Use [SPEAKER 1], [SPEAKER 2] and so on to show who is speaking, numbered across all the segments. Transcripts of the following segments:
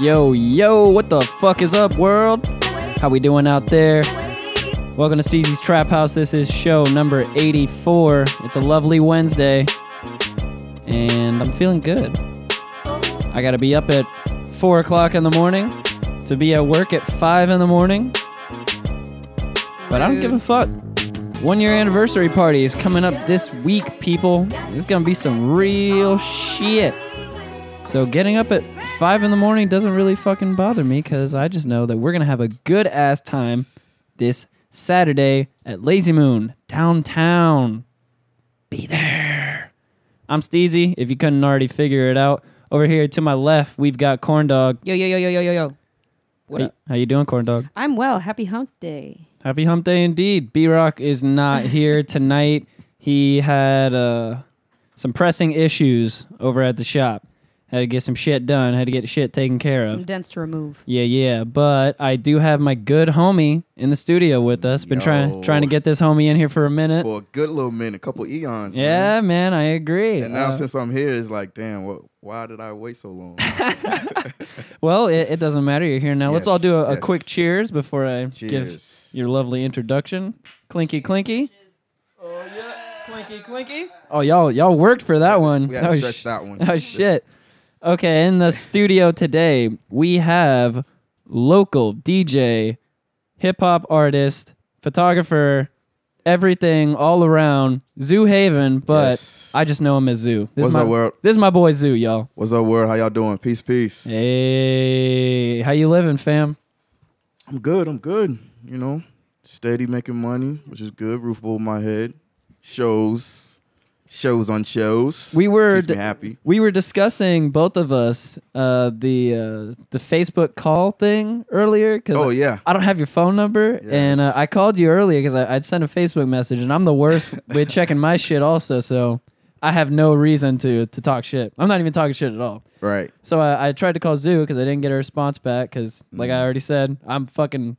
[SPEAKER 1] Yo, yo, what the fuck is up, world? How we doing out there? Welcome to Steezy's Trap House. This is show number 84. It's a lovely Wednesday, and I'm feeling good. I gotta be up at 4 o'clock in the morning to be at work at 5 in the morning, but I don't give a fuck. One year anniversary party is coming up this week, people. It's gonna be some real shit. So getting up at five in the morning doesn't really fucking bother me because I just know that we're gonna have a good ass time this Saturday at Lazy Moon downtown. Be there. I'm Steezy. If you couldn't already figure it out, over here to my left we've got Corn Dog.
[SPEAKER 2] Yo, yo, yo, yo, yo, yo, yo. What
[SPEAKER 1] Hey,
[SPEAKER 2] up?
[SPEAKER 1] how you doing, Corn Dog?
[SPEAKER 2] I'm well. Happy hump day.
[SPEAKER 1] Happy Hump Day indeed. B Rock is not here tonight. He had uh, some pressing issues over at the shop. Had to get some shit done. Had to get shit taken care
[SPEAKER 2] Some
[SPEAKER 1] of.
[SPEAKER 2] dents to remove.
[SPEAKER 1] Yeah, yeah. But I do have my good homie in the studio with us. Been trying
[SPEAKER 3] Yo.
[SPEAKER 1] trying to get this homie in here for a minute.
[SPEAKER 3] for a good little minute, a couple eons. man.
[SPEAKER 1] yeah, man, I agree.
[SPEAKER 3] And now
[SPEAKER 1] Uh,
[SPEAKER 3] since I'm here, it's like, damn, what? Why did I wait so long?
[SPEAKER 1] well, it, it doesn't matter. You're here now. Let's all
[SPEAKER 3] Yes,
[SPEAKER 1] do a, a
[SPEAKER 3] yes.
[SPEAKER 1] quick cheers before I
[SPEAKER 3] Cheers.
[SPEAKER 1] give your lovely introduction. Clinky, clinky. Oh yeah, clinky, clinky. Oh y'all, y'all worked for that one.
[SPEAKER 3] We had to
[SPEAKER 1] Oh,
[SPEAKER 3] stretch
[SPEAKER 1] sh-
[SPEAKER 3] that one.
[SPEAKER 1] Oh
[SPEAKER 3] This-
[SPEAKER 1] shit. Okay, in the studio today we have local DJ, hip hop artist, photographer, everything all around Zoo Haven, but
[SPEAKER 3] Yes.
[SPEAKER 1] I just know him as Zoo. This is
[SPEAKER 3] What's
[SPEAKER 1] my
[SPEAKER 3] up, world?
[SPEAKER 1] This is my boy Zoo, y'all.
[SPEAKER 3] What's up, world? How y'all doing? Peace, peace.
[SPEAKER 1] Hey, how you living, fam?
[SPEAKER 3] I'm good. I'm good. You know, steady making money, which is good. Roof over my head. Shows, shows on shows.
[SPEAKER 1] We were
[SPEAKER 3] Keeps
[SPEAKER 1] d-
[SPEAKER 3] me happy.
[SPEAKER 1] We were discussing both of us uh, the uh, the Facebook call thing earlier because
[SPEAKER 3] Oh yeah.
[SPEAKER 1] I don't have your phone number, and uh,
[SPEAKER 3] Yes.
[SPEAKER 1] I called you earlier because I'd sent a Facebook message, and I'm the worst with checking my shit. Also, so I have no reason to to talk shit. I'm not even talking shit at all.
[SPEAKER 3] Right.
[SPEAKER 1] So I, I tried to call Zoo because I didn't get a response back. Because like
[SPEAKER 3] Mm.
[SPEAKER 1] I already said, I'm fucking.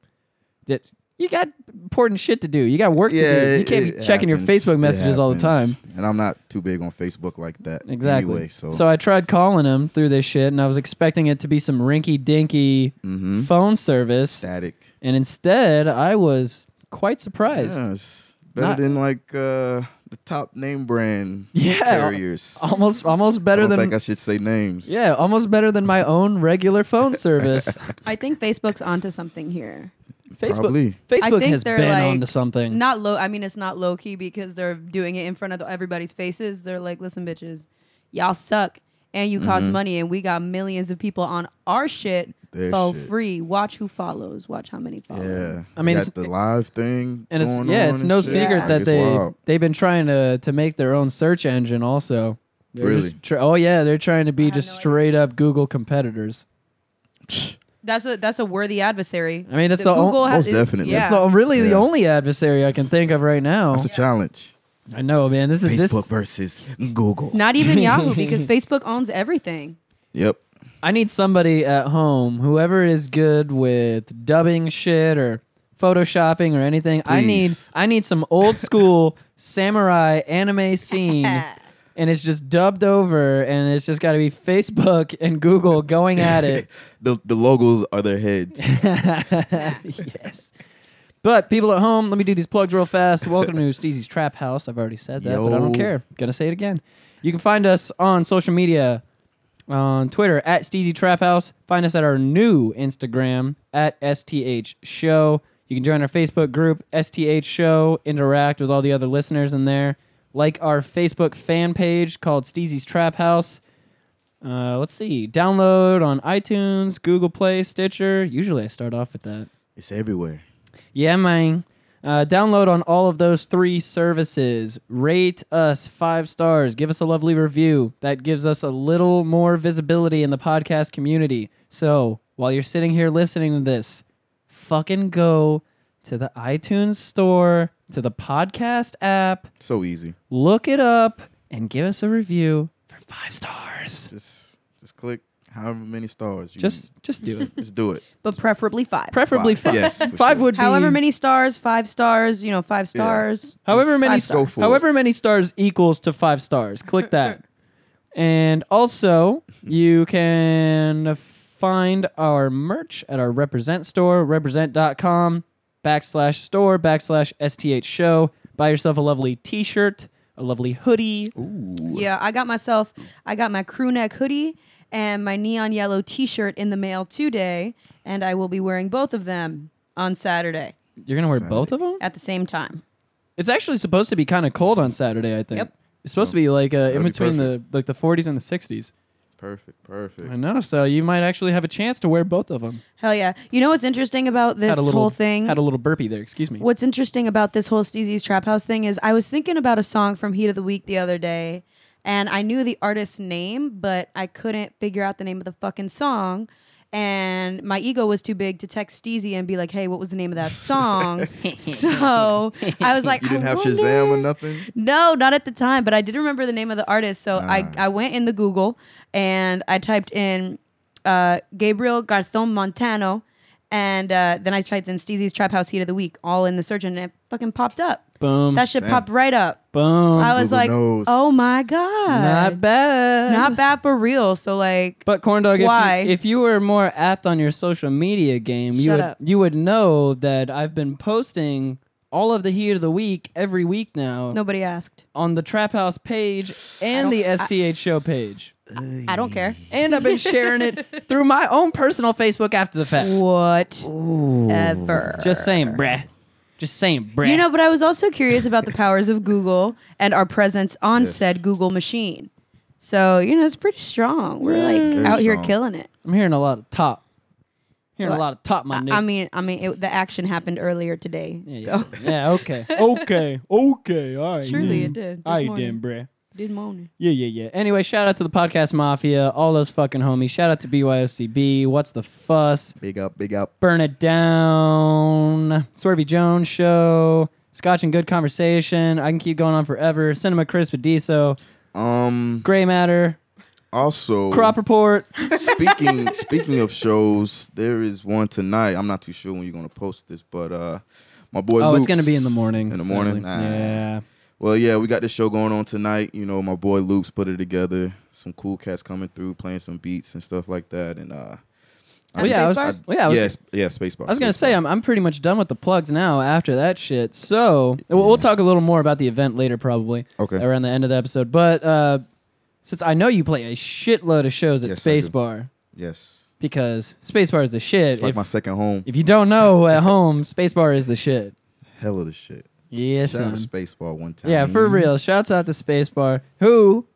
[SPEAKER 1] Did, you got important shit to do. You got work to
[SPEAKER 3] Yeah.
[SPEAKER 1] do. You can't
[SPEAKER 3] it-
[SPEAKER 1] be
[SPEAKER 3] it
[SPEAKER 1] checking your
[SPEAKER 3] happens.
[SPEAKER 1] Facebook
[SPEAKER 3] It
[SPEAKER 1] messages all the time.
[SPEAKER 3] happens. And I'm not too big on Facebook like that.
[SPEAKER 1] Exactly.
[SPEAKER 3] Anyway, so,
[SPEAKER 1] I tried calling him through this shit, and I was expecting it to be some rinky dinky
[SPEAKER 3] Mm-hmm.
[SPEAKER 1] phone service,
[SPEAKER 3] static.
[SPEAKER 1] and instead I was quite surprised.
[SPEAKER 3] Yeah, it's better
[SPEAKER 1] Not-
[SPEAKER 3] than like uh, the top name brand
[SPEAKER 1] Yeah,
[SPEAKER 3] carriers.
[SPEAKER 1] Almost, almost better
[SPEAKER 3] I don't
[SPEAKER 1] than
[SPEAKER 3] think I should say names.
[SPEAKER 1] yeah, almost better than my own regular phone service.
[SPEAKER 2] I think Facebook's onto something here.
[SPEAKER 1] Facebook,
[SPEAKER 3] Probably.
[SPEAKER 1] Facebook
[SPEAKER 2] I think
[SPEAKER 1] has
[SPEAKER 2] they're
[SPEAKER 1] been
[SPEAKER 2] like
[SPEAKER 1] onto something.
[SPEAKER 2] Not low. I mean, it's not low key because they're doing it in front of everybody's faces. They're like, "Listen, bitches, y'all suck, and you cost
[SPEAKER 3] Mm-hmm.
[SPEAKER 2] money, and we got millions of people on our shit
[SPEAKER 3] Their
[SPEAKER 2] for
[SPEAKER 3] shit.
[SPEAKER 2] free. Watch who follows. Watch how many follow."
[SPEAKER 3] Yeah.
[SPEAKER 1] I mean,
[SPEAKER 3] You
[SPEAKER 1] it's-
[SPEAKER 3] got the live thing.
[SPEAKER 1] and it's
[SPEAKER 3] going
[SPEAKER 1] yeah,
[SPEAKER 3] on
[SPEAKER 1] it's
[SPEAKER 3] and
[SPEAKER 1] no
[SPEAKER 3] shit.
[SPEAKER 1] secret
[SPEAKER 3] Like,
[SPEAKER 1] that
[SPEAKER 3] it's
[SPEAKER 1] they
[SPEAKER 3] wild.
[SPEAKER 1] they've been trying to to make their own search engine also. They're
[SPEAKER 3] Really?
[SPEAKER 1] just tr- oh yeah, they're trying to be
[SPEAKER 2] have
[SPEAKER 1] just
[SPEAKER 2] no idea.
[SPEAKER 1] straight up Google competitors.
[SPEAKER 2] That's a that's a worthy adversary.
[SPEAKER 1] I mean, it's
[SPEAKER 2] That
[SPEAKER 1] the o-
[SPEAKER 2] Google has
[SPEAKER 3] Most definitely.
[SPEAKER 2] Yeah.
[SPEAKER 3] It's
[SPEAKER 1] It's the really the
[SPEAKER 3] Yeah.
[SPEAKER 1] only adversary I can think of right now.
[SPEAKER 3] That's a challenge.
[SPEAKER 1] I know, man. This is
[SPEAKER 3] Facebook
[SPEAKER 1] this.
[SPEAKER 3] versus Google.
[SPEAKER 2] Not even Yahoo because Facebook owns everything.
[SPEAKER 3] Yep.
[SPEAKER 1] I need somebody at home, whoever is good with dubbing shit or photoshopping or anything. I need
[SPEAKER 3] Please.
[SPEAKER 1] I need some old school samurai anime scene. And it's just dubbed over, and it's just got to be Facebook and Google going at it.
[SPEAKER 3] The the logos are their heads.
[SPEAKER 1] yes. But people at home, let me do these plugs real fast. Welcome to Steezy's Trap House. I've already said that, but I don't
[SPEAKER 3] Yo.
[SPEAKER 1] care. Gonna say it again. You can find us on social media on Twitter at Steezy Trap House. Find us at our new Instagram at STH Show. You can join our Facebook group, STH Show, interact with all the other listeners in there. Like our Facebook fan page called Steezy's Trap House. Uh, let's see. Download on iTunes, Google Play, Stitcher. Usually I start off with that.
[SPEAKER 3] it's everywhere.
[SPEAKER 1] Yeah, man. Uh, download on all of those three services. Rate us five stars. Give us a lovely review. That gives us a little more visibility in the podcast community. So while you're sitting here listening to this, fucking go to the iTunes store, to the podcast app,
[SPEAKER 3] So easy.
[SPEAKER 1] look it up, and give us a review for five stars.
[SPEAKER 3] Just just click however many stars. You
[SPEAKER 1] Just, just do it.
[SPEAKER 3] just do it.
[SPEAKER 2] But preferably five.
[SPEAKER 1] Preferably five.
[SPEAKER 3] Yes, for
[SPEAKER 1] five
[SPEAKER 3] sure.
[SPEAKER 1] would be
[SPEAKER 2] However many stars, five stars, you know, five stars.
[SPEAKER 1] However many
[SPEAKER 2] Five
[SPEAKER 1] stars.
[SPEAKER 3] stars.
[SPEAKER 1] however many stars equals to five stars. Click that. and also, you can find our merch at our Represent store, represent.com, backslash store, backslash STH show. Buy yourself a lovely t shirt, a lovely hoodie.
[SPEAKER 2] Yeah, I got myself, I got my crew neck hoodie and my neon yellow t shirt in the mail today, and I will be wearing both of them on Saturday
[SPEAKER 1] You're going to wear both of them?
[SPEAKER 2] at the same time.
[SPEAKER 1] It's actually supposed to be kind of cold on Saturday, I think.
[SPEAKER 2] Yep.
[SPEAKER 1] It's supposed to be like uh, in
[SPEAKER 3] be
[SPEAKER 1] between the like the 40s and the 60s.
[SPEAKER 3] Perfect, perfect.
[SPEAKER 1] I know, so you might actually have a chance to wear both of them.
[SPEAKER 2] Hell yeah. You know what's interesting about this
[SPEAKER 1] had a little,
[SPEAKER 2] whole thing?
[SPEAKER 1] Had a little burpee there. Excuse me.
[SPEAKER 2] What's interesting about this whole Steezy's Trap House thing is I was thinking about a song from Heat of the Week the other day, and I knew the artist's name, but I couldn't figure out the name of the fucking song. And my ego was too big to text Steezy and be like, "Hey, what was the name of that song?" so I was like,
[SPEAKER 3] You didn't
[SPEAKER 2] "I
[SPEAKER 3] have
[SPEAKER 2] wonder-
[SPEAKER 3] Shazam or nothing?
[SPEAKER 2] No, not at the time, but I did remember the name of the artist. So I,
[SPEAKER 3] Ah.
[SPEAKER 2] I went in the Google and I typed in uh, Gabriel Garzon Montano. And uh, then I typed in Steezy's Trap House Heat of the Week, all in the search, and it fucking popped up.
[SPEAKER 1] Boom.
[SPEAKER 2] That shit
[SPEAKER 3] Damn.
[SPEAKER 2] popped right up.
[SPEAKER 1] Boom.
[SPEAKER 2] I was
[SPEAKER 3] Google
[SPEAKER 2] like,
[SPEAKER 3] knows.
[SPEAKER 2] oh my God.
[SPEAKER 1] Not bad.
[SPEAKER 2] Not bad for real. So, like,
[SPEAKER 1] But corn dog, if
[SPEAKER 2] Why?
[SPEAKER 1] you, if you were more apt on your social media game, you
[SPEAKER 2] Shut
[SPEAKER 1] would
[SPEAKER 2] up.
[SPEAKER 1] you would know that I've been posting all of the heat of the week every week now
[SPEAKER 2] nobody asked.
[SPEAKER 1] on the Trap House page and the STH show page,
[SPEAKER 2] I don't care.
[SPEAKER 1] and I've been sharing it through my own personal Facebook after the fact.
[SPEAKER 2] What? Ever.
[SPEAKER 1] Just saying, bruh. Just saying, bruh.
[SPEAKER 2] You know, but I was also curious about the powers of Google and our presence on said Google machine. So, you know, it's pretty strong. We're like
[SPEAKER 3] Very
[SPEAKER 2] out here
[SPEAKER 3] strong.
[SPEAKER 2] killing it.
[SPEAKER 1] I'm hearing a lot of top. Hearing
[SPEAKER 2] What?
[SPEAKER 1] a lot of top, my nigga.
[SPEAKER 2] I mean, I mean, it, the action happened earlier today. so
[SPEAKER 1] yeah, okay, okay, okay, all right.
[SPEAKER 2] Surely
[SPEAKER 1] yeah.
[SPEAKER 2] it did, this
[SPEAKER 1] All right, then,
[SPEAKER 2] morning.
[SPEAKER 1] bruh.
[SPEAKER 2] did moan.
[SPEAKER 1] Yeah, yeah, yeah. Anyway, shout out to the podcast mafia, all those fucking homies. Shout out to BYOCB. What's the fuss?
[SPEAKER 3] Big up, big up.
[SPEAKER 1] Burn it down. Swervy Jones show. Scotch and good conversation. I can keep going on forever. Cinema Crisp Adiso.
[SPEAKER 3] Um,
[SPEAKER 1] Gray matter.
[SPEAKER 3] also,
[SPEAKER 1] Crop report.
[SPEAKER 3] speaking speaking of shows, there is one tonight. I'm not too sure when you're gonna post this, but uh, my boy.
[SPEAKER 1] Oh, it's
[SPEAKER 3] Luke's-
[SPEAKER 1] gonna be in the morning.
[SPEAKER 3] In the morning?
[SPEAKER 1] sadly.
[SPEAKER 3] Ah.
[SPEAKER 1] Yeah.
[SPEAKER 3] Well, yeah, we got this show going on tonight. You know, my boy Luke's put it together. Some cool cats coming through, playing some beats and stuff like that. And uh,
[SPEAKER 1] Well, Oh, yeah, I was,
[SPEAKER 2] Spacebar?
[SPEAKER 1] well, yeah, I was
[SPEAKER 3] yeah, sp- yeah, spacebar.
[SPEAKER 1] I was gonna say I'm, I'm pretty much done with the plugs now after that shit. So we'll, we'll talk a little more about the event later, probably.
[SPEAKER 3] Okay.
[SPEAKER 1] Around the end of the episode, but uh, since I know you play a shitload of shows at
[SPEAKER 3] Yes, I do.
[SPEAKER 1] Spacebar
[SPEAKER 3] yes,
[SPEAKER 1] because Spacebar is the shit.
[SPEAKER 3] it's like
[SPEAKER 1] if,
[SPEAKER 3] my second home.
[SPEAKER 1] if you don't know at home, Spacebar is the shit.
[SPEAKER 3] Hell of the shit.
[SPEAKER 1] Yes.
[SPEAKER 3] Shout out
[SPEAKER 1] son.
[SPEAKER 3] to spacebar one time.
[SPEAKER 1] Yeah, for real. Shouts out to Spacebar who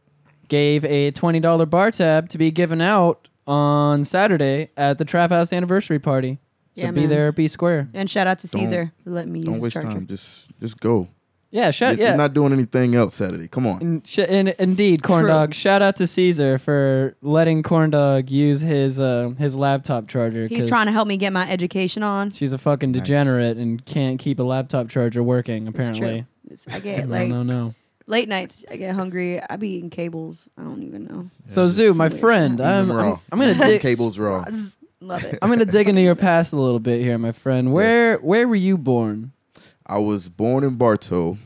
[SPEAKER 1] gave a twenty dollar bar tab to be given out on Saturday at the Trap House anniversary party. So
[SPEAKER 2] Yeah,
[SPEAKER 1] be
[SPEAKER 2] man.
[SPEAKER 1] there, be square.
[SPEAKER 2] And shout out to
[SPEAKER 3] Don't-
[SPEAKER 2] Caesar for letting me use
[SPEAKER 3] Don't
[SPEAKER 2] his
[SPEAKER 3] waste
[SPEAKER 2] charger.
[SPEAKER 3] time. Just just go.
[SPEAKER 1] Yeah, shout
[SPEAKER 3] You're-
[SPEAKER 1] yeah.
[SPEAKER 3] You're not doing anything else Saturday. Come on.
[SPEAKER 1] And sh- and indeed, corn
[SPEAKER 2] True.
[SPEAKER 1] dog. Shout out to Caesar for letting corn dog use his uh, his laptop charger.
[SPEAKER 2] He's
[SPEAKER 1] 'cause
[SPEAKER 2] trying to help me get my education on.
[SPEAKER 1] She's a fucking degenerate and can't keep a laptop charger working.
[SPEAKER 2] It's
[SPEAKER 1] Apparently,
[SPEAKER 2] true. It's- I get
[SPEAKER 1] no,
[SPEAKER 2] like
[SPEAKER 1] no, no.
[SPEAKER 2] late nights. I get hungry. I be eating cables. I don't even know.
[SPEAKER 1] so Zoo, my
[SPEAKER 2] some
[SPEAKER 1] friend,
[SPEAKER 3] weird shit.
[SPEAKER 1] I'm,
[SPEAKER 3] Leave 'em
[SPEAKER 1] I'm
[SPEAKER 3] raw.
[SPEAKER 1] I'm gonna dig.
[SPEAKER 3] Cables raw.
[SPEAKER 2] Zzz, Love it.
[SPEAKER 1] I'm gonna dig into your past a little bit here, my friend. Where where were you born?
[SPEAKER 3] I was born in Bartow.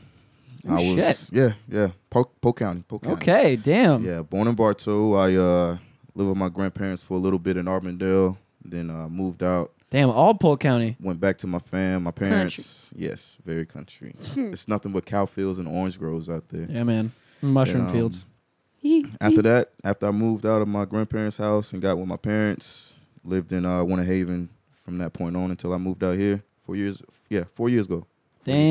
[SPEAKER 3] I was
[SPEAKER 1] Oh, shit.
[SPEAKER 3] yeah, yeah. Polk, Polk County. Polk County.
[SPEAKER 1] Okay, damn.
[SPEAKER 3] Yeah, born in Bartow. I uh lived with my grandparents for a little bit in Arbondale, then uh moved out,
[SPEAKER 1] Damn, all Polk County.
[SPEAKER 3] went back to my fam, my parents. Yes, very country. it's nothing but cow fields and orange groves out there.
[SPEAKER 1] Yeah, man. Mushroom
[SPEAKER 3] And, um,
[SPEAKER 1] fields.
[SPEAKER 3] After that, after I moved out of my grandparents' house and got with my parents, lived in uh Winter Haven from that point on until I moved out here 4 years yeah, 4 years ago. Four years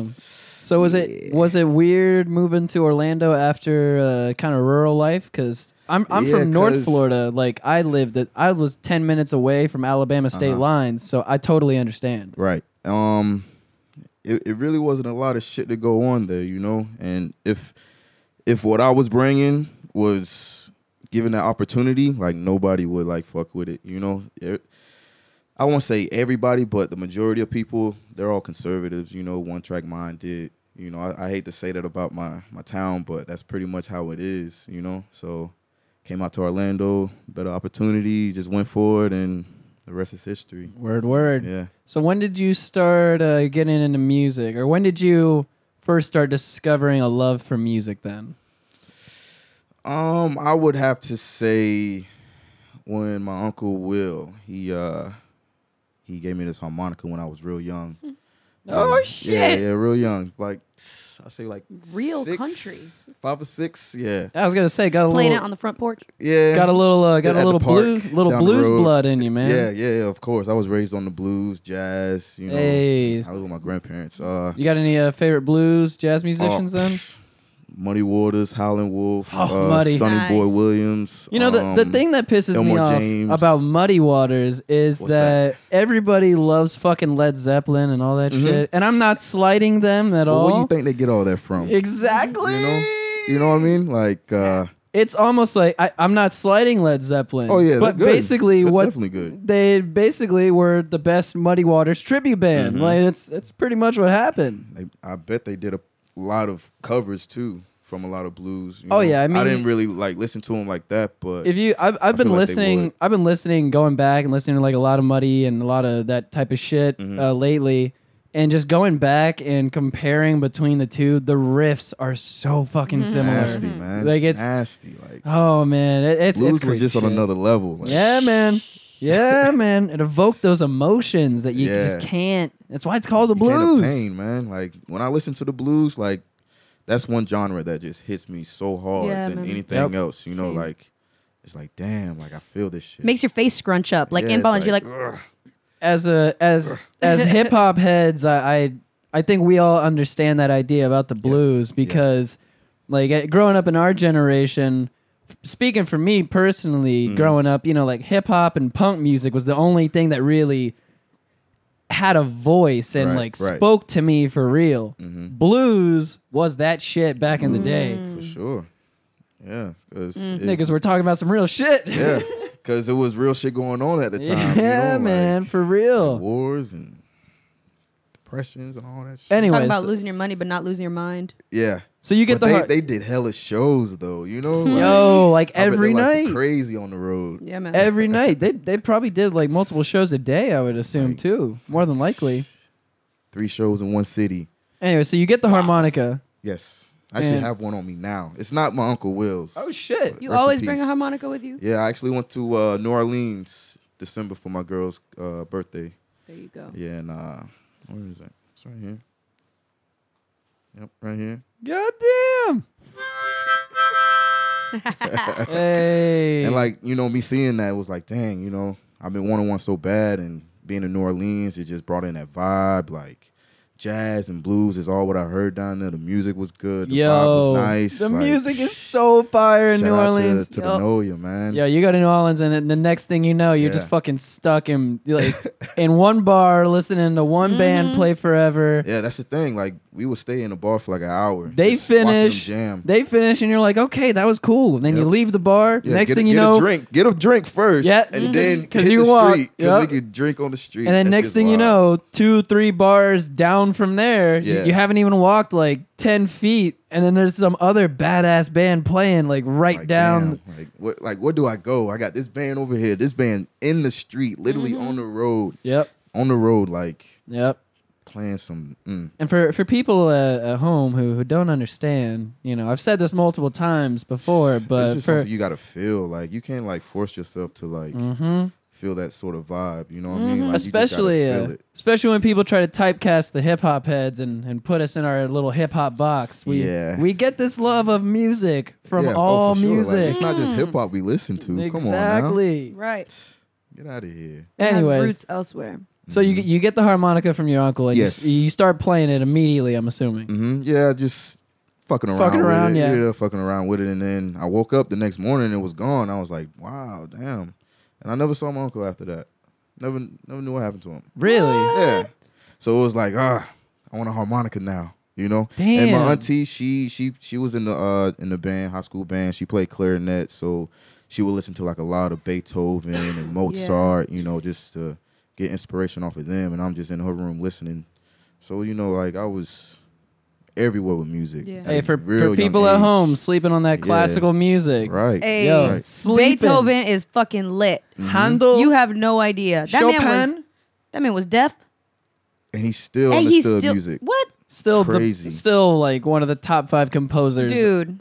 [SPEAKER 3] ago.
[SPEAKER 1] Damn. So was it was it weird moving to Orlando after uh, kind of rural life? Because I'm I'm
[SPEAKER 3] Yeah,
[SPEAKER 1] from North
[SPEAKER 3] 'cause-
[SPEAKER 1] Florida. Like I lived at, I was ten minutes away from Alabama state
[SPEAKER 3] Uh-huh.
[SPEAKER 1] lines, so I totally understand.
[SPEAKER 3] Right. Um it, it really wasn't a lot of shit to go on there, you know? And if if what I was bringing was given that opportunity, like nobody would like fuck with it, you know? It- I won't say everybody, but the majority of people, they're all conservatives, you know, one track minded. You know, I, I hate to say that about my my town, but that's pretty much how it is, you know? So came out to Orlando, better opportunity, just went for it and the rest is history.
[SPEAKER 1] Word word.
[SPEAKER 3] Yeah.
[SPEAKER 1] So when did you start uh, getting into music, or when did you first start discovering a love for music? Then
[SPEAKER 3] Um, I would have to say when my uncle Will he uh he gave me this harmonica when I was real young.
[SPEAKER 2] Hmm.
[SPEAKER 1] Oh,
[SPEAKER 3] Yeah,
[SPEAKER 1] shit.
[SPEAKER 3] Yeah, yeah, real young. Like I say, like
[SPEAKER 2] Real
[SPEAKER 3] six,
[SPEAKER 2] country.
[SPEAKER 3] five or six. Yeah,
[SPEAKER 1] I was gonna say, got a
[SPEAKER 3] Oh.
[SPEAKER 2] Playing it
[SPEAKER 1] little,
[SPEAKER 2] on the front porch.
[SPEAKER 3] yeah.
[SPEAKER 1] got a little, uh,
[SPEAKER 3] At
[SPEAKER 1] got a
[SPEAKER 3] the
[SPEAKER 1] little
[SPEAKER 3] park,
[SPEAKER 1] blue, little
[SPEAKER 3] down the
[SPEAKER 1] blues
[SPEAKER 3] road.
[SPEAKER 1] blood in you, man.
[SPEAKER 3] Yeah, yeah, yeah, of course. I was raised on the blues, jazz, you know.
[SPEAKER 1] Hey.
[SPEAKER 3] I live with my grandparents. Uh
[SPEAKER 1] You got any uh, favorite blues jazz musicians?
[SPEAKER 3] oh,
[SPEAKER 1] then
[SPEAKER 3] Muddy Waters, Howlin' Wolf,
[SPEAKER 1] Oh,
[SPEAKER 3] uh,
[SPEAKER 1] Muddy.
[SPEAKER 3] Sonny
[SPEAKER 2] Nice.
[SPEAKER 3] Boy Williams.
[SPEAKER 1] you know the the
[SPEAKER 3] um,
[SPEAKER 1] thing that pisses me
[SPEAKER 3] Elmore
[SPEAKER 1] off
[SPEAKER 3] James.
[SPEAKER 1] about Muddy Waters is that,
[SPEAKER 3] What's that? Mm-hmm.
[SPEAKER 1] everybody loves fucking Led Zeppelin and all that shit, and I'm not slighting them at
[SPEAKER 3] well,
[SPEAKER 1] all.
[SPEAKER 3] where do you think they get all that from?
[SPEAKER 1] Exactly.
[SPEAKER 3] You know? You know what I mean? Like uh
[SPEAKER 1] It's almost like I, I'm not slighting Led Zeppelin.
[SPEAKER 3] Oh, yeah,
[SPEAKER 1] but
[SPEAKER 3] they're good.
[SPEAKER 1] basically,
[SPEAKER 3] They're
[SPEAKER 1] what
[SPEAKER 3] definitely good.
[SPEAKER 1] they basically were the best Muddy Waters tribute band.
[SPEAKER 3] Mm-hmm.
[SPEAKER 1] Like it's it's pretty much what happened.
[SPEAKER 3] they, I bet they did a lot of covers too from a lot of blues. you
[SPEAKER 1] Oh, yeah, I mean-
[SPEAKER 3] didn't really like listen to them like that, but
[SPEAKER 1] If you, I've, I've been
[SPEAKER 3] feel like they
[SPEAKER 1] listening.
[SPEAKER 3] would.
[SPEAKER 1] I've been listening, going back and listening to like a lot of Muddy and a lot of that type of shit
[SPEAKER 3] Mm-hmm.
[SPEAKER 1] uh, lately, and just going back and comparing between the two, the riffs are so fucking similar.
[SPEAKER 3] nasty man,
[SPEAKER 1] Like it's,
[SPEAKER 3] nasty. Like
[SPEAKER 1] oh man, it, it's
[SPEAKER 3] blues
[SPEAKER 1] it's
[SPEAKER 3] was
[SPEAKER 1] crazy
[SPEAKER 3] just on
[SPEAKER 1] shit.
[SPEAKER 3] another level. Like,
[SPEAKER 1] Yeah, man. Yeah, man. It evoked those emotions that you
[SPEAKER 3] Yeah.
[SPEAKER 1] just can't. That's why it's called the
[SPEAKER 3] you can't
[SPEAKER 1] blues.
[SPEAKER 3] obtain, man. Like when I listen to the blues, like that's one genre that just hits me so hard
[SPEAKER 2] Yeah,
[SPEAKER 3] than
[SPEAKER 2] man.
[SPEAKER 3] anything
[SPEAKER 1] Yep.
[SPEAKER 3] else. You know,
[SPEAKER 2] Same.
[SPEAKER 3] like it's like damn, like I feel this shit.
[SPEAKER 2] Makes your face scrunch up, like
[SPEAKER 3] Yeah, it's
[SPEAKER 2] involuntarily. Like,
[SPEAKER 3] ugh.
[SPEAKER 1] as a as as hip hop heads, I, I I think we all understand that idea about the blues because, like, eh, growing up in our generation, f- speaking for me personally,
[SPEAKER 3] Mm.
[SPEAKER 1] growing up, you know, like hip hop and punk music was the only thing that really had a voice and
[SPEAKER 3] Right,
[SPEAKER 1] like
[SPEAKER 3] right. Mm-hmm.
[SPEAKER 1] spoke to me for real. Blues was that shit back in the day.
[SPEAKER 3] for sure. Yeah, because
[SPEAKER 1] Niggas were talking about some real shit.
[SPEAKER 3] yeah, because it was real shit going on at the time. you
[SPEAKER 1] Yeah,
[SPEAKER 3] know, like,
[SPEAKER 1] man, for real.
[SPEAKER 3] wars and depressions and all that shit.
[SPEAKER 1] Anyways,
[SPEAKER 2] talking about losing your money, but not losing your mind.
[SPEAKER 3] yeah.
[SPEAKER 1] so you get the
[SPEAKER 3] But they,
[SPEAKER 1] har-
[SPEAKER 3] they did hella shows though, you know? Like,
[SPEAKER 1] yo like
[SPEAKER 3] I bet they,
[SPEAKER 1] every
[SPEAKER 3] like,
[SPEAKER 1] night,
[SPEAKER 3] crazy on the road.
[SPEAKER 2] Yeah, man.
[SPEAKER 1] every night they they probably did like multiple shows a day. I would assume too, more than likely.
[SPEAKER 3] Three shows in one city.
[SPEAKER 1] Anyway, so you get the harmonica.
[SPEAKER 3] Yes. I actually
[SPEAKER 1] Man.
[SPEAKER 3] have one on me now. It's not my Uncle Will's.
[SPEAKER 1] Oh shit!
[SPEAKER 2] you
[SPEAKER 3] Rest in
[SPEAKER 2] always bring a
[SPEAKER 3] peace.
[SPEAKER 2] harmonica with you.
[SPEAKER 3] yeah, I actually went to uh, New Orleans December for my girl's uh, birthday.
[SPEAKER 2] There you go.
[SPEAKER 3] Yeah, and uh, where is it? It's right here. Yep, right here.
[SPEAKER 1] God damn. hey.
[SPEAKER 3] And like, you know, me seeing that was like, dang, you know, I've been wanting one so bad and being in New Orleans, it just brought in that vibe, like jazz and blues is all what I heard down there. The music was good, the vibe
[SPEAKER 1] Yo,
[SPEAKER 3] was nice.
[SPEAKER 1] the
[SPEAKER 3] like,
[SPEAKER 1] music is so fire in
[SPEAKER 3] shout
[SPEAKER 1] New
[SPEAKER 3] out
[SPEAKER 1] Orleans.
[SPEAKER 3] To, to
[SPEAKER 1] Yo.
[SPEAKER 3] the Noya, man.
[SPEAKER 1] Yeah, you go to New Orleans, and then the next thing you know, you're just
[SPEAKER 3] Yeah.
[SPEAKER 1] fucking stuck in like in one bar listening to one band play forever.
[SPEAKER 3] Yeah, that's the thing. Like we would stay in the bar for like an hour.
[SPEAKER 1] They
[SPEAKER 3] just watching them
[SPEAKER 1] finish,
[SPEAKER 3] jam.
[SPEAKER 1] they finish, and you're like, okay, that was cool. Then you
[SPEAKER 3] Yep.
[SPEAKER 1] leave the bar.
[SPEAKER 3] Yeah,
[SPEAKER 1] next
[SPEAKER 3] get a-
[SPEAKER 1] thing you
[SPEAKER 3] get
[SPEAKER 1] know,
[SPEAKER 3] a drink. Get a drink first,
[SPEAKER 1] Yeah,
[SPEAKER 3] and
[SPEAKER 1] mhm.
[SPEAKER 3] then
[SPEAKER 1] 'Cause
[SPEAKER 3] hit
[SPEAKER 1] you
[SPEAKER 3] the
[SPEAKER 1] walk,
[SPEAKER 3] street because
[SPEAKER 1] yep.
[SPEAKER 3] we could drink on the street.
[SPEAKER 1] and then
[SPEAKER 3] That
[SPEAKER 1] next
[SPEAKER 3] shit's
[SPEAKER 1] thing you know,
[SPEAKER 3] wild.
[SPEAKER 1] two, three bars down from there, y-
[SPEAKER 3] Yeah.
[SPEAKER 1] you haven't even walked like ten feet, and then there's some other badass band playing like right
[SPEAKER 3] Like,
[SPEAKER 1] down.
[SPEAKER 3] damn, like what? Like where do I go? I got this band over here. This band in the street, literally
[SPEAKER 1] Mm-hmm.
[SPEAKER 3] on the road,
[SPEAKER 1] Yep,
[SPEAKER 3] on the road, like
[SPEAKER 1] yep.
[SPEAKER 3] playing some. Mm,
[SPEAKER 1] And for, for people uh, at home who, who don't understand, you know, I've said this multiple times before,
[SPEAKER 3] it's
[SPEAKER 1] but
[SPEAKER 3] just
[SPEAKER 1] for,
[SPEAKER 3] something you gotta feel. Like you can't like force yourself to like feel that sort of vibe. You know what I mean? Like, you just gotta
[SPEAKER 1] Mm-hmm. especially
[SPEAKER 3] feel
[SPEAKER 1] uh,
[SPEAKER 3] it.
[SPEAKER 1] especially when people try to typecast the hip hop heads and, and put us in our little hip hop box, we
[SPEAKER 3] Yeah.
[SPEAKER 1] we get this love of music from
[SPEAKER 3] Yeah, oh, for
[SPEAKER 1] all
[SPEAKER 3] sure. Like,
[SPEAKER 1] music.
[SPEAKER 3] it's not just hip hop we listen to. Come on now.
[SPEAKER 1] exactly.
[SPEAKER 2] Right.
[SPEAKER 3] Get out of here.
[SPEAKER 2] It has
[SPEAKER 1] Anyways,
[SPEAKER 2] roots elsewhere.
[SPEAKER 1] so you get- you get the harmonica from your uncle and you
[SPEAKER 3] Mm-hmm. Yes.
[SPEAKER 1] s- you, start playing it immediately. I'm assuming.
[SPEAKER 3] hmm Yeah, just fucking around.
[SPEAKER 1] Fucking around,
[SPEAKER 3] with it.
[SPEAKER 1] yeah.
[SPEAKER 3] fucking around with it. And then I woke up the next morning and it was gone. I was like, wow, damn. And I never saw my uncle after that. Never, never knew what happened to him.
[SPEAKER 1] Really?
[SPEAKER 3] Yeah. So it was like, ah, I want a harmonica now. You know. And
[SPEAKER 1] Damn.
[SPEAKER 3] my auntie, she she she was in the uh in the band, high school band. She played clarinet, so she would listen to like a lot of Beethoven and Mozart. You know, just to get inspiration off of them. And I'm just in her room listening. So you know, like I was everywhere with music.
[SPEAKER 2] Yeah.
[SPEAKER 3] at
[SPEAKER 1] Hey,
[SPEAKER 3] a
[SPEAKER 1] for,
[SPEAKER 3] real
[SPEAKER 1] for
[SPEAKER 3] young
[SPEAKER 1] people at
[SPEAKER 3] age.
[SPEAKER 1] home sleeping on that classical music,
[SPEAKER 3] right?
[SPEAKER 2] Hey,
[SPEAKER 1] Yo,
[SPEAKER 3] Right.
[SPEAKER 1] sleeping.
[SPEAKER 2] Beethoven is fucking lit.
[SPEAKER 3] Mm-hmm.
[SPEAKER 1] Handel,
[SPEAKER 2] You have no idea. That
[SPEAKER 1] Chopin,
[SPEAKER 2] man was that man was deaf,
[SPEAKER 3] And he still
[SPEAKER 2] and he's
[SPEAKER 3] understood
[SPEAKER 2] still
[SPEAKER 3] music.
[SPEAKER 2] what,
[SPEAKER 1] still the,
[SPEAKER 3] Crazy.
[SPEAKER 1] still like one of the top five composers
[SPEAKER 2] dude?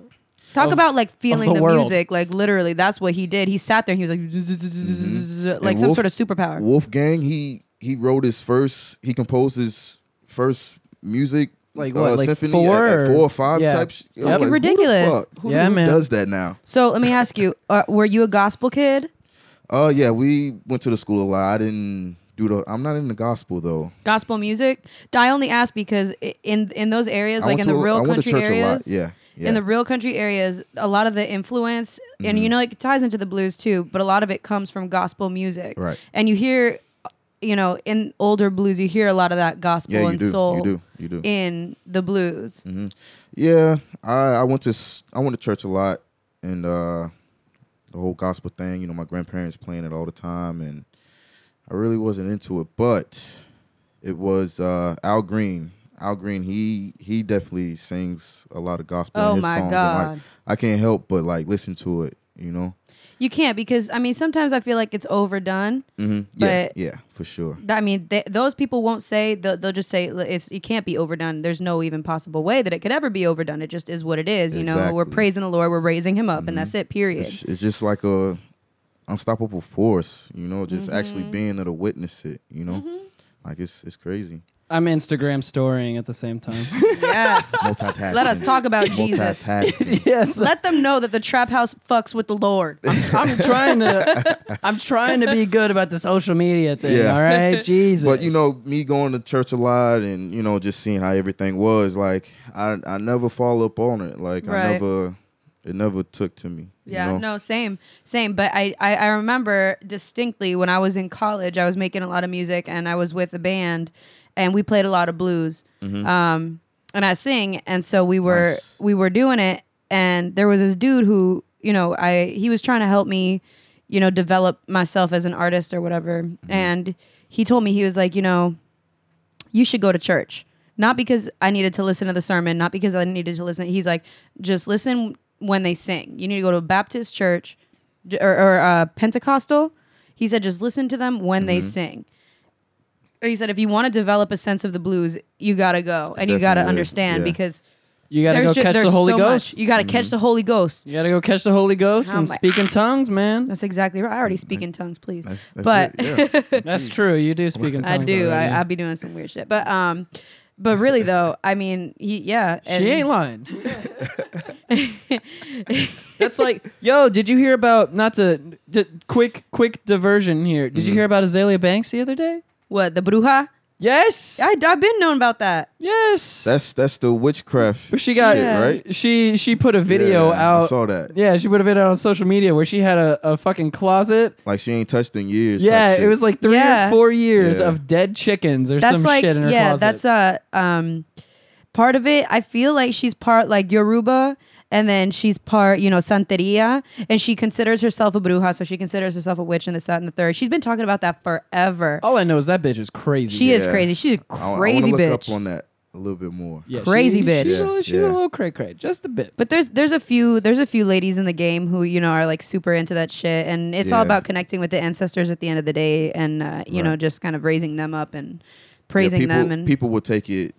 [SPEAKER 2] Talk
[SPEAKER 1] of-
[SPEAKER 2] about like feeling
[SPEAKER 1] the
[SPEAKER 2] the,
[SPEAKER 1] world.
[SPEAKER 2] music, like literally. That's what he did. He sat there and he was like, like
[SPEAKER 3] Mm-hmm. And
[SPEAKER 2] some
[SPEAKER 3] Wolf-
[SPEAKER 2] sort of superpower.
[SPEAKER 3] Wolfgang, he he wrote his first, he composed his first music uh,
[SPEAKER 1] Like what, like
[SPEAKER 3] symphony
[SPEAKER 1] four
[SPEAKER 3] at, at
[SPEAKER 1] or-
[SPEAKER 3] four or five
[SPEAKER 1] Yeah.
[SPEAKER 3] type. Sh-
[SPEAKER 1] Yep.
[SPEAKER 3] I'm
[SPEAKER 1] Fucking
[SPEAKER 3] who the
[SPEAKER 2] ridiculous.
[SPEAKER 3] fuck? Who,
[SPEAKER 1] Yeah,
[SPEAKER 3] who
[SPEAKER 1] man.
[SPEAKER 3] does that now?
[SPEAKER 2] So let me ask you: uh, Were you a gospel kid?
[SPEAKER 3] Uh, yeah, we went to the school a lot. I didn't do the. I'm not in the gospel though.
[SPEAKER 2] Gospel music? I only ask because i- in in those areas,
[SPEAKER 3] I
[SPEAKER 2] like
[SPEAKER 3] went
[SPEAKER 2] in
[SPEAKER 3] to
[SPEAKER 2] the
[SPEAKER 3] a- I
[SPEAKER 2] real
[SPEAKER 3] went to
[SPEAKER 2] country
[SPEAKER 3] church a lot.
[SPEAKER 2] areas,
[SPEAKER 3] Yeah, yeah. Mm-hmm.
[SPEAKER 2] in the real country areas, a lot of the influence, and you know, it ties into the blues too, but a lot of it comes from gospel music.
[SPEAKER 3] Right.
[SPEAKER 2] And you hear, you know, in older blues, you hear a lot of that gospel
[SPEAKER 3] yeah, you
[SPEAKER 2] and
[SPEAKER 3] do,
[SPEAKER 2] soul
[SPEAKER 3] you do, Mm-hmm. you do.
[SPEAKER 2] in the blues.
[SPEAKER 3] Yeah, I I went to s- I went to church a lot, and uh, the whole gospel thing. You know, my grandparents playing it all the time, and I really wasn't into it. But it was uh, Al Green. Al Green, he he definitely sings a lot of gospel.
[SPEAKER 2] Oh
[SPEAKER 3] in his
[SPEAKER 2] my
[SPEAKER 3] songs, and, like,
[SPEAKER 2] God.
[SPEAKER 3] I can't help but like listen to it. You know,
[SPEAKER 2] You can't because, I mean, sometimes I feel like it's overdone.
[SPEAKER 3] mm-hmm.
[SPEAKER 2] But-
[SPEAKER 3] yeah, yeah, for sure.
[SPEAKER 2] That- I mean, th- those people won't say they'll, they'll just say "Look, it's it can't be overdone. There's no even possible way that it could ever be overdone. It just is what it is. You know, we're
[SPEAKER 3] Exactly. Mm-hmm.
[SPEAKER 2] praising the Lord, we're raising Him up, and that's it. Period.
[SPEAKER 3] It's, it's just like a unstoppable force. You know, just actually
[SPEAKER 2] Mm-hmm.
[SPEAKER 3] being able to witness it. You know, like it's it's crazy.
[SPEAKER 1] I'm Instagram storying at the same time.
[SPEAKER 2] yes.
[SPEAKER 3] Multitasking.
[SPEAKER 2] Let us talk about Jesus.
[SPEAKER 3] Multitasking.
[SPEAKER 1] yes,
[SPEAKER 2] Let them know that the trap house fucks with the Lord.
[SPEAKER 1] I'm trying to. I'm trying to be good about the social media thing.
[SPEAKER 3] Yeah.
[SPEAKER 1] All right, Jesus.
[SPEAKER 3] but you know, me going to church a lot and you know just seeing how everything was like, I I never follow up on it. Like
[SPEAKER 2] Right.
[SPEAKER 3] I never, it never took to me. you
[SPEAKER 2] Yeah,
[SPEAKER 3] know?
[SPEAKER 2] no, same, same. But I, I, I remember distinctly when I was in college, I was making a lot of music and I was with a band and we played a lot of blues. Um, and I sing. And so we were,
[SPEAKER 3] Mm-hmm. Nice.
[SPEAKER 2] we were doing it. And there was this dude who, you know, I, he was trying to help me, you know, develop myself as an artist or whatever.
[SPEAKER 3] Mm-hmm.
[SPEAKER 2] And he told me, he was like, you know, you should go to church. Not because I needed to listen to the sermon, not because I needed to listen. He's like, just listen when they sing. You need to go to a Baptist church j- or, or uh, Pentecostal. He said, just listen to them when
[SPEAKER 3] Mm-hmm.
[SPEAKER 2] they sing. He said, if you want to develop a sense of the blues, you got to go and you got to
[SPEAKER 3] Definitely,
[SPEAKER 2] understand
[SPEAKER 3] yeah. Mm-hmm.
[SPEAKER 2] because
[SPEAKER 1] you gotta go
[SPEAKER 2] there's, ju-
[SPEAKER 1] catch
[SPEAKER 2] there's
[SPEAKER 1] the Holy
[SPEAKER 2] so
[SPEAKER 1] Ghost.
[SPEAKER 2] much. You got to catch the Holy Ghost.
[SPEAKER 1] You gotta go catch the Holy Ghost
[SPEAKER 2] Oh
[SPEAKER 1] and
[SPEAKER 2] my-
[SPEAKER 1] speak in tongues, man.
[SPEAKER 2] That's exactly right. I already speak in tongues, please.
[SPEAKER 3] That's, that's
[SPEAKER 2] but
[SPEAKER 3] it, yeah.
[SPEAKER 1] That's true. You do speak in
[SPEAKER 2] I
[SPEAKER 1] tongues.
[SPEAKER 2] do.
[SPEAKER 1] already.
[SPEAKER 2] I, I be doing some weird shit. But, um, but really though, I mean, he, yeah. and-
[SPEAKER 1] she ain't lying. That's like, yo, did you hear about? Not to d- quick, quick diversion here. Did
[SPEAKER 3] Mm-hmm.
[SPEAKER 1] you hear about Azalea Banks the other day?
[SPEAKER 2] What the bruja?
[SPEAKER 1] Yes,
[SPEAKER 2] I I've been known about that.
[SPEAKER 1] yes.
[SPEAKER 3] that's that's the witchcraft.
[SPEAKER 1] But she got
[SPEAKER 3] shit,
[SPEAKER 2] Yeah.
[SPEAKER 3] right.
[SPEAKER 1] She she put a video
[SPEAKER 3] Yeah, I
[SPEAKER 1] out.
[SPEAKER 3] saw that.
[SPEAKER 1] Yeah, she put a video on social media where she had a, a fucking closet
[SPEAKER 3] Like she ain't touched in years. type
[SPEAKER 1] Yeah,
[SPEAKER 3] shit.
[SPEAKER 1] it was like three
[SPEAKER 2] Yeah.
[SPEAKER 1] or four years
[SPEAKER 3] Yeah.
[SPEAKER 1] of dead chickens or
[SPEAKER 2] That's
[SPEAKER 1] some
[SPEAKER 2] like
[SPEAKER 1] shit in her
[SPEAKER 2] yeah,
[SPEAKER 1] closet.
[SPEAKER 2] that's a um part of it. I feel like she's part like Yoruba and then she's part, you know, Santeria and she considers herself a bruja, so she considers herself a witch and this that and the third. She's been talking about that forever.
[SPEAKER 1] All I know is that bitch is crazy.
[SPEAKER 2] she is
[SPEAKER 3] Oh, yeah.
[SPEAKER 2] crazy. She's a
[SPEAKER 3] I, I wanna
[SPEAKER 2] crazy
[SPEAKER 3] look
[SPEAKER 2] bitch.
[SPEAKER 3] up on that a little bit more.
[SPEAKER 1] Yeah, she-
[SPEAKER 2] crazy bitch.
[SPEAKER 1] She's, a,
[SPEAKER 3] Yeah,
[SPEAKER 1] little- she's
[SPEAKER 3] yeah.
[SPEAKER 1] a little cray cray, just a bit.
[SPEAKER 2] But there's there's a few there's a few ladies in the game who you know are like super into that shit, and it's all
[SPEAKER 3] Yeah.
[SPEAKER 2] about connecting with the ancestors at the end of the day, and uh, you know
[SPEAKER 3] Right.
[SPEAKER 2] just kind of raising them up and praising
[SPEAKER 3] people,
[SPEAKER 2] them and
[SPEAKER 3] people will take it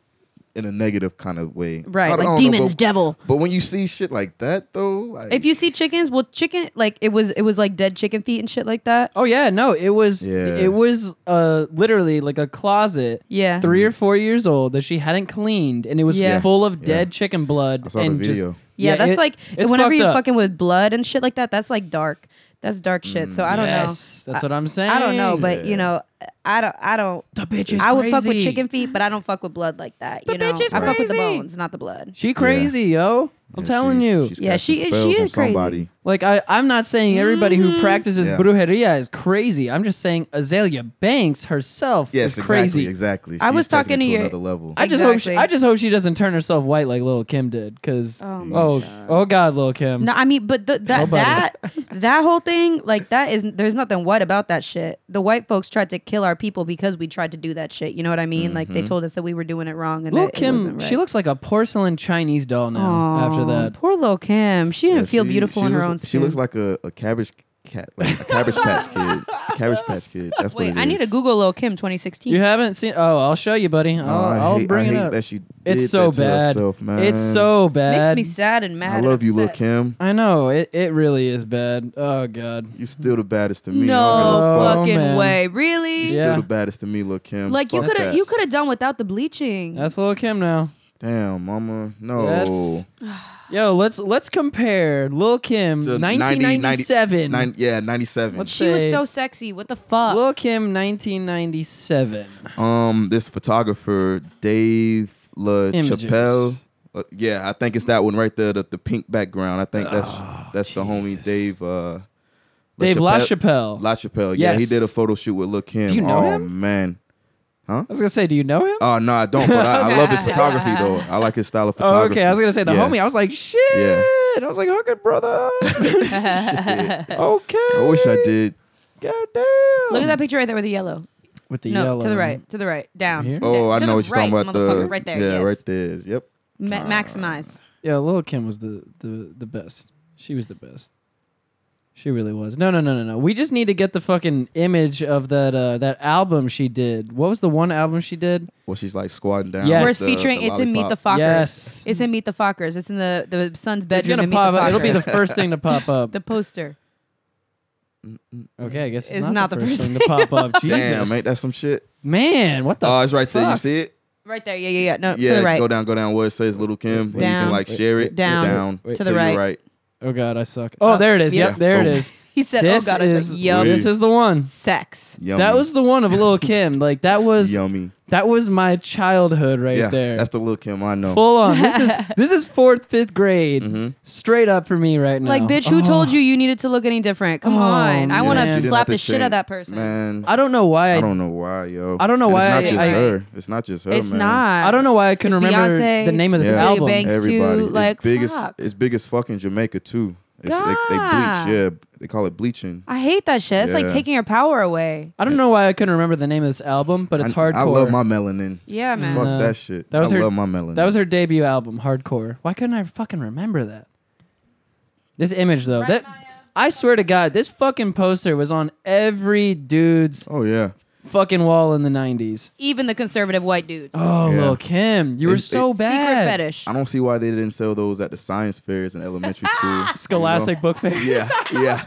[SPEAKER 3] in a negative kind of way.
[SPEAKER 2] Right,
[SPEAKER 3] I don't
[SPEAKER 2] like
[SPEAKER 3] know,
[SPEAKER 2] demons,
[SPEAKER 3] but-
[SPEAKER 2] devil.
[SPEAKER 3] But when you see shit like that though, like
[SPEAKER 2] If you see chickens, well, chicken like it was it was like dead chicken feet and shit like that.
[SPEAKER 1] Oh yeah, no, it was
[SPEAKER 3] Yeah.
[SPEAKER 1] it was uh literally like a closet.
[SPEAKER 2] Yeah.
[SPEAKER 1] Three or four years old that she hadn't cleaned, and it was
[SPEAKER 2] Yeah.
[SPEAKER 1] full of dead chicken blood.
[SPEAKER 3] I saw the
[SPEAKER 1] and just-
[SPEAKER 3] video.
[SPEAKER 2] Yeah, that's
[SPEAKER 1] it-
[SPEAKER 2] like
[SPEAKER 1] it's
[SPEAKER 2] whenever
[SPEAKER 1] fucked
[SPEAKER 2] you're
[SPEAKER 1] up.
[SPEAKER 2] fucking with blood and shit like that. That's like dark. That's dark shit. So I don't
[SPEAKER 1] Yes,
[SPEAKER 2] know.
[SPEAKER 1] that's
[SPEAKER 2] I,
[SPEAKER 1] what I'm saying.
[SPEAKER 2] I don't know, but you know, I don't. I don't.
[SPEAKER 1] the bitch is
[SPEAKER 2] I would fuck with
[SPEAKER 1] crazy.
[SPEAKER 2] chicken feet, but I don't fuck with blood like that.
[SPEAKER 1] The
[SPEAKER 2] you know,
[SPEAKER 1] bitch is
[SPEAKER 2] I fuck with the
[SPEAKER 1] crazy.
[SPEAKER 2] bones, not the blood.
[SPEAKER 1] She crazy, yo. I'm
[SPEAKER 3] Yeah,
[SPEAKER 1] telling
[SPEAKER 3] she's-
[SPEAKER 1] you.
[SPEAKER 3] she's
[SPEAKER 2] Yeah,
[SPEAKER 3] casting
[SPEAKER 2] she is-
[SPEAKER 3] spells
[SPEAKER 2] she
[SPEAKER 3] on
[SPEAKER 2] is crazy.
[SPEAKER 3] Somebody.
[SPEAKER 1] Like I, I'm not saying everybody
[SPEAKER 2] Mm-hmm.
[SPEAKER 1] who practices
[SPEAKER 3] Yeah.
[SPEAKER 1] brujeria is crazy. I'm just saying Azalea Banks herself
[SPEAKER 3] Yes,
[SPEAKER 1] is crazy.
[SPEAKER 3] exactly, exactly.
[SPEAKER 2] I
[SPEAKER 3] She's
[SPEAKER 2] was
[SPEAKER 3] taking
[SPEAKER 2] talking
[SPEAKER 3] it
[SPEAKER 2] to
[SPEAKER 3] to
[SPEAKER 2] your-
[SPEAKER 3] another level.
[SPEAKER 1] I just hope she,
[SPEAKER 2] Exactly.
[SPEAKER 1] I just hope she doesn't turn herself white like Lil Kim did. Cause
[SPEAKER 2] Oh
[SPEAKER 1] oh
[SPEAKER 2] my
[SPEAKER 1] oh god, Lil Kim.
[SPEAKER 2] No, I mean, but the, that
[SPEAKER 1] Nobody.
[SPEAKER 2] that that whole thing, like that is there's nothing white about that shit. The white folks tried to kill our people because we tried to do that shit. You know what I mean? Like
[SPEAKER 3] Mm-hmm.
[SPEAKER 2] they told us that we were doing it wrong and
[SPEAKER 1] Lil
[SPEAKER 2] that it
[SPEAKER 1] Kim,
[SPEAKER 2] wasn't right.
[SPEAKER 1] she looks like a porcelain Chinese doll now. after
[SPEAKER 2] Aw,
[SPEAKER 1] that,
[SPEAKER 2] poor Lil Kim. She didn't
[SPEAKER 3] Yeah,
[SPEAKER 2] feel
[SPEAKER 3] she-
[SPEAKER 2] beautiful
[SPEAKER 3] she
[SPEAKER 2] in her
[SPEAKER 3] looks-
[SPEAKER 2] own
[SPEAKER 3] She
[SPEAKER 2] skin.
[SPEAKER 3] looks like a, a cabbage cat, like a Cabbage Patch Kid. Cabbage Patch Kid. That's what
[SPEAKER 2] Wait,
[SPEAKER 3] it
[SPEAKER 2] I need to
[SPEAKER 3] is.
[SPEAKER 2] Google Lil Kim 2016.
[SPEAKER 1] You haven't seen? Oh, I'll show you, buddy. I'll,
[SPEAKER 3] Oh, I
[SPEAKER 1] I'll
[SPEAKER 3] hate,
[SPEAKER 1] bring
[SPEAKER 3] I
[SPEAKER 1] it
[SPEAKER 3] hate
[SPEAKER 1] up.
[SPEAKER 3] that she did
[SPEAKER 1] It's so
[SPEAKER 3] that to
[SPEAKER 1] bad.
[SPEAKER 3] herself, man.
[SPEAKER 1] It's so bad.
[SPEAKER 2] Makes me sad and mad.
[SPEAKER 3] I
[SPEAKER 2] and
[SPEAKER 3] love you, Lil
[SPEAKER 2] upset.
[SPEAKER 3] Kim.
[SPEAKER 1] I know it. It really is bad. Oh God.
[SPEAKER 3] You still the baddest to me.
[SPEAKER 2] No
[SPEAKER 1] Oh,
[SPEAKER 3] I don't
[SPEAKER 2] fucking
[SPEAKER 3] give a fuck.
[SPEAKER 1] man.
[SPEAKER 2] way,
[SPEAKER 3] You
[SPEAKER 2] really?
[SPEAKER 1] Yeah.
[SPEAKER 3] still the baddest to me, Lil Kim.
[SPEAKER 2] Like you
[SPEAKER 3] Fuck
[SPEAKER 2] could have
[SPEAKER 3] that.
[SPEAKER 2] you could have done without the bleaching.
[SPEAKER 1] That's Lil Kim now.
[SPEAKER 3] Damn, mama. No.
[SPEAKER 1] That's Yo, let's let's compare Lil Kim
[SPEAKER 3] Oh. To
[SPEAKER 1] 1997.
[SPEAKER 3] Nine, yeah, ninety seven.
[SPEAKER 1] Let's
[SPEAKER 2] she was
[SPEAKER 1] say-
[SPEAKER 2] so sexy. What the fuck?
[SPEAKER 1] Lil Kim 1997.
[SPEAKER 3] Um, this photographer Dave
[SPEAKER 1] Images.
[SPEAKER 3] LaChapelle. Uh, yeah, I think it's that one right there, the, the pink background. I think that's that's the homie
[SPEAKER 1] Ah, Jesus.
[SPEAKER 3] Dave. Uh,
[SPEAKER 1] Dave LaChapelle.
[SPEAKER 3] LaChapelle- LaChapelle. Yeah, he
[SPEAKER 1] Yes.
[SPEAKER 3] did a photo shoot with Lil Kim.
[SPEAKER 1] Do you know
[SPEAKER 3] oh
[SPEAKER 1] him?
[SPEAKER 3] man.
[SPEAKER 1] I was gonna say, do you know him?
[SPEAKER 3] Oh no, I don't. But I, I love his photography though. I like his style of
[SPEAKER 1] Oh,
[SPEAKER 3] photography.
[SPEAKER 1] okay. I was gonna say the
[SPEAKER 3] Yeah.
[SPEAKER 1] homie. I was like, shit.
[SPEAKER 3] Yeah.
[SPEAKER 1] I was like, hook it, brother.
[SPEAKER 3] Shit.
[SPEAKER 1] okay.
[SPEAKER 3] I wish I did.
[SPEAKER 1] God damn.
[SPEAKER 2] Look at that picture right there with the yellow.
[SPEAKER 1] With the
[SPEAKER 2] no,
[SPEAKER 1] yellow
[SPEAKER 2] to the right, to the right, down.
[SPEAKER 1] Here?
[SPEAKER 3] Oh,
[SPEAKER 2] down,
[SPEAKER 3] I
[SPEAKER 2] to
[SPEAKER 3] know
[SPEAKER 2] the
[SPEAKER 3] what you're
[SPEAKER 2] right,
[SPEAKER 3] talking about. The
[SPEAKER 2] motherfucker, right there.
[SPEAKER 3] Yeah,
[SPEAKER 2] yes.
[SPEAKER 3] right there. Yep.
[SPEAKER 2] Ma- maximize.
[SPEAKER 1] Yeah, Lil Kim was the, the the best. She was the best. She really was. No, no, no, no, no. We just need to get the fucking image of that uh, that album she did. What was the one album she did?
[SPEAKER 3] Well, she's like squatting down.
[SPEAKER 1] Yes.
[SPEAKER 2] We're
[SPEAKER 1] That's
[SPEAKER 3] with the-
[SPEAKER 2] featuring.
[SPEAKER 3] the
[SPEAKER 2] it's in Meet the
[SPEAKER 3] lollipop.
[SPEAKER 2] Fockers.
[SPEAKER 1] Yes.
[SPEAKER 2] It's in Meet the Fockers. It's in the the son's
[SPEAKER 1] It's
[SPEAKER 2] bedroom.
[SPEAKER 1] gonna
[SPEAKER 2] in Meet
[SPEAKER 1] pop
[SPEAKER 2] the
[SPEAKER 1] up. It'll be the
[SPEAKER 2] Fockers.
[SPEAKER 1] first thing to pop up.
[SPEAKER 2] the poster.
[SPEAKER 1] Okay, I guess it's,
[SPEAKER 2] It's
[SPEAKER 1] not, the first thing to pop up. Jesus,
[SPEAKER 3] Damn, ain't that some shit?
[SPEAKER 1] man, what the?
[SPEAKER 3] Oh, it's right there. You
[SPEAKER 1] fuck?
[SPEAKER 3] see it?
[SPEAKER 2] Right there. Yeah, yeah, yeah. No,
[SPEAKER 3] Yeah,
[SPEAKER 2] to the right.
[SPEAKER 3] go down, go down. Where it says Little Kim, and you
[SPEAKER 2] Down.
[SPEAKER 3] can like share it.
[SPEAKER 2] Down.
[SPEAKER 1] Wait,
[SPEAKER 2] to the
[SPEAKER 3] your
[SPEAKER 2] right.
[SPEAKER 1] Oh god, I suck. Oh,
[SPEAKER 2] Oh,
[SPEAKER 1] there it is.
[SPEAKER 2] yeah.
[SPEAKER 1] Yep, there it
[SPEAKER 3] Boom.
[SPEAKER 1] is.
[SPEAKER 2] He said,
[SPEAKER 1] This
[SPEAKER 2] "Oh God!" I was
[SPEAKER 1] is
[SPEAKER 2] like, "Yum,
[SPEAKER 1] this is the one.
[SPEAKER 2] sex."
[SPEAKER 3] Yummy.
[SPEAKER 1] That was the one of Lil Kim. Like that was
[SPEAKER 3] yummy.
[SPEAKER 1] that was my childhood right
[SPEAKER 3] yeah,
[SPEAKER 1] there.
[SPEAKER 3] that's the Little Kim I know.
[SPEAKER 1] Full on. This is this is fourth, fifth grade.
[SPEAKER 3] Mm-hmm.
[SPEAKER 1] Straight up for me right now.
[SPEAKER 2] Like, bitch, who told you you needed to look any different? Come
[SPEAKER 1] Oh,
[SPEAKER 2] on, I
[SPEAKER 1] man.
[SPEAKER 2] want
[SPEAKER 1] Yeah,
[SPEAKER 2] to
[SPEAKER 1] she
[SPEAKER 3] didn't
[SPEAKER 2] slap
[SPEAKER 3] have to
[SPEAKER 2] the shit out
[SPEAKER 3] change.
[SPEAKER 2] of that person.
[SPEAKER 3] Man, Uh-huh. I,
[SPEAKER 1] I don't know why I,
[SPEAKER 3] don't know why, yo.
[SPEAKER 1] I don't know
[SPEAKER 3] And
[SPEAKER 1] why
[SPEAKER 3] It's not
[SPEAKER 2] I-
[SPEAKER 3] just
[SPEAKER 2] I-
[SPEAKER 3] her. It's not just her.
[SPEAKER 2] it's
[SPEAKER 3] oh, man.
[SPEAKER 2] not.
[SPEAKER 1] I don't know why I couldn't
[SPEAKER 2] It's
[SPEAKER 1] remember
[SPEAKER 2] Beyonce,
[SPEAKER 1] the name of this
[SPEAKER 2] Cecilia
[SPEAKER 1] album.
[SPEAKER 2] Banks.
[SPEAKER 3] Everybody.
[SPEAKER 2] too,
[SPEAKER 3] It's
[SPEAKER 2] like,
[SPEAKER 3] big as-
[SPEAKER 2] fuck.
[SPEAKER 3] it's big as fuck in Jamaica too. It's, they, they
[SPEAKER 2] God.
[SPEAKER 3] bleach. Yeah, they call it bleaching.
[SPEAKER 2] I hate that shit. It's like
[SPEAKER 3] Yeah.
[SPEAKER 2] taking your power away.
[SPEAKER 1] I don't know why I couldn't remember the name of this album, but it's
[SPEAKER 3] I,
[SPEAKER 1] hardcore.
[SPEAKER 3] I love my melanin.
[SPEAKER 2] Yeah, man.
[SPEAKER 1] No.
[SPEAKER 3] Fuck that shit.
[SPEAKER 1] That was
[SPEAKER 3] I
[SPEAKER 1] her-
[SPEAKER 3] love my melanin.
[SPEAKER 1] that was her debut album, Hardcore. Why couldn't I fucking remember that? This image though, that I swear to God, this fucking poster was on every dude's
[SPEAKER 3] Oh yeah.
[SPEAKER 1] fucking wall in the '90s.
[SPEAKER 2] Even the conservative white dudes.
[SPEAKER 1] Oh,
[SPEAKER 3] Yeah.
[SPEAKER 1] Lil Kim, you were
[SPEAKER 3] It's-
[SPEAKER 1] so
[SPEAKER 3] it's-
[SPEAKER 1] bad.
[SPEAKER 2] Secret fetish.
[SPEAKER 3] I don't see why they didn't sell those at the science fairs in elementary school. you know?
[SPEAKER 1] Scholastic Book Fair.
[SPEAKER 3] Yeah, yeah.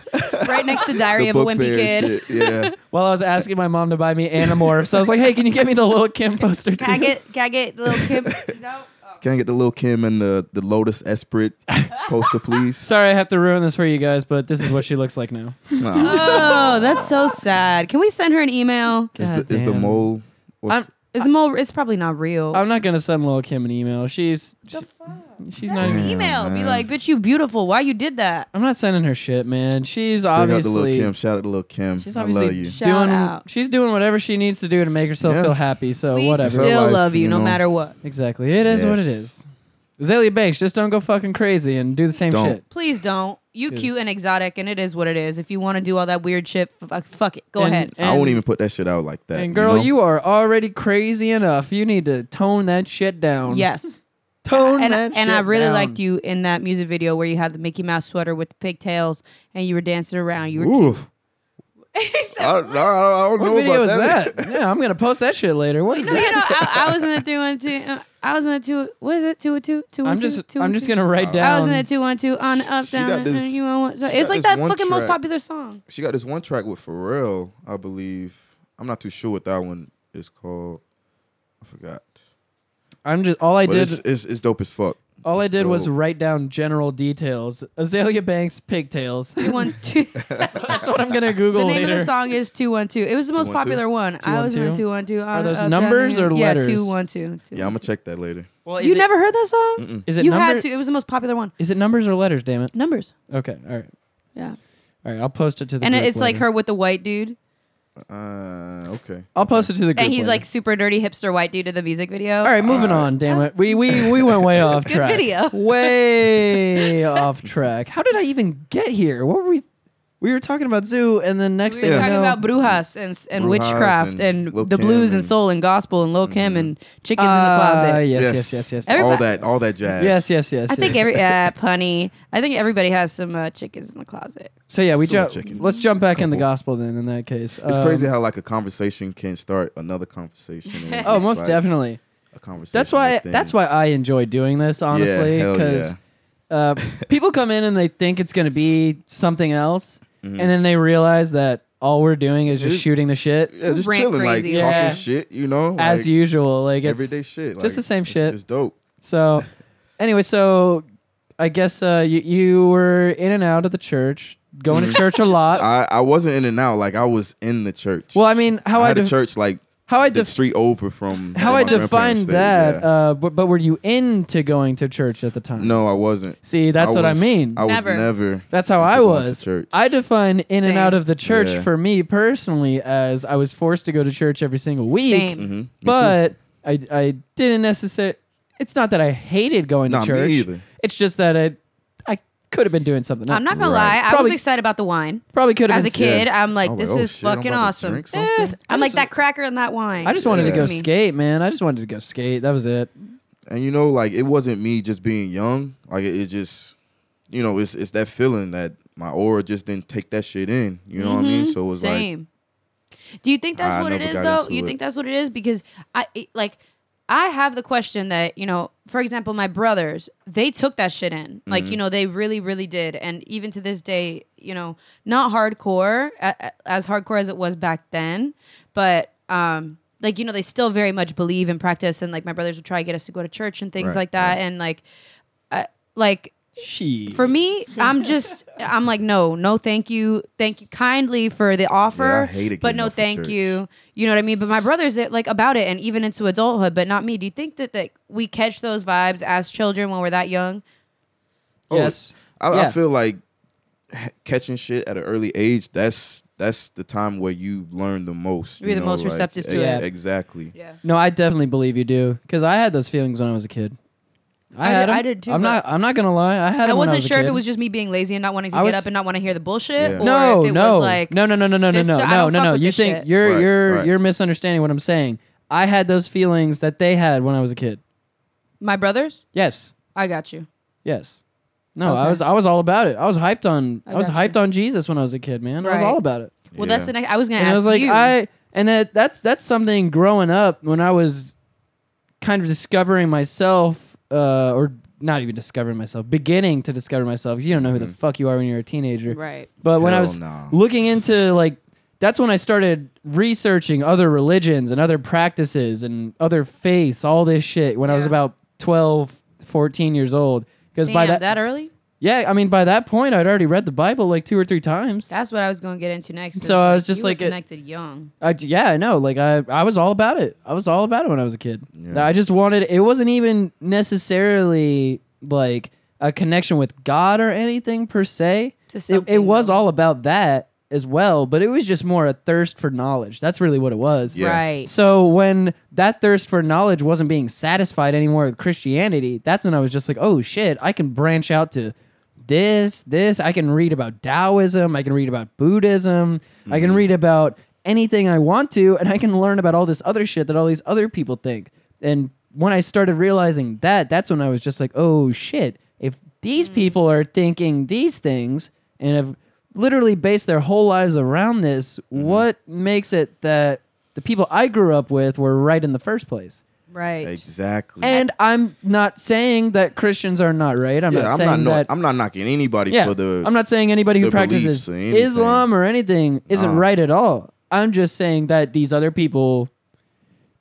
[SPEAKER 2] right next to Diary
[SPEAKER 3] The
[SPEAKER 2] of a
[SPEAKER 3] book
[SPEAKER 2] Wimpy
[SPEAKER 3] fair
[SPEAKER 2] Kid.
[SPEAKER 3] and shit, Yeah.
[SPEAKER 1] While I was asking my mom to buy me Animorphs, I was like, "Hey, can you get me the Lil Kim poster too?"
[SPEAKER 2] Can I get, can I get little Kim? no.
[SPEAKER 3] Can I get the Lil Kim and the, the Lotus Esprit poster, please?
[SPEAKER 1] Sorry, I have to ruin this for you guys, but this is what she looks like now.
[SPEAKER 3] Nah,
[SPEAKER 2] Oh, that's so sad. Can we send her an email?
[SPEAKER 3] is, the, is the
[SPEAKER 1] Goddamn.
[SPEAKER 3] mole?
[SPEAKER 1] I'm,
[SPEAKER 3] What's,
[SPEAKER 2] It's more. It's probably not real.
[SPEAKER 1] I'm not gonna send Lil Kim an email. She's she- she's not.
[SPEAKER 2] Send her
[SPEAKER 1] Even,
[SPEAKER 2] an email. Be
[SPEAKER 3] man.
[SPEAKER 2] like, bitch, you beautiful. Why you did that?
[SPEAKER 1] I'm not sending her shit, man. She's
[SPEAKER 3] big up to Lil
[SPEAKER 1] obviously.
[SPEAKER 3] Kim. Shout out to Lil Kim.
[SPEAKER 1] She's
[SPEAKER 3] I love
[SPEAKER 1] obviously
[SPEAKER 3] you.
[SPEAKER 2] Shout
[SPEAKER 1] doing.
[SPEAKER 2] out.
[SPEAKER 1] She's doing whatever she needs to do to make herself
[SPEAKER 3] Yeah.
[SPEAKER 1] feel happy. So
[SPEAKER 2] We
[SPEAKER 1] whatever.
[SPEAKER 3] Her
[SPEAKER 2] still
[SPEAKER 3] Oh, life,
[SPEAKER 2] love you,
[SPEAKER 3] you
[SPEAKER 2] no
[SPEAKER 3] know.
[SPEAKER 2] matter what.
[SPEAKER 1] exactly. It is what it
[SPEAKER 3] Yes.
[SPEAKER 1] is. Azalea Banks, just don't go fucking crazy and do the same
[SPEAKER 3] Don't.
[SPEAKER 1] shit.
[SPEAKER 2] Please don't. You
[SPEAKER 1] Yes.
[SPEAKER 2] cute and exotic, and it is what it is. If you want to do all that weird shit, fuck, fuck it. Go
[SPEAKER 1] And-
[SPEAKER 2] ahead.
[SPEAKER 3] I won't
[SPEAKER 1] and-
[SPEAKER 3] even put that shit out like that.
[SPEAKER 1] And girl,
[SPEAKER 3] know?
[SPEAKER 1] you are already crazy enough. You need to tone that shit down.
[SPEAKER 2] Yes.
[SPEAKER 1] tone
[SPEAKER 2] and
[SPEAKER 1] that.
[SPEAKER 2] and
[SPEAKER 1] shit
[SPEAKER 2] I really
[SPEAKER 1] down.
[SPEAKER 2] liked you in that music video where you had the Mickey Mouse sweater with the pigtails and you were dancing around. You were cute.
[SPEAKER 3] Oof. I, I, I don't
[SPEAKER 1] What
[SPEAKER 3] know
[SPEAKER 1] video
[SPEAKER 3] about
[SPEAKER 1] is
[SPEAKER 3] that.
[SPEAKER 1] that? yeah, I'm gonna post that shit later. What is
[SPEAKER 2] No, you know,
[SPEAKER 1] that?
[SPEAKER 2] I, I was in the three one two. uh, I was in the two. What is it? Two two two.
[SPEAKER 1] I'm just I'm just gonna write down.
[SPEAKER 2] I was in the two one two on up
[SPEAKER 3] she
[SPEAKER 2] down.
[SPEAKER 3] got
[SPEAKER 2] uh,
[SPEAKER 3] this-
[SPEAKER 2] you know what? So
[SPEAKER 3] she
[SPEAKER 2] it's
[SPEAKER 3] got
[SPEAKER 2] like
[SPEAKER 3] this
[SPEAKER 2] that
[SPEAKER 3] one
[SPEAKER 2] fucking most
[SPEAKER 3] track.
[SPEAKER 2] popular song.
[SPEAKER 3] She got this one track with Pharrell, I believe. I'm not too sure what that one is called. I forgot.
[SPEAKER 1] I'm just all I
[SPEAKER 3] but
[SPEAKER 1] did Oh.
[SPEAKER 3] it's, it's, it's dope as fuck.
[SPEAKER 1] all I
[SPEAKER 3] it's
[SPEAKER 1] did was
[SPEAKER 3] dope.
[SPEAKER 1] write down general details. Azalea Banks pigtails.
[SPEAKER 2] Two one two.
[SPEAKER 1] That's what I'm gonna Google
[SPEAKER 2] the name
[SPEAKER 1] later.
[SPEAKER 2] of the song is two one two. It was the most
[SPEAKER 3] 212?
[SPEAKER 2] popular one. I was in the two one two.
[SPEAKER 1] Are those numbers or letters?
[SPEAKER 2] Yeah, two one two.
[SPEAKER 3] Yeah, I'm gonna check that later.
[SPEAKER 1] Well, is
[SPEAKER 2] You
[SPEAKER 1] it-
[SPEAKER 2] never heard that song?
[SPEAKER 1] is it
[SPEAKER 2] you
[SPEAKER 1] number-
[SPEAKER 2] had to. It was the most popular one.
[SPEAKER 1] Is it numbers or letters? Damn it.
[SPEAKER 2] Numbers.
[SPEAKER 1] Okay. All right.
[SPEAKER 2] Yeah.
[SPEAKER 1] All right. I'll post it to the
[SPEAKER 2] And
[SPEAKER 1] group
[SPEAKER 2] it's like
[SPEAKER 1] later.
[SPEAKER 2] her with the white dude.
[SPEAKER 3] Uh, okay.
[SPEAKER 1] I'll post it to the group.
[SPEAKER 2] And he's
[SPEAKER 1] later.
[SPEAKER 2] like super dirty hipster white dude in the music video.
[SPEAKER 1] All right, moving on. Damn it, we we we went way off track.
[SPEAKER 2] video.
[SPEAKER 1] Way off track. How did I even get here? What were we? We were talking about zoo, and then next
[SPEAKER 2] We
[SPEAKER 1] thing
[SPEAKER 2] were
[SPEAKER 1] you
[SPEAKER 2] talking
[SPEAKER 1] know,
[SPEAKER 2] about brujas and and
[SPEAKER 3] Brujas
[SPEAKER 2] witchcraft
[SPEAKER 3] and
[SPEAKER 2] and,
[SPEAKER 3] Lil'
[SPEAKER 2] the
[SPEAKER 3] Kim
[SPEAKER 2] blues and
[SPEAKER 3] and- Mm-hmm.
[SPEAKER 2] soul and gospel and Lil Kim and chickens in the
[SPEAKER 1] Ah,
[SPEAKER 2] closet.
[SPEAKER 1] Yes, yes, yes, yes.
[SPEAKER 2] Every-
[SPEAKER 3] All
[SPEAKER 2] Everybody-
[SPEAKER 3] that, all that jazz.
[SPEAKER 1] yes, yes, yes.
[SPEAKER 2] I think
[SPEAKER 1] yes.
[SPEAKER 2] every yeah, punny. I think everybody has some uh, chickens in the closet.
[SPEAKER 1] So yeah, we
[SPEAKER 3] So much
[SPEAKER 1] jump.
[SPEAKER 3] chicken.
[SPEAKER 1] Let's jump back in the
[SPEAKER 3] Couple.
[SPEAKER 1] gospel then. In that case,
[SPEAKER 3] It's
[SPEAKER 1] Um,
[SPEAKER 3] crazy how like a conversation can start another conversation. and it's
[SPEAKER 1] Oh,
[SPEAKER 3] just,
[SPEAKER 1] most
[SPEAKER 3] like,
[SPEAKER 1] definitely.
[SPEAKER 3] A conversation.
[SPEAKER 1] That's why.
[SPEAKER 3] within.
[SPEAKER 1] That's why I enjoy doing this honestly,
[SPEAKER 3] Yeah, hell
[SPEAKER 1] because
[SPEAKER 3] yeah.
[SPEAKER 1] uh, people come in and they think it's going to be something else, and then they realize that all we're doing is just
[SPEAKER 3] Mm-hmm. It-
[SPEAKER 1] shooting the shit
[SPEAKER 3] Yeah, just
[SPEAKER 2] Rant
[SPEAKER 3] chilling,
[SPEAKER 2] crazy.
[SPEAKER 3] like
[SPEAKER 1] Yeah.
[SPEAKER 3] talking shit. You know,
[SPEAKER 1] as
[SPEAKER 3] like,
[SPEAKER 1] usual. Like it's
[SPEAKER 3] everyday shit.
[SPEAKER 1] just
[SPEAKER 3] like,
[SPEAKER 1] the same
[SPEAKER 3] it's-
[SPEAKER 1] shit.
[SPEAKER 3] It's dope.
[SPEAKER 1] So, anyway, so I guess uh, you you were in and out of the church, going to church a lot.
[SPEAKER 3] Mm-hmm. I, I wasn't in and out. Like I was in the church.
[SPEAKER 1] Well, I mean, how
[SPEAKER 3] I
[SPEAKER 1] I,
[SPEAKER 3] had
[SPEAKER 1] def-
[SPEAKER 3] a church like
[SPEAKER 1] how I
[SPEAKER 3] the
[SPEAKER 1] def-
[SPEAKER 3] street over from
[SPEAKER 1] how
[SPEAKER 3] where
[SPEAKER 1] I
[SPEAKER 3] my grandparents
[SPEAKER 1] defined
[SPEAKER 3] stayed,
[SPEAKER 1] that.
[SPEAKER 3] yeah.
[SPEAKER 1] Uh, but but were you into going to church at the time?
[SPEAKER 3] no, I wasn't.
[SPEAKER 1] See, that's what I
[SPEAKER 3] was-
[SPEAKER 1] mean.
[SPEAKER 3] I was
[SPEAKER 2] Never.
[SPEAKER 3] never.
[SPEAKER 1] That's how I
[SPEAKER 3] into going to
[SPEAKER 1] was.
[SPEAKER 3] church.
[SPEAKER 1] I define in and
[SPEAKER 2] Same.
[SPEAKER 1] out of the church
[SPEAKER 3] Yeah.
[SPEAKER 1] for me personally as I was forced to go to church every single week,
[SPEAKER 2] Same.
[SPEAKER 3] Mhm. Me
[SPEAKER 1] but I I didn't necessarily. It's not that I hated going
[SPEAKER 3] Nah,
[SPEAKER 1] to
[SPEAKER 3] me
[SPEAKER 1] church.
[SPEAKER 3] either.
[SPEAKER 1] It's just that I I could have been doing something else.
[SPEAKER 2] I'm not gonna
[SPEAKER 3] Right.
[SPEAKER 2] lie, I
[SPEAKER 1] Probably-
[SPEAKER 2] was excited about the wine
[SPEAKER 1] Probably could have
[SPEAKER 2] as a
[SPEAKER 1] been
[SPEAKER 2] kid. I'm like,
[SPEAKER 3] I was
[SPEAKER 2] this
[SPEAKER 3] like, oh,
[SPEAKER 2] is
[SPEAKER 3] shit, I'm
[SPEAKER 2] fucking
[SPEAKER 3] about to
[SPEAKER 2] awesome.
[SPEAKER 3] drink
[SPEAKER 1] Eh,
[SPEAKER 3] something?
[SPEAKER 2] I'm like
[SPEAKER 1] just-
[SPEAKER 2] that cracker and that wine.
[SPEAKER 1] I just wanted to
[SPEAKER 3] Yeah.
[SPEAKER 1] go
[SPEAKER 2] To me.
[SPEAKER 1] skate, man. I just wanted to go skate. That was it.
[SPEAKER 3] and you know, like it wasn't me just being young. Like it, it just, you know, it's it's that feeling that my aura just didn't take that shit in. You know what I mean? So it was like,
[SPEAKER 2] Mm-hmm. Same. Do you think that's
[SPEAKER 3] I
[SPEAKER 2] what it
[SPEAKER 3] never
[SPEAKER 2] is
[SPEAKER 3] got
[SPEAKER 2] though?
[SPEAKER 3] into
[SPEAKER 2] You
[SPEAKER 3] it.
[SPEAKER 2] think that's what it is because I it- like I have the question that, you know, for example, my brothers, they took that shit in. Like,
[SPEAKER 3] Mm-hmm.
[SPEAKER 2] you know, they really really did and even to this day, you know, not hardcore a- a- as hardcore as it was back then, but um like you know, they still very much believe and practice, and like my brothers would try to get us to go to church and things
[SPEAKER 3] Right,
[SPEAKER 2] like that.
[SPEAKER 3] right.
[SPEAKER 2] And like, uh, like
[SPEAKER 1] She.
[SPEAKER 2] for me, I'm just I'm like no, no, thank you, thank you kindly for the offer,
[SPEAKER 3] Yeah, I hated
[SPEAKER 2] but
[SPEAKER 3] getting
[SPEAKER 2] no,
[SPEAKER 3] up for
[SPEAKER 2] thank
[SPEAKER 3] church.
[SPEAKER 2] you. You know what I mean? But my brothers it, like about it, and even into adulthood, but not me. Do you think that like we catch those vibes as children when we're that young?
[SPEAKER 3] oh,
[SPEAKER 1] yes.
[SPEAKER 3] I,
[SPEAKER 1] Yeah.
[SPEAKER 3] I feel like h- catching shit at an early age. That's that's the time where you learn the most.
[SPEAKER 2] You're
[SPEAKER 3] you
[SPEAKER 2] the
[SPEAKER 3] know,
[SPEAKER 2] most
[SPEAKER 3] like,
[SPEAKER 2] receptive to
[SPEAKER 3] e-
[SPEAKER 1] it.
[SPEAKER 3] Exactly.
[SPEAKER 2] Yeah.
[SPEAKER 1] No, I definitely believe you do because I had those feelings when I was a kid. I,
[SPEAKER 2] I
[SPEAKER 1] had
[SPEAKER 2] did-
[SPEAKER 1] 'em.
[SPEAKER 2] I did too,
[SPEAKER 1] I'm not. I'm not gonna lie. I had.
[SPEAKER 2] I
[SPEAKER 1] 'em when
[SPEAKER 2] wasn't
[SPEAKER 1] was a
[SPEAKER 2] sure if
[SPEAKER 1] kid.
[SPEAKER 2] it was just me being lazy and not wanting to
[SPEAKER 1] I
[SPEAKER 2] get
[SPEAKER 1] was-
[SPEAKER 2] up and not want to hear the bullshit.
[SPEAKER 3] Yeah.
[SPEAKER 2] Or
[SPEAKER 1] no,
[SPEAKER 2] if it
[SPEAKER 1] no,
[SPEAKER 2] was like
[SPEAKER 1] no, no, no, no, no, no,
[SPEAKER 2] this
[SPEAKER 1] no,
[SPEAKER 2] stuff- I
[SPEAKER 1] no,
[SPEAKER 2] don't
[SPEAKER 1] no,
[SPEAKER 2] fuck
[SPEAKER 1] no.
[SPEAKER 2] with
[SPEAKER 1] You
[SPEAKER 2] this
[SPEAKER 1] think
[SPEAKER 2] shit.
[SPEAKER 1] you're
[SPEAKER 3] Right,
[SPEAKER 1] you're
[SPEAKER 3] right.
[SPEAKER 1] you're misunderstanding what I'm saying. I had those feelings that they had when I was a kid.
[SPEAKER 2] my brothers.
[SPEAKER 1] Yes,
[SPEAKER 2] I got you.
[SPEAKER 1] yes. No, I
[SPEAKER 2] Okay.
[SPEAKER 1] was I was all about it. I was hyped on I,
[SPEAKER 2] I
[SPEAKER 1] was
[SPEAKER 2] gotcha.
[SPEAKER 1] hyped on Jesus when I was a kid, man. I was
[SPEAKER 2] Right.
[SPEAKER 1] all about it.
[SPEAKER 2] Well, that's
[SPEAKER 3] Yeah.
[SPEAKER 2] the next. I was gonna
[SPEAKER 1] and I
[SPEAKER 2] ask
[SPEAKER 1] was like,
[SPEAKER 2] you.
[SPEAKER 1] I and that that's that's something growing up when I was kind of discovering myself, uh, or not even discovering myself, beginning to discover myself because you don't know who the fuck you are when you're a teenager,
[SPEAKER 2] right.
[SPEAKER 1] But when I
[SPEAKER 3] Hell
[SPEAKER 1] was
[SPEAKER 3] nah.
[SPEAKER 1] looking into like, that's when I started researching other religions and other practices and other faiths, all this shit. When I was
[SPEAKER 2] Yeah.
[SPEAKER 1] about 12, 14 years old, because
[SPEAKER 2] Damn,
[SPEAKER 1] by
[SPEAKER 2] that,
[SPEAKER 1] that,
[SPEAKER 2] early.
[SPEAKER 1] yeah, I mean by that point I'd already read the Bible like two or three times.
[SPEAKER 2] That's what I was gonna get into
[SPEAKER 1] So
[SPEAKER 2] next. is,
[SPEAKER 1] I was just
[SPEAKER 2] you were
[SPEAKER 1] like, it-
[SPEAKER 2] connected young.
[SPEAKER 1] I, yeah, I know. Like I, I was all about it. I was all about it when I was a kid.
[SPEAKER 3] Yeah.
[SPEAKER 1] I just wanted. It wasn't even necessarily like a connection with God or anything per se. It,
[SPEAKER 2] To
[SPEAKER 1] it
[SPEAKER 2] something,
[SPEAKER 1] was
[SPEAKER 2] though.
[SPEAKER 1] all about that as well, but it was just more a thirst for knowledge. That's really what it was.
[SPEAKER 3] Yeah.
[SPEAKER 2] Right.
[SPEAKER 1] So when that thirst for knowledge wasn't being satisfied anymore with Christianity, that's when I was just like, oh shit, I can branch out to this, this. I can read about Taoism. I can read about Buddhism. I can read about anything I want to, and I can learn about all this other shit that all these other people think. And when I started realizing that, that's when I was just like, oh shit, if these people are thinking these things and have literally based their whole lives around this,
[SPEAKER 3] Mm-hmm.
[SPEAKER 1] what makes it that the people I grew up with were right in the first place.
[SPEAKER 2] Right.
[SPEAKER 3] Exactly.
[SPEAKER 1] And I'm not saying that Christians are not right. I'm
[SPEAKER 3] yeah,
[SPEAKER 1] not
[SPEAKER 3] I'm
[SPEAKER 1] saying
[SPEAKER 3] not. no-
[SPEAKER 1] that.
[SPEAKER 3] I'm not knocking anybody
[SPEAKER 1] yeah,
[SPEAKER 3] for the.
[SPEAKER 1] I'm not saying anybody who
[SPEAKER 3] their beliefs
[SPEAKER 1] practices
[SPEAKER 3] or anything. Uh-huh.
[SPEAKER 1] Islam or anything isn't
[SPEAKER 3] Nah.
[SPEAKER 1] right at all. I'm just saying that these other people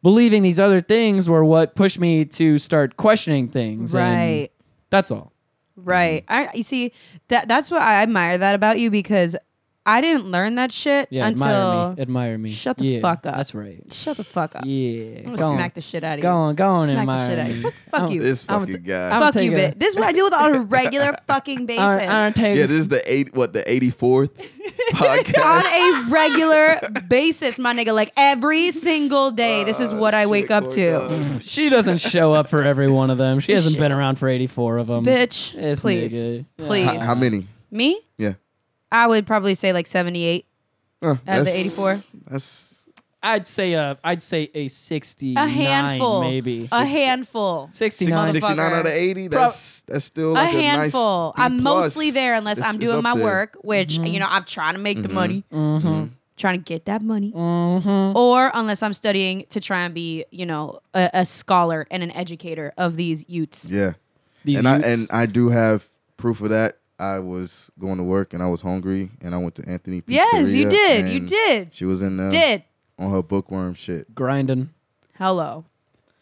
[SPEAKER 1] believing these other things were what pushed me to start questioning things. and
[SPEAKER 2] Right.
[SPEAKER 1] that's all.
[SPEAKER 2] Right.
[SPEAKER 1] Mm-hmm.
[SPEAKER 2] I you see that that's what I admire that about you because I didn't learn that shit
[SPEAKER 1] Yeah,
[SPEAKER 2] until
[SPEAKER 1] admire me. Admire me.
[SPEAKER 2] Shut the
[SPEAKER 1] Yeah,
[SPEAKER 2] fuck up.
[SPEAKER 1] That's right.
[SPEAKER 2] shut the fuck up.
[SPEAKER 1] Yeah.
[SPEAKER 2] I'm
[SPEAKER 1] go
[SPEAKER 2] gonna
[SPEAKER 1] on.
[SPEAKER 2] smack the shit out of you.
[SPEAKER 1] Go on, go on,
[SPEAKER 2] smack the
[SPEAKER 1] admire
[SPEAKER 2] shit out
[SPEAKER 1] me.
[SPEAKER 2] of you. Fuck, fuck you.
[SPEAKER 3] this
[SPEAKER 1] I'm
[SPEAKER 3] fucking
[SPEAKER 1] t-
[SPEAKER 3] guy.
[SPEAKER 1] I'm
[SPEAKER 2] fuck you,
[SPEAKER 1] taking
[SPEAKER 2] bitch.
[SPEAKER 1] it.
[SPEAKER 2] This is what I deal with on a regular fucking basis.
[SPEAKER 1] Iron, Iron Taker.
[SPEAKER 3] yeah, this is the eight. What the eighty fourth podcast.
[SPEAKER 2] on a regular basis, my nigga. Like every single day, this is
[SPEAKER 1] Ah,
[SPEAKER 2] what I wake
[SPEAKER 3] Shit,
[SPEAKER 2] up
[SPEAKER 3] Lord
[SPEAKER 2] to.
[SPEAKER 3] God.
[SPEAKER 1] she doesn't show up for every one of them. She hasn't
[SPEAKER 2] Shit.
[SPEAKER 1] been around for 84 of them.
[SPEAKER 2] Bitch,
[SPEAKER 1] This
[SPEAKER 2] please,
[SPEAKER 1] nigga.
[SPEAKER 2] please.
[SPEAKER 3] How, how many?
[SPEAKER 2] Me?
[SPEAKER 3] Yeah.
[SPEAKER 2] I would probably say like 78
[SPEAKER 3] Huh,
[SPEAKER 2] out of the
[SPEAKER 3] that's-
[SPEAKER 2] 84.
[SPEAKER 3] That's
[SPEAKER 1] I'd say a I'd say a sixty.
[SPEAKER 2] A handful.
[SPEAKER 1] maybe.
[SPEAKER 2] A handful.
[SPEAKER 1] Sixty
[SPEAKER 2] Motherfucker.
[SPEAKER 1] nine.
[SPEAKER 3] 69 out of 80. That's that's still like
[SPEAKER 2] a
[SPEAKER 3] nice
[SPEAKER 2] handful.
[SPEAKER 3] B
[SPEAKER 2] I'm
[SPEAKER 3] plus.
[SPEAKER 2] mostly there unless
[SPEAKER 3] It's-
[SPEAKER 2] I'm
[SPEAKER 3] it's
[SPEAKER 2] doing
[SPEAKER 3] up
[SPEAKER 2] my
[SPEAKER 3] there. Mm-hmm.
[SPEAKER 2] work, which you know I'm trying to make the money, Mm-hmm. trying to get that money,
[SPEAKER 3] Mm-hmm.
[SPEAKER 2] or unless I'm studying to try and be you know a, a scholar and an educator of these youths.
[SPEAKER 3] Yeah.
[SPEAKER 1] These
[SPEAKER 3] and I
[SPEAKER 1] youths.
[SPEAKER 3] and I do have proof of that. I was going to work and I was hungry and I went to Anthony Pizzeria.
[SPEAKER 2] Yes, you did. You
[SPEAKER 3] and
[SPEAKER 2] did.
[SPEAKER 3] She was in there
[SPEAKER 2] Did
[SPEAKER 3] on her bookworm shit.
[SPEAKER 1] grinding,
[SPEAKER 2] hello?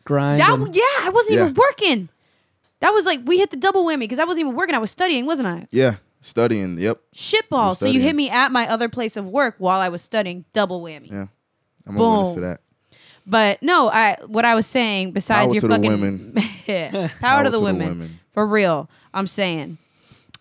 [SPEAKER 1] grinding.
[SPEAKER 2] That w- yeah, I wasn't even
[SPEAKER 3] Yeah.
[SPEAKER 2] working. That was like we hit the double whammy because I wasn't even working. I was studying, wasn't I?
[SPEAKER 3] Yeah, studying. Yep.
[SPEAKER 2] Shitball.
[SPEAKER 3] You're
[SPEAKER 2] So you
[SPEAKER 3] studying.
[SPEAKER 2] hit me at my other place of work while I was studying. Double whammy.
[SPEAKER 3] Yeah. I'm a witness to
[SPEAKER 2] Boom.
[SPEAKER 3] that.
[SPEAKER 2] But no, I what I was saying besides
[SPEAKER 3] Power
[SPEAKER 2] your
[SPEAKER 3] to the
[SPEAKER 2] fucking
[SPEAKER 3] women.
[SPEAKER 2] Yeah. power,
[SPEAKER 3] Power
[SPEAKER 2] to, the,
[SPEAKER 3] to the
[SPEAKER 2] women.
[SPEAKER 3] women.
[SPEAKER 2] for real. I'm saying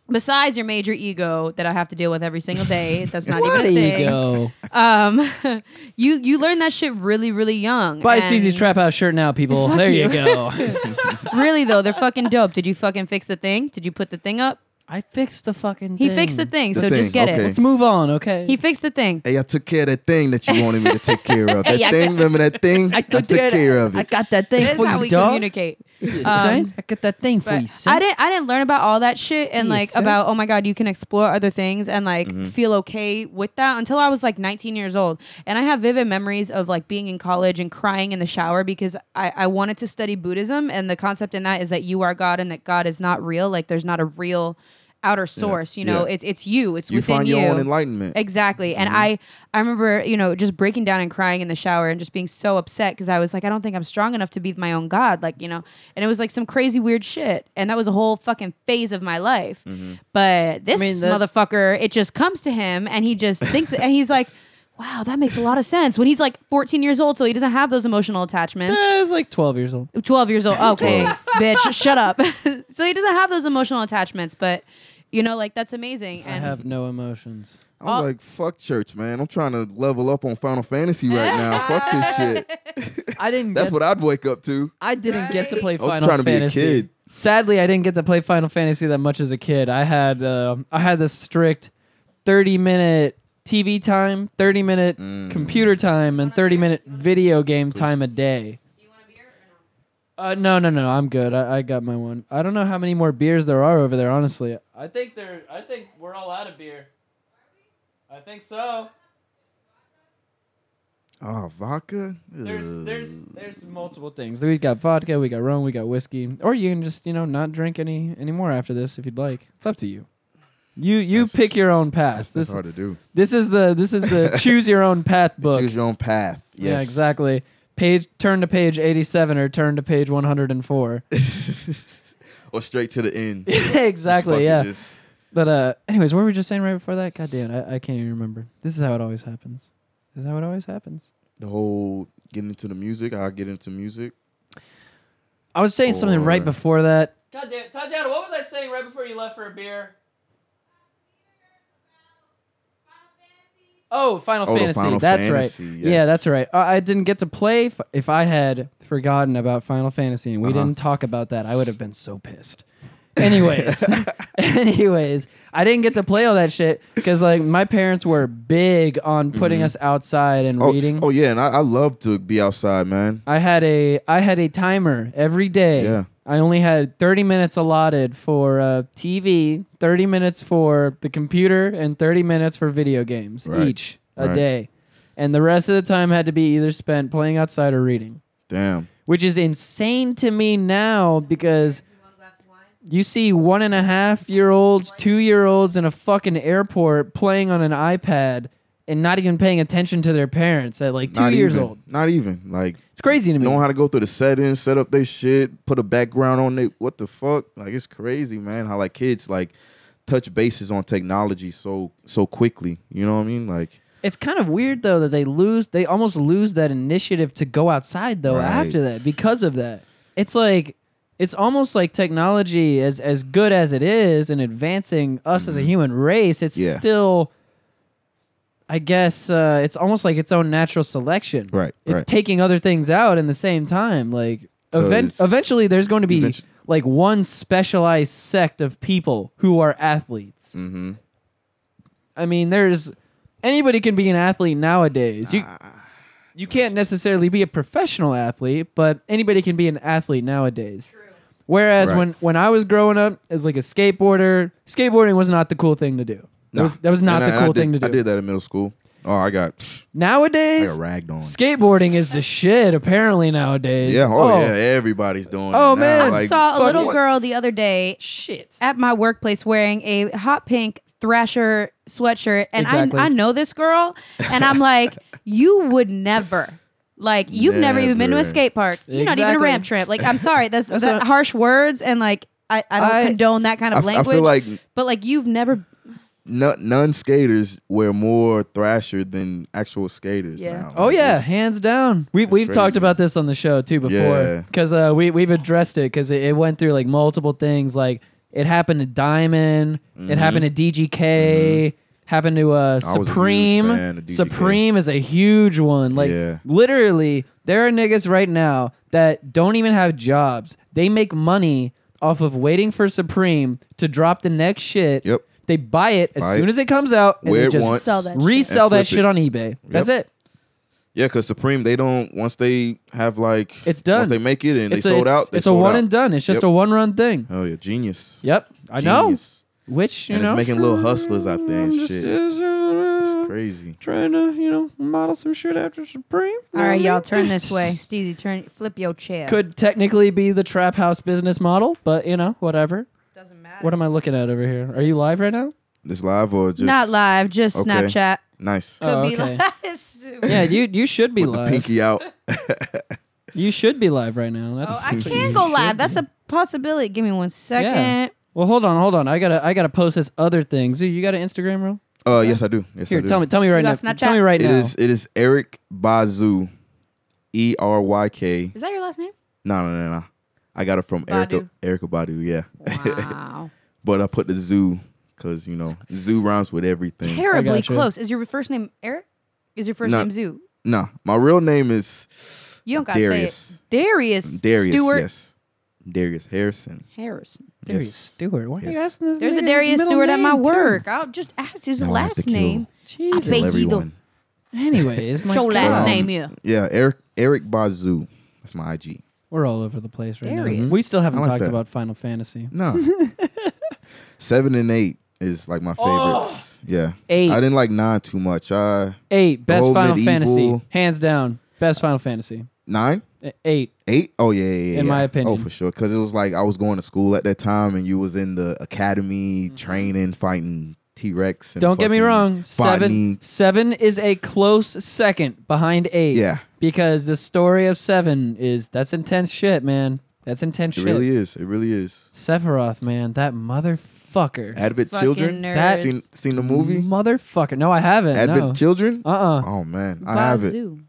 [SPEAKER 2] besides your major ego that I have to deal with every single day, that's not
[SPEAKER 1] what
[SPEAKER 2] even a thing.
[SPEAKER 1] ego?
[SPEAKER 2] Um, you you learn that shit really really young.
[SPEAKER 1] Buy
[SPEAKER 2] And
[SPEAKER 1] Steezy's Trap House shirt now, people.
[SPEAKER 2] Fuck
[SPEAKER 1] there you,
[SPEAKER 2] you.
[SPEAKER 1] go.
[SPEAKER 2] Really though, they're fucking dope. Did you fucking fix the thing? Did you put the thing up?
[SPEAKER 1] I fixed the fucking.
[SPEAKER 2] He
[SPEAKER 1] thing.
[SPEAKER 2] fixed the thing,
[SPEAKER 3] The
[SPEAKER 2] so just
[SPEAKER 3] thing,
[SPEAKER 2] get
[SPEAKER 3] okay.
[SPEAKER 2] it.
[SPEAKER 1] Let's move on, okay?
[SPEAKER 2] He fixed the thing.
[SPEAKER 3] Hey, I took care of that thing that you wanted me to take care of. That
[SPEAKER 2] Hey, I-
[SPEAKER 3] thing, remember that thing? I took care of
[SPEAKER 1] I
[SPEAKER 3] it.
[SPEAKER 1] got that thing
[SPEAKER 2] That's
[SPEAKER 1] for
[SPEAKER 2] how
[SPEAKER 1] you,
[SPEAKER 2] we
[SPEAKER 1] dog.
[SPEAKER 2] communicate. Um,
[SPEAKER 1] son. I got that thing for you,
[SPEAKER 2] I
[SPEAKER 1] son.
[SPEAKER 2] didn't I didn't learn about all that shit and
[SPEAKER 1] Yeah,
[SPEAKER 2] like
[SPEAKER 1] son.
[SPEAKER 2] about oh my god you can explore other things and like
[SPEAKER 3] Mm-hmm.
[SPEAKER 2] feel okay with that until I was like 19 years old and I have vivid memories of like being in college and crying in the shower because I I wanted to study Buddhism and the concept in that is that you are God and that God is not real like there's not a real outer source you know
[SPEAKER 3] yeah.
[SPEAKER 2] it's it's you it's
[SPEAKER 3] You
[SPEAKER 2] within
[SPEAKER 3] find your
[SPEAKER 2] you
[SPEAKER 3] own enlightenment.
[SPEAKER 2] Exactly. And
[SPEAKER 1] Mm-hmm.
[SPEAKER 2] I I remember, you know, just breaking down and crying in the shower and just being so upset because I was like, I don't think I'm strong enough to be my own God. Like, you know, and it was like some crazy weird shit. And that was a whole fucking phase of my life. But
[SPEAKER 1] Mm-hmm.
[SPEAKER 2] this
[SPEAKER 1] mean, that-
[SPEAKER 2] motherfucker, it just comes to him and he just thinks and he's like, Wow, that makes a lot of sense. When he's like 14 years old, so he doesn't have those emotional attachments.
[SPEAKER 1] I was like 12 years old.
[SPEAKER 2] 12 years old. Okay, bitch, shut up. so he doesn't have those emotional attachments, but you know, like that's amazing.
[SPEAKER 1] I
[SPEAKER 2] and
[SPEAKER 1] have no emotions.
[SPEAKER 3] I was
[SPEAKER 2] Oh.
[SPEAKER 3] like, fuck church, man. I'm trying to level up on Final Fantasy right now. fuck this shit.
[SPEAKER 1] I didn't.
[SPEAKER 3] That's
[SPEAKER 1] get,
[SPEAKER 3] what I'd wake up to.
[SPEAKER 1] I didn't get to play
[SPEAKER 3] was
[SPEAKER 1] Final
[SPEAKER 3] trying to be a
[SPEAKER 1] Fantasy.
[SPEAKER 3] kid.
[SPEAKER 1] Sadly, I didn't get to play Final Fantasy that much as a kid. I had uh, I had this strict 30 minute TV time, 30 minute
[SPEAKER 3] Mm.
[SPEAKER 1] computer time, and 30 minute video game time a day. Uh, no, no, no. I'm good. I, I got my one. I don't know how many more beers there are over there. Honestly, I think they're. I think we're all out of beer. I think so.
[SPEAKER 3] Oh, vodka? Uh,
[SPEAKER 1] There's there's there's multiple things. We got vodka, we got rum, we got whiskey, or you can just you know not drink any anymore after this if you'd like. It's up to you. You you
[SPEAKER 3] That's-
[SPEAKER 1] pick your own path.
[SPEAKER 3] That's,
[SPEAKER 1] this
[SPEAKER 3] that's hard to do.
[SPEAKER 1] this is the this is the choose your own path
[SPEAKER 3] You
[SPEAKER 1] book.
[SPEAKER 3] Choose your own path. Yes.
[SPEAKER 1] Yeah, exactly. Page turn to page eighty seven or turn to page one hundred and four.
[SPEAKER 3] or straight to the end. Just
[SPEAKER 1] exactly.
[SPEAKER 3] fucking
[SPEAKER 1] Yeah.
[SPEAKER 3] just-
[SPEAKER 1] But uh, anyways, what were we just saying right before that? God damn, I, I can't even remember. This is how it always happens. This is how it always happens.
[SPEAKER 3] the whole getting into the music. I get into music.
[SPEAKER 1] I was saying something right
[SPEAKER 3] Or-
[SPEAKER 1] before that. God damn, Tatiana, what was I saying right before you left for a beer? Oh, Final
[SPEAKER 3] Oh, the
[SPEAKER 1] Fantasy.
[SPEAKER 3] Final
[SPEAKER 1] that's
[SPEAKER 3] Fantasy,
[SPEAKER 1] right.
[SPEAKER 3] yes.
[SPEAKER 1] Yeah, that's right. I, I didn't get to play. F- if I had forgotten about Final Fantasy and we
[SPEAKER 3] Uh-huh.
[SPEAKER 1] didn't talk about that, I would have been so pissed. Anyways, anyways, I didn't get to play all that shit because like my parents were big on putting us outside and
[SPEAKER 3] Mm-hmm. Oh,
[SPEAKER 1] reading.
[SPEAKER 3] oh yeah, and I, I love to be outside, man.
[SPEAKER 1] I had a I had a timer every day.
[SPEAKER 3] Yeah.
[SPEAKER 1] I only had 30 minutes allotted for uh, TV, 30 minutes for the computer, and 30 minutes for video games
[SPEAKER 3] Right.
[SPEAKER 1] each a
[SPEAKER 3] Right.
[SPEAKER 1] day. And the rest of the time had to be either spent playing outside or reading,
[SPEAKER 3] Damn.
[SPEAKER 1] which is insane to me now because you see one and a half year olds, two year olds in a fucking airport playing on an iPad and not even paying attention to their parents at like two
[SPEAKER 3] Not
[SPEAKER 1] years
[SPEAKER 3] even,
[SPEAKER 1] old.
[SPEAKER 3] Not even like
[SPEAKER 1] It's crazy to me.
[SPEAKER 3] knowing how to go through the settings, set up their shit, put a background on it. What the fuck? Like it's crazy, man. How like kids like touch bases on technology so so quickly. You know what I mean? Like
[SPEAKER 1] It's kind of weird though that they lose they almost lose that initiative to go outside though
[SPEAKER 3] Right.
[SPEAKER 1] after that because of that. It's like it's almost like technology as as good as it is and advancing us as a human race, it's
[SPEAKER 3] Mm-hmm. Yeah.
[SPEAKER 1] still I guess uh, it's almost like its own natural selection.
[SPEAKER 3] Right,
[SPEAKER 1] It's
[SPEAKER 3] right.
[SPEAKER 1] taking other things out in the same time. Like event-
[SPEAKER 3] 'Cause-
[SPEAKER 1] eventually there's going to be
[SPEAKER 3] Eventu-
[SPEAKER 1] like
[SPEAKER 3] Mm-hmm.
[SPEAKER 1] one specialized sect of people who are athletes.
[SPEAKER 3] Mhm.
[SPEAKER 1] I I mean, there's anybody can be an athlete nowadays. You
[SPEAKER 3] Ah.
[SPEAKER 1] you can't necessarily be a professional athlete, but anybody can be an athlete nowadays. Whereas
[SPEAKER 3] Right.
[SPEAKER 1] when when I was growing up as like a skateboarder, skateboarding was not the cool thing to do. That
[SPEAKER 3] Nah.
[SPEAKER 1] was that was not
[SPEAKER 3] And I-
[SPEAKER 1] the
[SPEAKER 3] and I
[SPEAKER 1] cool
[SPEAKER 3] did-
[SPEAKER 1] thing to do.
[SPEAKER 3] I did that in middle school. Oh, I got pfft, I
[SPEAKER 1] Nowadays,
[SPEAKER 3] got ragged on.
[SPEAKER 1] skateboarding is the shit. Apparently nowadays.
[SPEAKER 3] Yeah, oh, yeah, everybody's doing.
[SPEAKER 1] Oh,
[SPEAKER 3] it now.
[SPEAKER 1] man.
[SPEAKER 2] I
[SPEAKER 1] Like,
[SPEAKER 2] saw a
[SPEAKER 1] fuck
[SPEAKER 2] little
[SPEAKER 1] what?
[SPEAKER 2] girl the other day
[SPEAKER 1] Shit.
[SPEAKER 2] at my workplace wearing a hot pink Thrasher sweatshirt, and
[SPEAKER 1] Exactly.
[SPEAKER 2] I, I know this girl, and I'm like, you would never. Like you've never, even been to a
[SPEAKER 3] Never.
[SPEAKER 2] skate park. You're not even a
[SPEAKER 1] Exactly.
[SPEAKER 2] ramp trip. Like I'm sorry, that's,
[SPEAKER 1] That's
[SPEAKER 2] that
[SPEAKER 1] what-
[SPEAKER 2] harsh words and like I, I don't
[SPEAKER 1] I-
[SPEAKER 2] condone that kind
[SPEAKER 3] I
[SPEAKER 2] of
[SPEAKER 3] f- I feel
[SPEAKER 2] language.
[SPEAKER 3] like-
[SPEAKER 2] but like you've never
[SPEAKER 3] no, non skaters wear more thrasher than actual skaters
[SPEAKER 2] Yeah.
[SPEAKER 3] now.
[SPEAKER 1] Oh
[SPEAKER 3] Like,
[SPEAKER 1] yeah,
[SPEAKER 3] it's-
[SPEAKER 1] hands down. We we've
[SPEAKER 3] crazy.
[SPEAKER 1] talked about this on the show too before
[SPEAKER 3] Yeah.
[SPEAKER 1] because uh, we we've addressed it because it, it went through like multiple things. Like it happened to Diamond, it happened to DGK, happened to uh,
[SPEAKER 3] Mm-hmm. was a huge
[SPEAKER 1] Supreme.
[SPEAKER 3] fan of DGK.
[SPEAKER 1] Supreme is a huge one. Like
[SPEAKER 3] Yeah.
[SPEAKER 1] literally, there are niggas right now that don't even have jobs. They make money off of waiting for Supreme to drop the next shit.
[SPEAKER 3] Yep.
[SPEAKER 1] They buy it as
[SPEAKER 3] Buy
[SPEAKER 1] soon
[SPEAKER 3] it.
[SPEAKER 1] as it comes out and
[SPEAKER 3] Wear
[SPEAKER 1] they
[SPEAKER 3] it
[SPEAKER 1] just
[SPEAKER 3] once.
[SPEAKER 2] Sell that shit.
[SPEAKER 1] resell
[SPEAKER 3] And
[SPEAKER 1] that
[SPEAKER 3] flip
[SPEAKER 1] shit
[SPEAKER 3] it.
[SPEAKER 1] on eBay. That's
[SPEAKER 3] Yep.
[SPEAKER 1] it.
[SPEAKER 3] yeah, because Supreme they don't once they have like
[SPEAKER 1] It's done.
[SPEAKER 3] once they make it and
[SPEAKER 1] it's
[SPEAKER 3] they
[SPEAKER 1] a,
[SPEAKER 3] sold
[SPEAKER 1] it's-
[SPEAKER 3] out. They
[SPEAKER 1] it's a
[SPEAKER 3] sold
[SPEAKER 1] one
[SPEAKER 3] out.
[SPEAKER 1] and done. It's just
[SPEAKER 3] Yep.
[SPEAKER 1] a one run thing.
[SPEAKER 3] Oh yeah, genius.
[SPEAKER 1] Yep, I know.
[SPEAKER 3] Genius.
[SPEAKER 1] Which you
[SPEAKER 3] And
[SPEAKER 1] know,
[SPEAKER 3] it's making little hustlers out there and
[SPEAKER 1] I'm just,
[SPEAKER 3] shit.
[SPEAKER 1] uh,
[SPEAKER 3] It's crazy.
[SPEAKER 1] trying to you know model some shit after Supreme. You know
[SPEAKER 2] All
[SPEAKER 1] what I
[SPEAKER 2] right,
[SPEAKER 1] mean?
[SPEAKER 2] y'all turn this way. Steezy, turn flip your chair.
[SPEAKER 1] Could technically be the trap house business model, but you know, whatever.
[SPEAKER 2] doesn't matter.
[SPEAKER 1] What am I looking at over here? Are you live right now?
[SPEAKER 3] This live or just
[SPEAKER 2] Not live, just
[SPEAKER 3] Okay.
[SPEAKER 2] Snapchat.
[SPEAKER 3] Nice.
[SPEAKER 2] Could
[SPEAKER 1] Oh,
[SPEAKER 2] be
[SPEAKER 1] okay.
[SPEAKER 2] live.
[SPEAKER 1] Yeah, you you should be
[SPEAKER 3] With the
[SPEAKER 1] live.
[SPEAKER 3] pinky out.
[SPEAKER 1] You should be live right now. That's
[SPEAKER 2] Oh, I
[SPEAKER 1] that's what
[SPEAKER 2] can
[SPEAKER 1] you
[SPEAKER 2] go
[SPEAKER 1] should be.
[SPEAKER 2] live. That's a possibility. Give me one second.
[SPEAKER 1] Yeah. Well, hold on, hold on. I gotta I gotta post this other thing. Zoo, you got an Instagram reel?
[SPEAKER 3] Uh, yes, I do. Yes, I
[SPEAKER 1] Here,
[SPEAKER 3] do.
[SPEAKER 1] tell me, tell me right now.
[SPEAKER 2] got Snapchat?
[SPEAKER 1] Tell me right
[SPEAKER 3] It
[SPEAKER 1] now.
[SPEAKER 3] is- It is Eric Bazoo, E R Y K.
[SPEAKER 2] Is that your last name?
[SPEAKER 3] No, no, no, no. I got it from
[SPEAKER 2] Badu.
[SPEAKER 3] Erica Erica Badu. Yeah,
[SPEAKER 2] Wow.
[SPEAKER 3] but I put the zoo because you know zoo rhymes with everything.
[SPEAKER 1] I
[SPEAKER 2] Terribly
[SPEAKER 1] gotcha.
[SPEAKER 2] close. Is your first name Eric? Is your first
[SPEAKER 3] No.
[SPEAKER 2] name Zoo?
[SPEAKER 3] nah, my real name is
[SPEAKER 2] You don't got to say
[SPEAKER 3] Darius.
[SPEAKER 2] it. Darius.
[SPEAKER 3] Darius.
[SPEAKER 2] Stewart
[SPEAKER 3] Yes, Darius Harrison.
[SPEAKER 2] Harrison.
[SPEAKER 1] Darius
[SPEAKER 3] Yes.
[SPEAKER 1] Stewart. Why are you
[SPEAKER 3] Yes.
[SPEAKER 1] asking this?
[SPEAKER 2] There's
[SPEAKER 1] nigga
[SPEAKER 2] a
[SPEAKER 1] his
[SPEAKER 2] Darius
[SPEAKER 1] middle
[SPEAKER 2] Stewart at my
[SPEAKER 1] name, too?
[SPEAKER 2] work. I'll just ask his
[SPEAKER 3] No, I have
[SPEAKER 2] last
[SPEAKER 3] to kill-
[SPEAKER 2] name.
[SPEAKER 1] Jesus.
[SPEAKER 2] Big
[SPEAKER 3] Kill
[SPEAKER 2] Eagle.
[SPEAKER 3] everyone.
[SPEAKER 1] Anyways, my
[SPEAKER 2] It's your last
[SPEAKER 1] God.
[SPEAKER 2] name here.
[SPEAKER 3] Yeah, Eric Eric Bazoo. That's my IG.
[SPEAKER 1] We're all over the place right now.
[SPEAKER 2] Darius.
[SPEAKER 1] We still haven't
[SPEAKER 3] I like
[SPEAKER 1] talked
[SPEAKER 3] that.
[SPEAKER 1] about Final Fantasy.
[SPEAKER 3] No. Seven and eight is like my favorites. Yeah.
[SPEAKER 1] Oh. Eight.
[SPEAKER 3] I didn't like nine too much. Uh
[SPEAKER 1] Eight, best
[SPEAKER 3] whole
[SPEAKER 1] Final
[SPEAKER 3] medieval-
[SPEAKER 1] Fantasy, hands down. Best Final Fantasy.
[SPEAKER 3] nine?
[SPEAKER 1] E- Eight.
[SPEAKER 3] Eight? Oh yeah, yeah, yeah.
[SPEAKER 1] In my
[SPEAKER 3] yeah.
[SPEAKER 1] opinion.
[SPEAKER 3] Oh for sure. Cause it was like I was going to school at that time and you was in the academy training, fighting T Rex and
[SPEAKER 1] Mm-hmm. Don't get me
[SPEAKER 3] fucking
[SPEAKER 1] wrong.
[SPEAKER 3] botany.
[SPEAKER 1] Seven. Seven is a close second behind eight.
[SPEAKER 3] Yeah.
[SPEAKER 1] Because the story of seven is that's intense shit, man. That's intense
[SPEAKER 3] It
[SPEAKER 1] shit.
[SPEAKER 3] really is. It really is.
[SPEAKER 1] Sephiroth, man, that motherfucker.
[SPEAKER 3] Advent
[SPEAKER 2] Fucking
[SPEAKER 3] Children.
[SPEAKER 2] nerds.
[SPEAKER 1] That-
[SPEAKER 3] seen seen the movie?
[SPEAKER 1] Motherfucker. No, I haven't.
[SPEAKER 3] Advent
[SPEAKER 1] Mm-hmm. no.
[SPEAKER 3] Children?
[SPEAKER 1] Uh-uh.
[SPEAKER 3] Oh man. I have it.
[SPEAKER 2] Bazoo.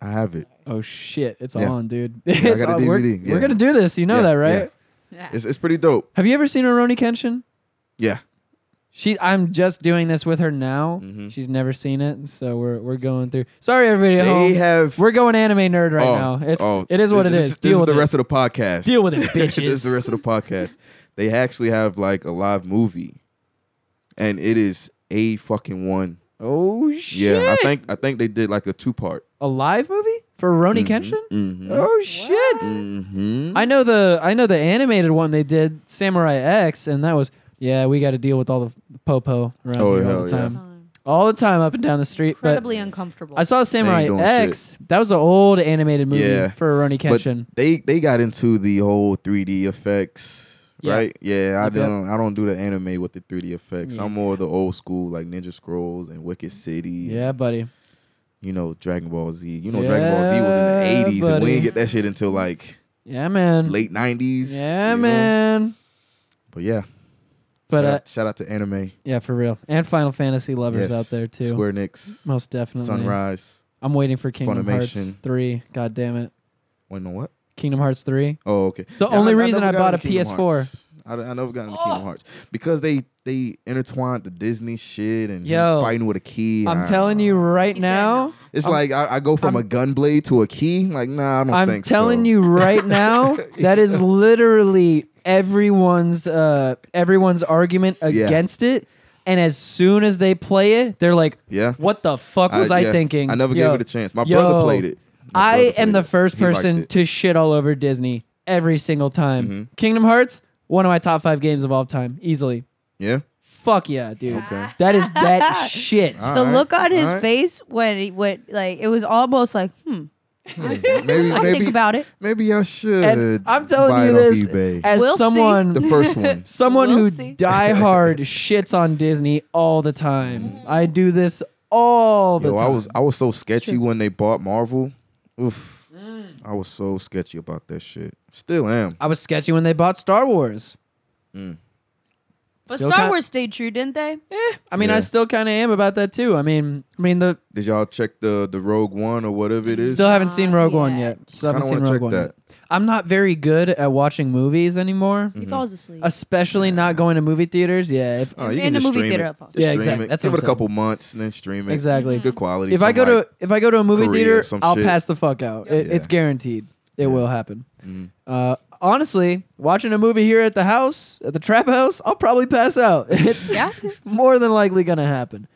[SPEAKER 3] I have it.
[SPEAKER 1] Oh shit, it's
[SPEAKER 3] Yeah.
[SPEAKER 1] on, dude. It's
[SPEAKER 3] got a
[SPEAKER 1] on. We're,
[SPEAKER 3] DVD, yeah.
[SPEAKER 1] we're gonna do this. You know
[SPEAKER 3] Yeah,
[SPEAKER 1] that, right?
[SPEAKER 3] yeah. It's it's pretty dope.
[SPEAKER 1] Have you ever seen Aroni Kenshin?
[SPEAKER 3] Yeah.
[SPEAKER 1] She, I'm just doing this with her now.
[SPEAKER 3] Mm-hmm.
[SPEAKER 1] She's never seen it, so we're we're going through. Sorry, everybody at
[SPEAKER 3] They
[SPEAKER 1] home.
[SPEAKER 3] have-
[SPEAKER 1] we're going anime nerd right
[SPEAKER 3] Oh,
[SPEAKER 1] now. It's
[SPEAKER 3] oh,
[SPEAKER 1] it is what it
[SPEAKER 3] this,
[SPEAKER 1] is.
[SPEAKER 3] This
[SPEAKER 1] Deal
[SPEAKER 3] is
[SPEAKER 1] with
[SPEAKER 3] the
[SPEAKER 1] it.
[SPEAKER 3] rest of the podcast.
[SPEAKER 1] Deal with it,
[SPEAKER 3] this is the
[SPEAKER 1] bitches.
[SPEAKER 3] rest of the podcast. They actually have like a live movie, and it is a fucking one.
[SPEAKER 1] Oh shit!
[SPEAKER 3] Yeah, I think I think they did like a two part.
[SPEAKER 1] a live movie for Aroni Kenshin. Oh shit!
[SPEAKER 3] Mm-hmm.
[SPEAKER 1] I know the I know the animated one they did Samurai X, and that was yeah. We got to deal with all the popo around
[SPEAKER 3] Oh,
[SPEAKER 1] here all
[SPEAKER 3] hell
[SPEAKER 1] the
[SPEAKER 3] yeah.
[SPEAKER 1] time, all the time up and down the street. But
[SPEAKER 2] Incredibly uncomfortable.
[SPEAKER 1] Um, I saw Samurai
[SPEAKER 3] doing
[SPEAKER 1] X. That was an old animated movie
[SPEAKER 3] Yeah.
[SPEAKER 1] for Aroni
[SPEAKER 3] But
[SPEAKER 1] Kenshin.
[SPEAKER 3] they they got into the whole 3D effects,
[SPEAKER 1] Yeah.
[SPEAKER 3] right? Yeah, I
[SPEAKER 1] You bet.
[SPEAKER 3] don't I don't do the anime with the 3D effects.
[SPEAKER 1] Yeah.
[SPEAKER 3] I'm more the old school like Ninja Scrolls and Wicked City.
[SPEAKER 1] yeah, buddy.
[SPEAKER 3] you know Dragon Ball Z. You know Dragon Ball Z was in
[SPEAKER 1] Yeah,
[SPEAKER 3] the 80s, and
[SPEAKER 1] buddy.
[SPEAKER 3] we didn't get that shit until like
[SPEAKER 1] Yeah, man.
[SPEAKER 3] late 90s.
[SPEAKER 1] yeah,
[SPEAKER 3] you know?
[SPEAKER 1] man.
[SPEAKER 3] But yeah.
[SPEAKER 1] But
[SPEAKER 3] shout,
[SPEAKER 1] uh,
[SPEAKER 3] out, shout out to anime
[SPEAKER 1] yeah, for real. And Final Fantasy lovers
[SPEAKER 3] Yes.
[SPEAKER 1] out there too.
[SPEAKER 3] Square Enix,
[SPEAKER 1] Most definitely.
[SPEAKER 3] Sunrise.
[SPEAKER 1] I'm waiting for Kingdom Hearts
[SPEAKER 3] Funimation.
[SPEAKER 1] three. God damn it,
[SPEAKER 3] Wait, no what?
[SPEAKER 1] Kingdom Hearts three.
[SPEAKER 3] Oh, okay. It's
[SPEAKER 1] the only reason I bought a PS4.
[SPEAKER 3] I, I never got into Kingdom Hearts because they they intertwined the Disney shit and
[SPEAKER 1] Yo.
[SPEAKER 3] fighting with a key.
[SPEAKER 1] I'm
[SPEAKER 3] I-
[SPEAKER 1] telling you right
[SPEAKER 2] He said
[SPEAKER 1] now.
[SPEAKER 3] it's like I, I go from a gun blade to a key. Like, nah, I don't
[SPEAKER 1] I'm
[SPEAKER 3] think
[SPEAKER 1] telling
[SPEAKER 3] so.
[SPEAKER 1] you right now. That is literally everyone's uh everyone's argument against it. and as soon as they play it, they're like,
[SPEAKER 3] Yeah.
[SPEAKER 1] what the fuck was I,
[SPEAKER 3] yeah,
[SPEAKER 1] thinking?"
[SPEAKER 3] I never
[SPEAKER 1] Yo.
[SPEAKER 3] gave it a chance. My brother
[SPEAKER 1] Yo.
[SPEAKER 3] played it. My
[SPEAKER 1] I
[SPEAKER 3] brother
[SPEAKER 1] am
[SPEAKER 3] played
[SPEAKER 1] the
[SPEAKER 3] it.
[SPEAKER 1] first
[SPEAKER 3] He liked
[SPEAKER 1] person
[SPEAKER 3] it. Mm-hmm.
[SPEAKER 1] to shit all over Disney every single time. Kingdom Hearts, one of my top five games of all time, easily.
[SPEAKER 3] Yeah.
[SPEAKER 1] Fuck yeah, dude.
[SPEAKER 3] Okay. Ah,
[SPEAKER 1] That is that shit.
[SPEAKER 3] All
[SPEAKER 2] the
[SPEAKER 3] right,
[SPEAKER 2] look on his
[SPEAKER 3] all right.
[SPEAKER 2] face when he went like it was almost like hmm.
[SPEAKER 3] Maybe,
[SPEAKER 2] I
[SPEAKER 3] maybe
[SPEAKER 2] think about it.
[SPEAKER 3] Maybe I should.
[SPEAKER 1] and I'm
[SPEAKER 3] buy
[SPEAKER 1] telling you
[SPEAKER 3] it off
[SPEAKER 1] this
[SPEAKER 3] eBay.
[SPEAKER 1] as
[SPEAKER 2] We'll see.
[SPEAKER 1] someone
[SPEAKER 3] the first one.
[SPEAKER 1] someone
[SPEAKER 2] We'll
[SPEAKER 1] who
[SPEAKER 2] see.
[SPEAKER 1] die hard shits on Disney all the time. I do this all the
[SPEAKER 3] Yo,
[SPEAKER 1] time.
[SPEAKER 3] I was I was so sketchy
[SPEAKER 2] true.
[SPEAKER 3] when they bought Marvel. Oof.
[SPEAKER 1] Mm.
[SPEAKER 3] I was so sketchy about that shit. Still am.
[SPEAKER 1] I was sketchy when they bought Star Wars.
[SPEAKER 2] But
[SPEAKER 1] Still Mm-hmm.
[SPEAKER 2] Star
[SPEAKER 1] got-
[SPEAKER 2] Wars stayed true, didn't they?
[SPEAKER 1] I mean,
[SPEAKER 3] Yeah.
[SPEAKER 1] I still kind of am about that too. I mean, I mean the
[SPEAKER 3] Did y'all check the the Rogue One or whatever it is?
[SPEAKER 1] still haven't seen
[SPEAKER 2] Not
[SPEAKER 1] Rogue One
[SPEAKER 2] yet.
[SPEAKER 1] yet. Still haven't
[SPEAKER 3] Kinda
[SPEAKER 1] seen
[SPEAKER 3] wanna
[SPEAKER 1] Rogue
[SPEAKER 3] check
[SPEAKER 1] One.
[SPEAKER 3] that.
[SPEAKER 1] Yet. I'm not very good at watching movies anymore,
[SPEAKER 3] Mm.
[SPEAKER 2] He falls asleep.
[SPEAKER 1] especially not going to movie theaters. Yeah, if
[SPEAKER 3] Oh,
[SPEAKER 2] In-
[SPEAKER 3] you can
[SPEAKER 2] in the
[SPEAKER 3] just
[SPEAKER 2] movie
[SPEAKER 3] stream
[SPEAKER 2] theater,
[SPEAKER 3] it.
[SPEAKER 2] I thought.
[SPEAKER 3] Just
[SPEAKER 1] Yeah,
[SPEAKER 3] stream
[SPEAKER 1] exactly.
[SPEAKER 3] it.
[SPEAKER 1] That's what I'm
[SPEAKER 3] Give it a
[SPEAKER 1] saying.
[SPEAKER 3] couple months and then stream it.
[SPEAKER 1] Exactly.
[SPEAKER 3] Good quality.
[SPEAKER 1] if I
[SPEAKER 3] from,
[SPEAKER 1] go
[SPEAKER 3] like-
[SPEAKER 1] to if I go to a movie
[SPEAKER 3] Korea or
[SPEAKER 1] theater,
[SPEAKER 3] some
[SPEAKER 1] I'll
[SPEAKER 3] shit.
[SPEAKER 1] pass the fuck out. It,
[SPEAKER 3] Yeah. Mm.
[SPEAKER 1] It's guaranteed. It will happen. Uh, honestly, watching a movie here at the house, at the trap house, I'll probably pass out. It's
[SPEAKER 2] yeah.
[SPEAKER 1] more than likely gonna happen.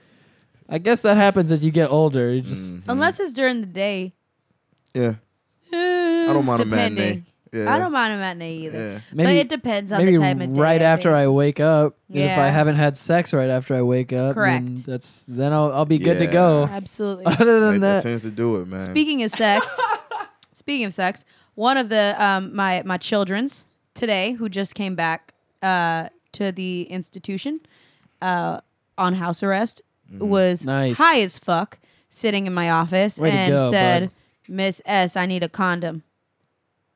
[SPEAKER 1] I guess that happens as you get older. You just
[SPEAKER 3] Mm.
[SPEAKER 2] Unless it's during the day.
[SPEAKER 3] Yeah. I don't mind a matinee.
[SPEAKER 2] Depending.
[SPEAKER 3] Yeah.
[SPEAKER 2] I don't mind a matinee either.
[SPEAKER 3] Yeah.
[SPEAKER 2] but
[SPEAKER 1] Maybe-
[SPEAKER 2] it depends on
[SPEAKER 1] maybe
[SPEAKER 2] the time of day.
[SPEAKER 1] right after I wake up. and If I
[SPEAKER 2] Yeah.
[SPEAKER 1] haven't had sex right after I wake up, then
[SPEAKER 2] Correct.
[SPEAKER 1] that's then I'll I'll be good to
[SPEAKER 3] Yeah.
[SPEAKER 1] go.
[SPEAKER 2] Absolutely.
[SPEAKER 1] Other
[SPEAKER 3] That,
[SPEAKER 1] than that,
[SPEAKER 3] that tends to do it, man.
[SPEAKER 2] Speaking of sex, speaking of sex, one of the um, my my childrens today who just came back uh, to the institution uh, on house arrest
[SPEAKER 3] Mm.
[SPEAKER 2] was
[SPEAKER 1] Nice.
[SPEAKER 2] high as fuck, sitting in my office
[SPEAKER 1] Way to
[SPEAKER 2] and
[SPEAKER 1] go,
[SPEAKER 2] said,
[SPEAKER 1] bud.
[SPEAKER 2] "Miss S, I need a condom."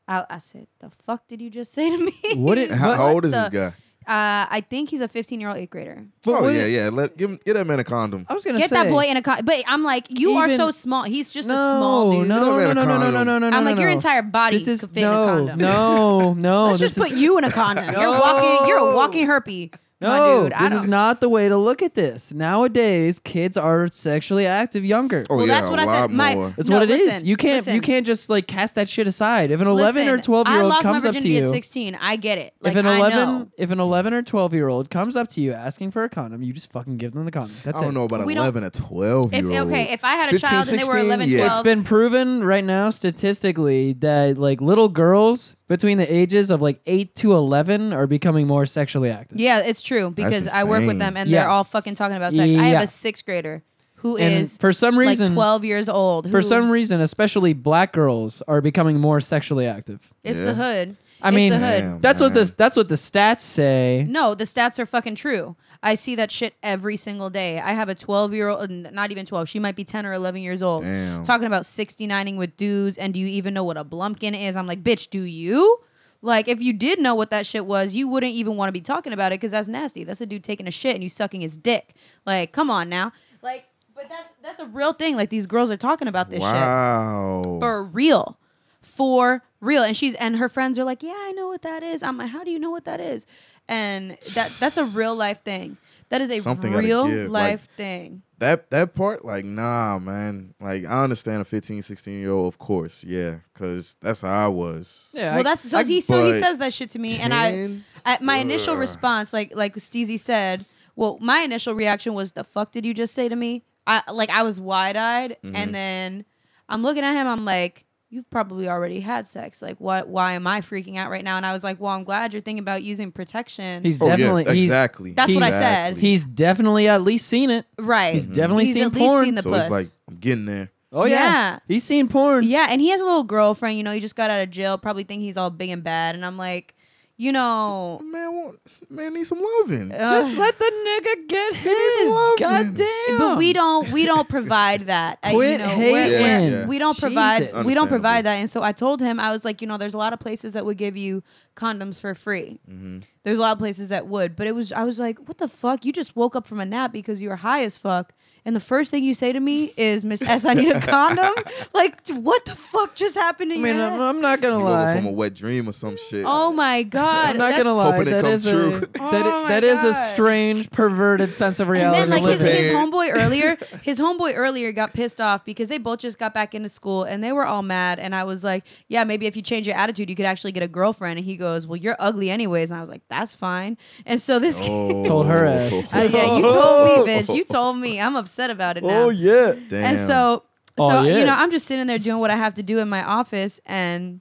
[SPEAKER 2] I, I said, "The fuck did you just say to me?"
[SPEAKER 1] What it-
[SPEAKER 3] how, how
[SPEAKER 2] What
[SPEAKER 3] old is
[SPEAKER 2] the-
[SPEAKER 3] this guy?
[SPEAKER 2] Uh, I think he's a 15 year old eighth grader.
[SPEAKER 3] Oh
[SPEAKER 1] what
[SPEAKER 3] yeah,
[SPEAKER 1] it-
[SPEAKER 3] yeah. Let give him, get that man a condom.
[SPEAKER 1] I was gonna
[SPEAKER 2] Get
[SPEAKER 1] say,
[SPEAKER 2] that boy in a condom. But I'm like, you are
[SPEAKER 1] Even-
[SPEAKER 2] so small. He's just
[SPEAKER 1] no,
[SPEAKER 2] a small dude.
[SPEAKER 1] No, no,
[SPEAKER 3] Get
[SPEAKER 1] no,
[SPEAKER 3] that man a
[SPEAKER 1] no, no, no, no,
[SPEAKER 3] condom.
[SPEAKER 1] no, no.
[SPEAKER 2] I'm like, your
[SPEAKER 1] no.
[SPEAKER 2] entire body
[SPEAKER 1] This is
[SPEAKER 2] could fit
[SPEAKER 1] no,
[SPEAKER 2] in a condom.
[SPEAKER 1] no, no.
[SPEAKER 2] Let's
[SPEAKER 1] this
[SPEAKER 2] just put
[SPEAKER 1] is,
[SPEAKER 2] you in a condom. You're walking. You're a walking herpy. my
[SPEAKER 1] No,
[SPEAKER 2] dude. I
[SPEAKER 1] this
[SPEAKER 2] don't-
[SPEAKER 1] is not the way to look at this. Nowadays, kids are sexually active younger.
[SPEAKER 3] Oh
[SPEAKER 2] Well,
[SPEAKER 3] yeah,
[SPEAKER 2] that's what
[SPEAKER 3] a
[SPEAKER 2] I said.
[SPEAKER 3] lot
[SPEAKER 2] My-
[SPEAKER 3] more.
[SPEAKER 1] That's
[SPEAKER 2] No,
[SPEAKER 1] what it is.
[SPEAKER 2] listen,
[SPEAKER 1] You can't you
[SPEAKER 2] listen.
[SPEAKER 1] can't just like cast that shit aside. If an eleven or
[SPEAKER 2] Listen,
[SPEAKER 1] twelve year
[SPEAKER 2] I
[SPEAKER 1] old
[SPEAKER 2] lost
[SPEAKER 1] comes
[SPEAKER 2] my
[SPEAKER 1] up to
[SPEAKER 2] virginity
[SPEAKER 1] you,
[SPEAKER 2] at 16. I get it. Like,
[SPEAKER 1] if an
[SPEAKER 2] I
[SPEAKER 1] eleven
[SPEAKER 2] know.
[SPEAKER 1] if an eleven or twelve year old comes up to you asking for a condom, you just fucking give them the condom. That's
[SPEAKER 3] I don't
[SPEAKER 1] it.
[SPEAKER 3] know about
[SPEAKER 2] We don't-
[SPEAKER 3] eleven or twelve
[SPEAKER 2] If,
[SPEAKER 3] year old.
[SPEAKER 2] okay, if I had a
[SPEAKER 3] 15,
[SPEAKER 2] child and they were
[SPEAKER 3] 16,
[SPEAKER 2] 11,
[SPEAKER 3] yeah.
[SPEAKER 2] 12,
[SPEAKER 3] It's
[SPEAKER 1] It's been proven right now statistically that like little girls between the ages of like eight to eleven are becoming more sexually active.
[SPEAKER 2] yeah, it's true because I work with
[SPEAKER 3] insane.
[SPEAKER 2] them and
[SPEAKER 1] Yeah.
[SPEAKER 2] they're all fucking talking about sex. I have
[SPEAKER 1] Yeah.
[SPEAKER 2] a sixth grader who is
[SPEAKER 1] And for some reason,
[SPEAKER 2] like 12 years old.
[SPEAKER 1] for
[SPEAKER 2] who-
[SPEAKER 1] some reason, especially black girls are becoming more sexually active.
[SPEAKER 2] it's
[SPEAKER 3] Yeah.
[SPEAKER 2] the hood.
[SPEAKER 1] I
[SPEAKER 2] it's
[SPEAKER 1] mean,
[SPEAKER 2] the hood.
[SPEAKER 3] Damn.
[SPEAKER 1] that's what
[SPEAKER 3] man.
[SPEAKER 1] this that's what the stats say.
[SPEAKER 2] No, the stats are fucking true. I see that shit every single day. I have a 12 year old, not even 12, she might be 10 or 11 years old,
[SPEAKER 3] Damn.
[SPEAKER 2] talking about 69ing with dudes. And do you even know what a blumpkin is? I'm like, bitch, do you? Like, if you did know what that shit was, you wouldn't even want to be talking about it because that's nasty. That's a dude taking a shit and you sucking his dick. Like, come on now. Like, but that's that's a real thing. Like, these girls are talking about this shit
[SPEAKER 3] Wow.
[SPEAKER 2] for real for real and she's and her friends are like yeah i know what that is i'm like how do you know what that is and that that's a real life thing that is a
[SPEAKER 3] Something gotta
[SPEAKER 2] real
[SPEAKER 3] give, like-
[SPEAKER 2] life thing
[SPEAKER 3] that that part like nah man like i understand a 15 16 year old of course yeah because that's how i was
[SPEAKER 1] Yeah,
[SPEAKER 2] well
[SPEAKER 1] I-
[SPEAKER 2] that's so
[SPEAKER 1] I-
[SPEAKER 2] he so he
[SPEAKER 3] but
[SPEAKER 2] says that shit to me and
[SPEAKER 3] 10?
[SPEAKER 2] i at my initial
[SPEAKER 3] Ugh.
[SPEAKER 2] response like like steezy said well my initial reaction was the fuck did you just say to me i like i was wide-eyed
[SPEAKER 3] Mm-hmm.
[SPEAKER 2] and then i'm looking at him i'm like you've probably already had sex like what why am i freaking out right now and i was like well i'm glad you're thinking about using protection
[SPEAKER 1] he's
[SPEAKER 3] Oh, yeah,
[SPEAKER 1] definitely he's-
[SPEAKER 3] exactly
[SPEAKER 2] That's what I said.
[SPEAKER 3] Exactly.
[SPEAKER 1] He's definitely at least seen it.
[SPEAKER 2] Right.
[SPEAKER 1] He's definitely
[SPEAKER 2] He's
[SPEAKER 1] seen
[SPEAKER 2] at least
[SPEAKER 1] porn.
[SPEAKER 2] seen the
[SPEAKER 3] so
[SPEAKER 2] puss.
[SPEAKER 3] it's like i'm getting there
[SPEAKER 1] Oh yeah,
[SPEAKER 2] Yeah.
[SPEAKER 1] he's seen porn.
[SPEAKER 2] yeah, and he has a little girlfriend, you know, he just got out of jail, probably think he's all big and bad. And I'm like, you know,
[SPEAKER 3] Oh, man want, man need some loving
[SPEAKER 2] Oh,
[SPEAKER 1] Just let the nigga get his.
[SPEAKER 3] loving.
[SPEAKER 1] God damn.
[SPEAKER 2] but we don't we don't provide that. Uh,
[SPEAKER 1] Quit
[SPEAKER 2] you know, we're- we're-
[SPEAKER 1] hating.
[SPEAKER 3] Yeah.
[SPEAKER 2] We don't provide
[SPEAKER 1] Jesus.
[SPEAKER 2] we don't
[SPEAKER 3] Understandable.
[SPEAKER 2] provide that. And so I told him, I was like, you know, there's a lot of places that would give you condoms for free.
[SPEAKER 3] Mm-hmm.
[SPEAKER 2] There's a lot of places that would. But it was I was like, what the fuck? You just woke up from a nap because you were high as fuck. And the first thing you say to me is, Miss S, I need a condom. like, what the fuck just happened to
[SPEAKER 1] I
[SPEAKER 2] you?
[SPEAKER 1] mean, I'm, I'm not gonna
[SPEAKER 3] you woke up
[SPEAKER 1] lie.
[SPEAKER 3] from a wet dream or some shit
[SPEAKER 2] Oh my god!
[SPEAKER 1] I'm not
[SPEAKER 2] That's-
[SPEAKER 1] gonna lie.
[SPEAKER 3] Hoping it
[SPEAKER 1] That
[SPEAKER 3] comes
[SPEAKER 1] is
[SPEAKER 3] true.
[SPEAKER 1] a that,
[SPEAKER 2] Oh
[SPEAKER 1] i-
[SPEAKER 2] my
[SPEAKER 1] that is a
[SPEAKER 2] God.
[SPEAKER 1] strange, perverted sense of
[SPEAKER 2] And
[SPEAKER 1] reality.
[SPEAKER 2] then like his,
[SPEAKER 1] living.
[SPEAKER 2] his
[SPEAKER 3] Prepared.
[SPEAKER 2] homeboy earlier, his homeboy earlier got pissed off because they both just got back into school and they were all mad. And I was like, "Yeah, maybe if you change your attitude, you could actually get a girlfriend." And he goes, "Well, you're ugly anyways." And I was like, that's fine. And so this kid,
[SPEAKER 3] Oh.
[SPEAKER 1] Told her ass.
[SPEAKER 2] Uh, yeah, you told me, bitch. You told me. I'm upset about it now.
[SPEAKER 4] Oh yeah.
[SPEAKER 3] Damn.
[SPEAKER 2] And so, so
[SPEAKER 1] Oh, yeah.
[SPEAKER 2] you know, I'm just sitting there doing what I have to do in my office, and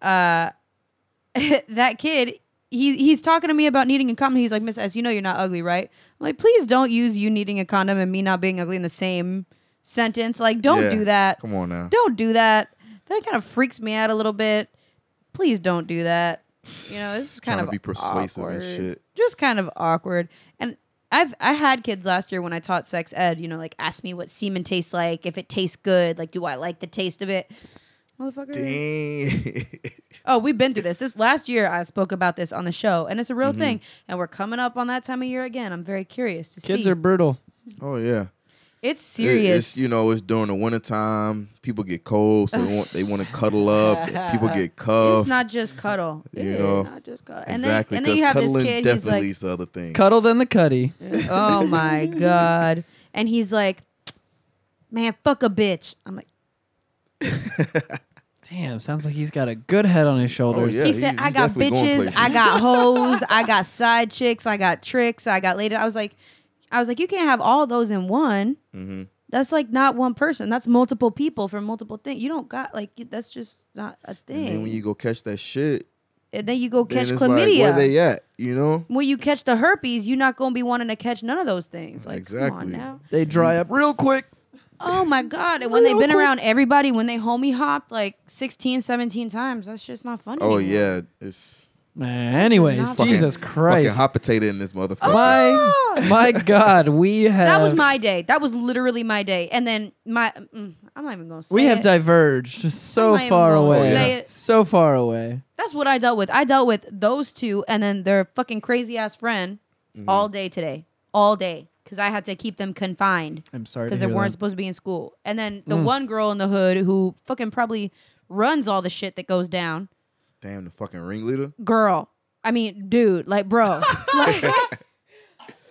[SPEAKER 2] uh, that kid, he he's talking to me about needing a condom. He's like, Miss S, you know you're not ugly, right? I'm like, please don't use you needing a condom and me not being ugly in the same sentence. Like, don't
[SPEAKER 3] Yeah.
[SPEAKER 2] do that.
[SPEAKER 3] Come on now.
[SPEAKER 2] Don't do that. That kind of freaks me out a little bit. Please don't do that. You know, this is kind
[SPEAKER 3] Tryna
[SPEAKER 2] of
[SPEAKER 3] be persuasive
[SPEAKER 2] awkward.
[SPEAKER 3] and shit.
[SPEAKER 2] Just kind of awkward. And I've I had kids last year when I taught sex ed. You know, like ask me what semen tastes like, if it tastes good, like do I like the taste of it. Motherfucker.
[SPEAKER 3] Dang.
[SPEAKER 2] Oh, we've been through this. This last year, I spoke about this on the show, and it's a
[SPEAKER 3] Mm-hmm.
[SPEAKER 2] real thing. And we're coming up on that time of year again. I'm very curious to
[SPEAKER 1] Kids
[SPEAKER 2] see.
[SPEAKER 1] are brutal.
[SPEAKER 3] oh yeah.
[SPEAKER 2] it's
[SPEAKER 3] It- it's
[SPEAKER 2] serious.
[SPEAKER 3] you know it's during the wintertime. People get cold, so they want they want to cuddle up. People get cuffed.
[SPEAKER 2] It's not just cuddle.
[SPEAKER 3] You
[SPEAKER 2] yeah,
[SPEAKER 3] know,
[SPEAKER 2] not just cuddle. And
[SPEAKER 3] exactly
[SPEAKER 2] then and then
[SPEAKER 3] because
[SPEAKER 2] you have this
[SPEAKER 3] cuddling
[SPEAKER 2] kid who's
[SPEAKER 3] definitely
[SPEAKER 2] like,
[SPEAKER 3] leads to other things.
[SPEAKER 1] Cuddled in the cuddy.
[SPEAKER 2] oh my god. And he's like, man, fuck a bitch. I'm like,
[SPEAKER 1] Damn, sounds like he's got a good head on
[SPEAKER 3] Oh,
[SPEAKER 1] his shoulders.
[SPEAKER 3] Yeah,
[SPEAKER 2] he
[SPEAKER 3] he's-
[SPEAKER 2] said, I
[SPEAKER 3] he's
[SPEAKER 2] got
[SPEAKER 3] definitely going
[SPEAKER 2] bitches,
[SPEAKER 3] places."
[SPEAKER 2] I got hoes, I got side chicks, I got tricks, I got ladies. I was like, I was like, you can't have all those in one.
[SPEAKER 3] Mm-hmm.
[SPEAKER 2] That's like not one person. That's multiple people for multiple things. You don't got like you- that's just not a
[SPEAKER 3] And
[SPEAKER 2] thing.
[SPEAKER 3] then when you go catch that shit,
[SPEAKER 2] go
[SPEAKER 3] then
[SPEAKER 2] catch
[SPEAKER 3] it's like
[SPEAKER 2] chlamydia.
[SPEAKER 3] where they at? You know.
[SPEAKER 2] when you catch the herpes, you're not gonna be wanting to catch none of those things. Like, come
[SPEAKER 3] Exactly.
[SPEAKER 2] on now.
[SPEAKER 1] They dry up real quick.
[SPEAKER 2] Oh my God. And when they've been around everybody, when they homie hopped like 16, 17 times, that's just not funny.
[SPEAKER 3] Oh yeah, it's
[SPEAKER 1] Man, anyways,
[SPEAKER 2] not fucking-
[SPEAKER 1] Jesus
[SPEAKER 3] fucking
[SPEAKER 1] Christ.
[SPEAKER 3] hot potato in this motherfucker.
[SPEAKER 2] Oh
[SPEAKER 1] My my God, we have
[SPEAKER 2] Ah! That was my day. That was literally my day. And then my, mm, I'm not even going to say
[SPEAKER 1] we have
[SPEAKER 2] it.
[SPEAKER 1] diverged so
[SPEAKER 2] not even
[SPEAKER 1] far
[SPEAKER 2] gonna
[SPEAKER 1] away.
[SPEAKER 3] say
[SPEAKER 2] it.
[SPEAKER 1] So far away.
[SPEAKER 2] That's what I dealt with. I dealt with those two and then their fucking crazy ass friend
[SPEAKER 3] Mm-hmm.
[SPEAKER 2] all day today. All day. Because I had to keep them confined.
[SPEAKER 1] I'm sorry to
[SPEAKER 2] Because they
[SPEAKER 1] hear
[SPEAKER 2] weren't
[SPEAKER 1] that. Mm.
[SPEAKER 2] supposed to be in school. And then the one girl in the hood who fucking probably runs all the shit that goes down.
[SPEAKER 3] Damn the fucking ringleader.
[SPEAKER 2] girl. I mean, dude, like, bro, like,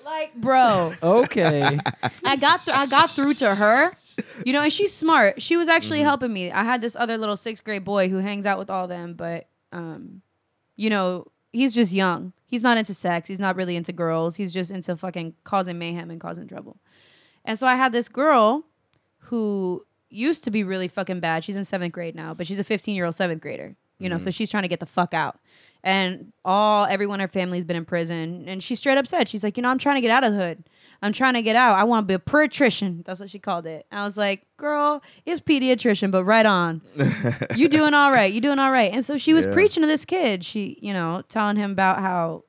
[SPEAKER 2] like, bro.
[SPEAKER 1] Okay.
[SPEAKER 2] I got through. I got through to her. You know, and she's smart. She was actually helping me. I had this other little sixth grade boy who hangs out with all them, but um, you know, he's just young. He's not into sex. He's not really into girls. He's just into fucking causing mayhem and causing trouble. And so I had this girl who used to be really fucking bad. She's in seventh grade now, but she's a 15 year old seventh grader. You know,
[SPEAKER 3] Mm-hmm.
[SPEAKER 2] so she's trying to get the fuck out. And all everyone in her family's been in prison. And she straight up said, She's like, you know, I'm trying to get out of the hood. I'm trying to get out. I want to be a pediatrician. That's what she called it. I was like, girl, it's pediatrician, but right on. you doing all right. You doing all right. And so she was
[SPEAKER 3] Yeah.
[SPEAKER 2] preaching to this kid. She, you know, telling him about how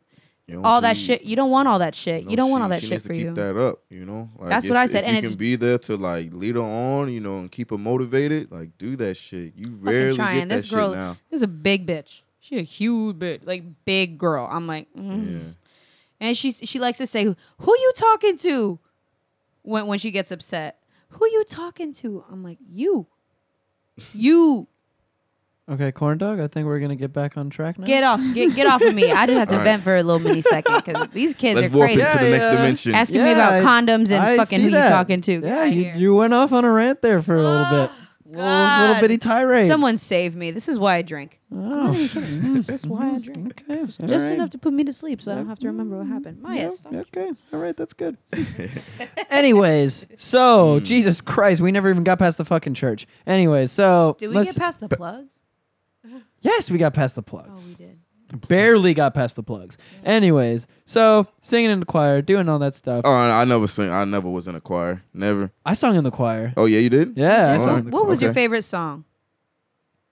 [SPEAKER 3] You know,
[SPEAKER 2] all that
[SPEAKER 3] she-
[SPEAKER 2] shit. You don't want all that shit. You
[SPEAKER 3] know,
[SPEAKER 2] don't want
[SPEAKER 3] she-
[SPEAKER 2] all that
[SPEAKER 3] she
[SPEAKER 2] shit
[SPEAKER 3] needs
[SPEAKER 2] for
[SPEAKER 3] to
[SPEAKER 2] you.
[SPEAKER 3] Keep that up, you know. Like,
[SPEAKER 2] That's
[SPEAKER 3] if-
[SPEAKER 2] what I said,
[SPEAKER 3] If
[SPEAKER 2] and
[SPEAKER 3] you
[SPEAKER 2] it's-
[SPEAKER 3] can be there to like lead her on, you know, and keep her motivated. Like do that shit. You
[SPEAKER 2] fucking
[SPEAKER 3] rarely
[SPEAKER 2] trying.
[SPEAKER 3] get that
[SPEAKER 2] this
[SPEAKER 3] shit
[SPEAKER 2] girl
[SPEAKER 3] now.
[SPEAKER 2] this is a big bitch. She a huge bitch, like big girl. I'm like, mm.
[SPEAKER 3] Yeah.
[SPEAKER 2] and she she likes to say, "Who you talking to?" When when she gets upset, "Who you talking to?" I'm like, "You, you
[SPEAKER 1] okay, corn dog. I think we're gonna get back on track now.
[SPEAKER 2] get off, get get off of me." I just have to vent for a little mini second because these kids
[SPEAKER 3] Let's
[SPEAKER 2] are
[SPEAKER 3] warp
[SPEAKER 2] crazy.
[SPEAKER 3] into the
[SPEAKER 1] Yeah,
[SPEAKER 3] next
[SPEAKER 1] yeah.
[SPEAKER 3] dimension.
[SPEAKER 2] Asking me
[SPEAKER 1] Yeah,
[SPEAKER 2] about
[SPEAKER 1] I-
[SPEAKER 2] condoms and
[SPEAKER 1] I
[SPEAKER 2] fucking
[SPEAKER 1] see
[SPEAKER 2] who you
[SPEAKER 1] that.
[SPEAKER 2] talking to. Get
[SPEAKER 1] Yeah,
[SPEAKER 2] outta
[SPEAKER 1] you,
[SPEAKER 2] here. Oh,
[SPEAKER 1] you went off on a rant there for a little bit. Little, little
[SPEAKER 2] God.
[SPEAKER 1] bitty tirade.
[SPEAKER 2] Someone save me. This is why I drink.
[SPEAKER 1] Oh.
[SPEAKER 2] That's why I drink.
[SPEAKER 1] okay.
[SPEAKER 2] Just
[SPEAKER 1] alright.
[SPEAKER 2] enough to put me to sleep so I don't have to remember what happened. Maya,
[SPEAKER 1] Yeah,
[SPEAKER 2] stop.
[SPEAKER 1] okay. All right. That's good. Anyways, so
[SPEAKER 3] Hmm.
[SPEAKER 1] Jesus Christ, we never even got past the fucking church. Anyways, so
[SPEAKER 2] Did we
[SPEAKER 1] let's-
[SPEAKER 2] get past the plugs?
[SPEAKER 1] Yes, we got past the
[SPEAKER 2] Oh,
[SPEAKER 1] plugs.
[SPEAKER 2] we did.
[SPEAKER 1] Barely got past the plugs. Anyways, so singing in the choir, doing all that stuff.
[SPEAKER 3] Oh, I I never sing. I never was in a choir. Never.
[SPEAKER 1] I sung in the choir.
[SPEAKER 3] Oh yeah, you did.
[SPEAKER 1] Yeah, I
[SPEAKER 3] Did
[SPEAKER 1] sung.
[SPEAKER 3] you?
[SPEAKER 1] in the
[SPEAKER 2] What was your
[SPEAKER 3] Okay.
[SPEAKER 2] favorite song?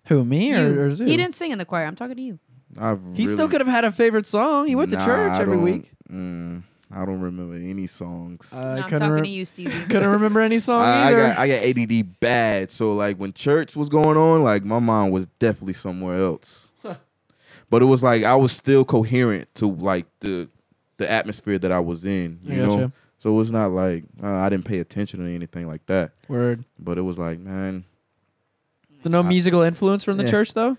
[SPEAKER 1] Who me
[SPEAKER 2] You.
[SPEAKER 1] or, or Zoo?
[SPEAKER 2] He didn't sing in the choir. I'm talking to you.
[SPEAKER 3] I
[SPEAKER 1] He still
[SPEAKER 3] really-
[SPEAKER 1] could have had a favorite song. He went
[SPEAKER 3] Nah,
[SPEAKER 1] to church
[SPEAKER 3] I
[SPEAKER 1] every
[SPEAKER 3] don't-
[SPEAKER 1] week.
[SPEAKER 3] mm, I don't remember any songs.
[SPEAKER 1] I
[SPEAKER 2] no, I'm
[SPEAKER 1] couldn't
[SPEAKER 2] talking
[SPEAKER 1] re-
[SPEAKER 2] to you, Stevie.
[SPEAKER 1] Couldn't remember any song
[SPEAKER 3] I, I
[SPEAKER 1] either.
[SPEAKER 3] got I got ADD bad. So like when church was going on, like my mind was definitely somewhere else. but it was like I was still coherent to like the the atmosphere that I was in.
[SPEAKER 1] I
[SPEAKER 3] You know,
[SPEAKER 1] gotcha.
[SPEAKER 3] so it was not like uh, I didn't pay attention or anything like that.
[SPEAKER 1] Word.
[SPEAKER 3] But it was like man,
[SPEAKER 1] There no musical influence from the
[SPEAKER 3] yeah.
[SPEAKER 1] church though.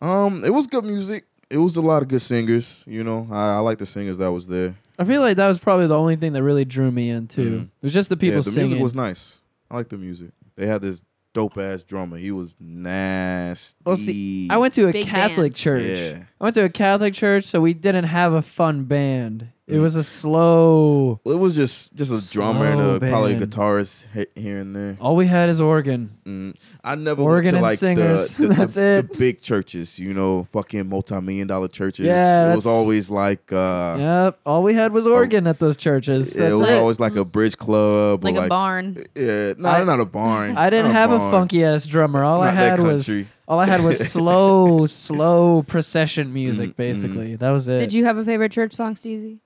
[SPEAKER 3] um, it was good music. It was a lot of good singers. You know, I, I like the singers that was there.
[SPEAKER 1] I feel like that was probably the only thing that really drew me in too.
[SPEAKER 3] Mhm.
[SPEAKER 1] It was just the people
[SPEAKER 3] yeah, the
[SPEAKER 1] singing.
[SPEAKER 3] music was nice. I like the music. They had this dope ass drummer. He was nasty.
[SPEAKER 1] Well, Oh, see, I went to a
[SPEAKER 2] Big
[SPEAKER 1] Catholic
[SPEAKER 2] band.
[SPEAKER 1] church.
[SPEAKER 3] Yeah.
[SPEAKER 1] I went to a Catholic church, so we didn't have a fun band.
[SPEAKER 3] Mm.
[SPEAKER 1] It was a slow.
[SPEAKER 3] It was just just a drummer and
[SPEAKER 1] Slow
[SPEAKER 3] a, probably a
[SPEAKER 1] band.
[SPEAKER 3] guitarist he- here and there.
[SPEAKER 1] All we had is organ.
[SPEAKER 3] Mm. I never
[SPEAKER 1] Organ
[SPEAKER 3] went to
[SPEAKER 1] and
[SPEAKER 3] like
[SPEAKER 1] singers.
[SPEAKER 3] The, the, the-
[SPEAKER 1] That's
[SPEAKER 3] the
[SPEAKER 1] it.
[SPEAKER 3] big churches, you know, fucking multi-million dollar churches.
[SPEAKER 1] Yeah,
[SPEAKER 3] it was
[SPEAKER 1] that's-
[SPEAKER 3] always like uh, Oh.
[SPEAKER 1] Yep. All we had was organ at those churches.
[SPEAKER 3] it
[SPEAKER 1] That's
[SPEAKER 3] was
[SPEAKER 1] it.
[SPEAKER 3] always like a bridge club
[SPEAKER 2] like,
[SPEAKER 3] or like
[SPEAKER 2] a barn.
[SPEAKER 3] Yeah, no,
[SPEAKER 1] I-
[SPEAKER 3] not a barn.
[SPEAKER 1] I didn't
[SPEAKER 3] Not
[SPEAKER 1] have a
[SPEAKER 3] barn.
[SPEAKER 1] funky ass drummer. All I
[SPEAKER 3] Not that
[SPEAKER 1] had was
[SPEAKER 3] country.
[SPEAKER 1] all I had was slow, slow procession
[SPEAKER 3] Mm,
[SPEAKER 1] music. Basically, that was it.
[SPEAKER 2] Did you have a favorite church song, Steezy?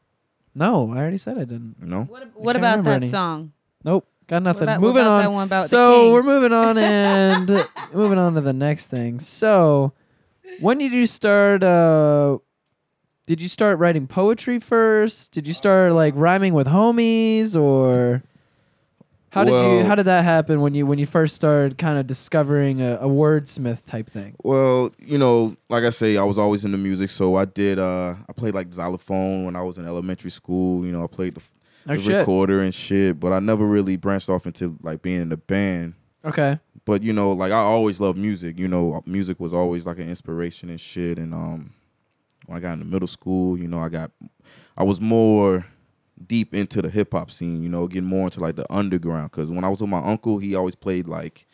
[SPEAKER 1] No, I already said I didn't.
[SPEAKER 3] No,
[SPEAKER 2] What, ab-
[SPEAKER 1] I
[SPEAKER 2] what
[SPEAKER 1] can't
[SPEAKER 2] about
[SPEAKER 1] remember
[SPEAKER 2] that
[SPEAKER 1] any.
[SPEAKER 2] song?
[SPEAKER 1] Nope, got nothing.
[SPEAKER 2] about- what
[SPEAKER 1] moving
[SPEAKER 2] about
[SPEAKER 1] on.
[SPEAKER 2] that one about the
[SPEAKER 1] so
[SPEAKER 2] king?
[SPEAKER 1] we're moving on and moving on to the next thing. So, when did you start? Uh, did you start writing poetry first? Did you start like rhyming with homies or? How did
[SPEAKER 3] Well-
[SPEAKER 1] you? How did that happen when you when you first started kind of discovering a, a wordsmith type thing?
[SPEAKER 3] Well, you know, like I say, I was always into music, so I did. uh I played like xylophone when I was in elementary school. You know, I played the,
[SPEAKER 1] Oh
[SPEAKER 3] the
[SPEAKER 1] shit.
[SPEAKER 3] recorder and shit, but I never really branched off into like being in a band.
[SPEAKER 1] Okay.
[SPEAKER 3] But you know, like I always loved music. You know, music was always like an inspiration and shit. And um, when I got into middle school, you know, I got, I was more deep into the hip hop scene. You know, getting more into like the underground. Because when I was with my uncle, he always played like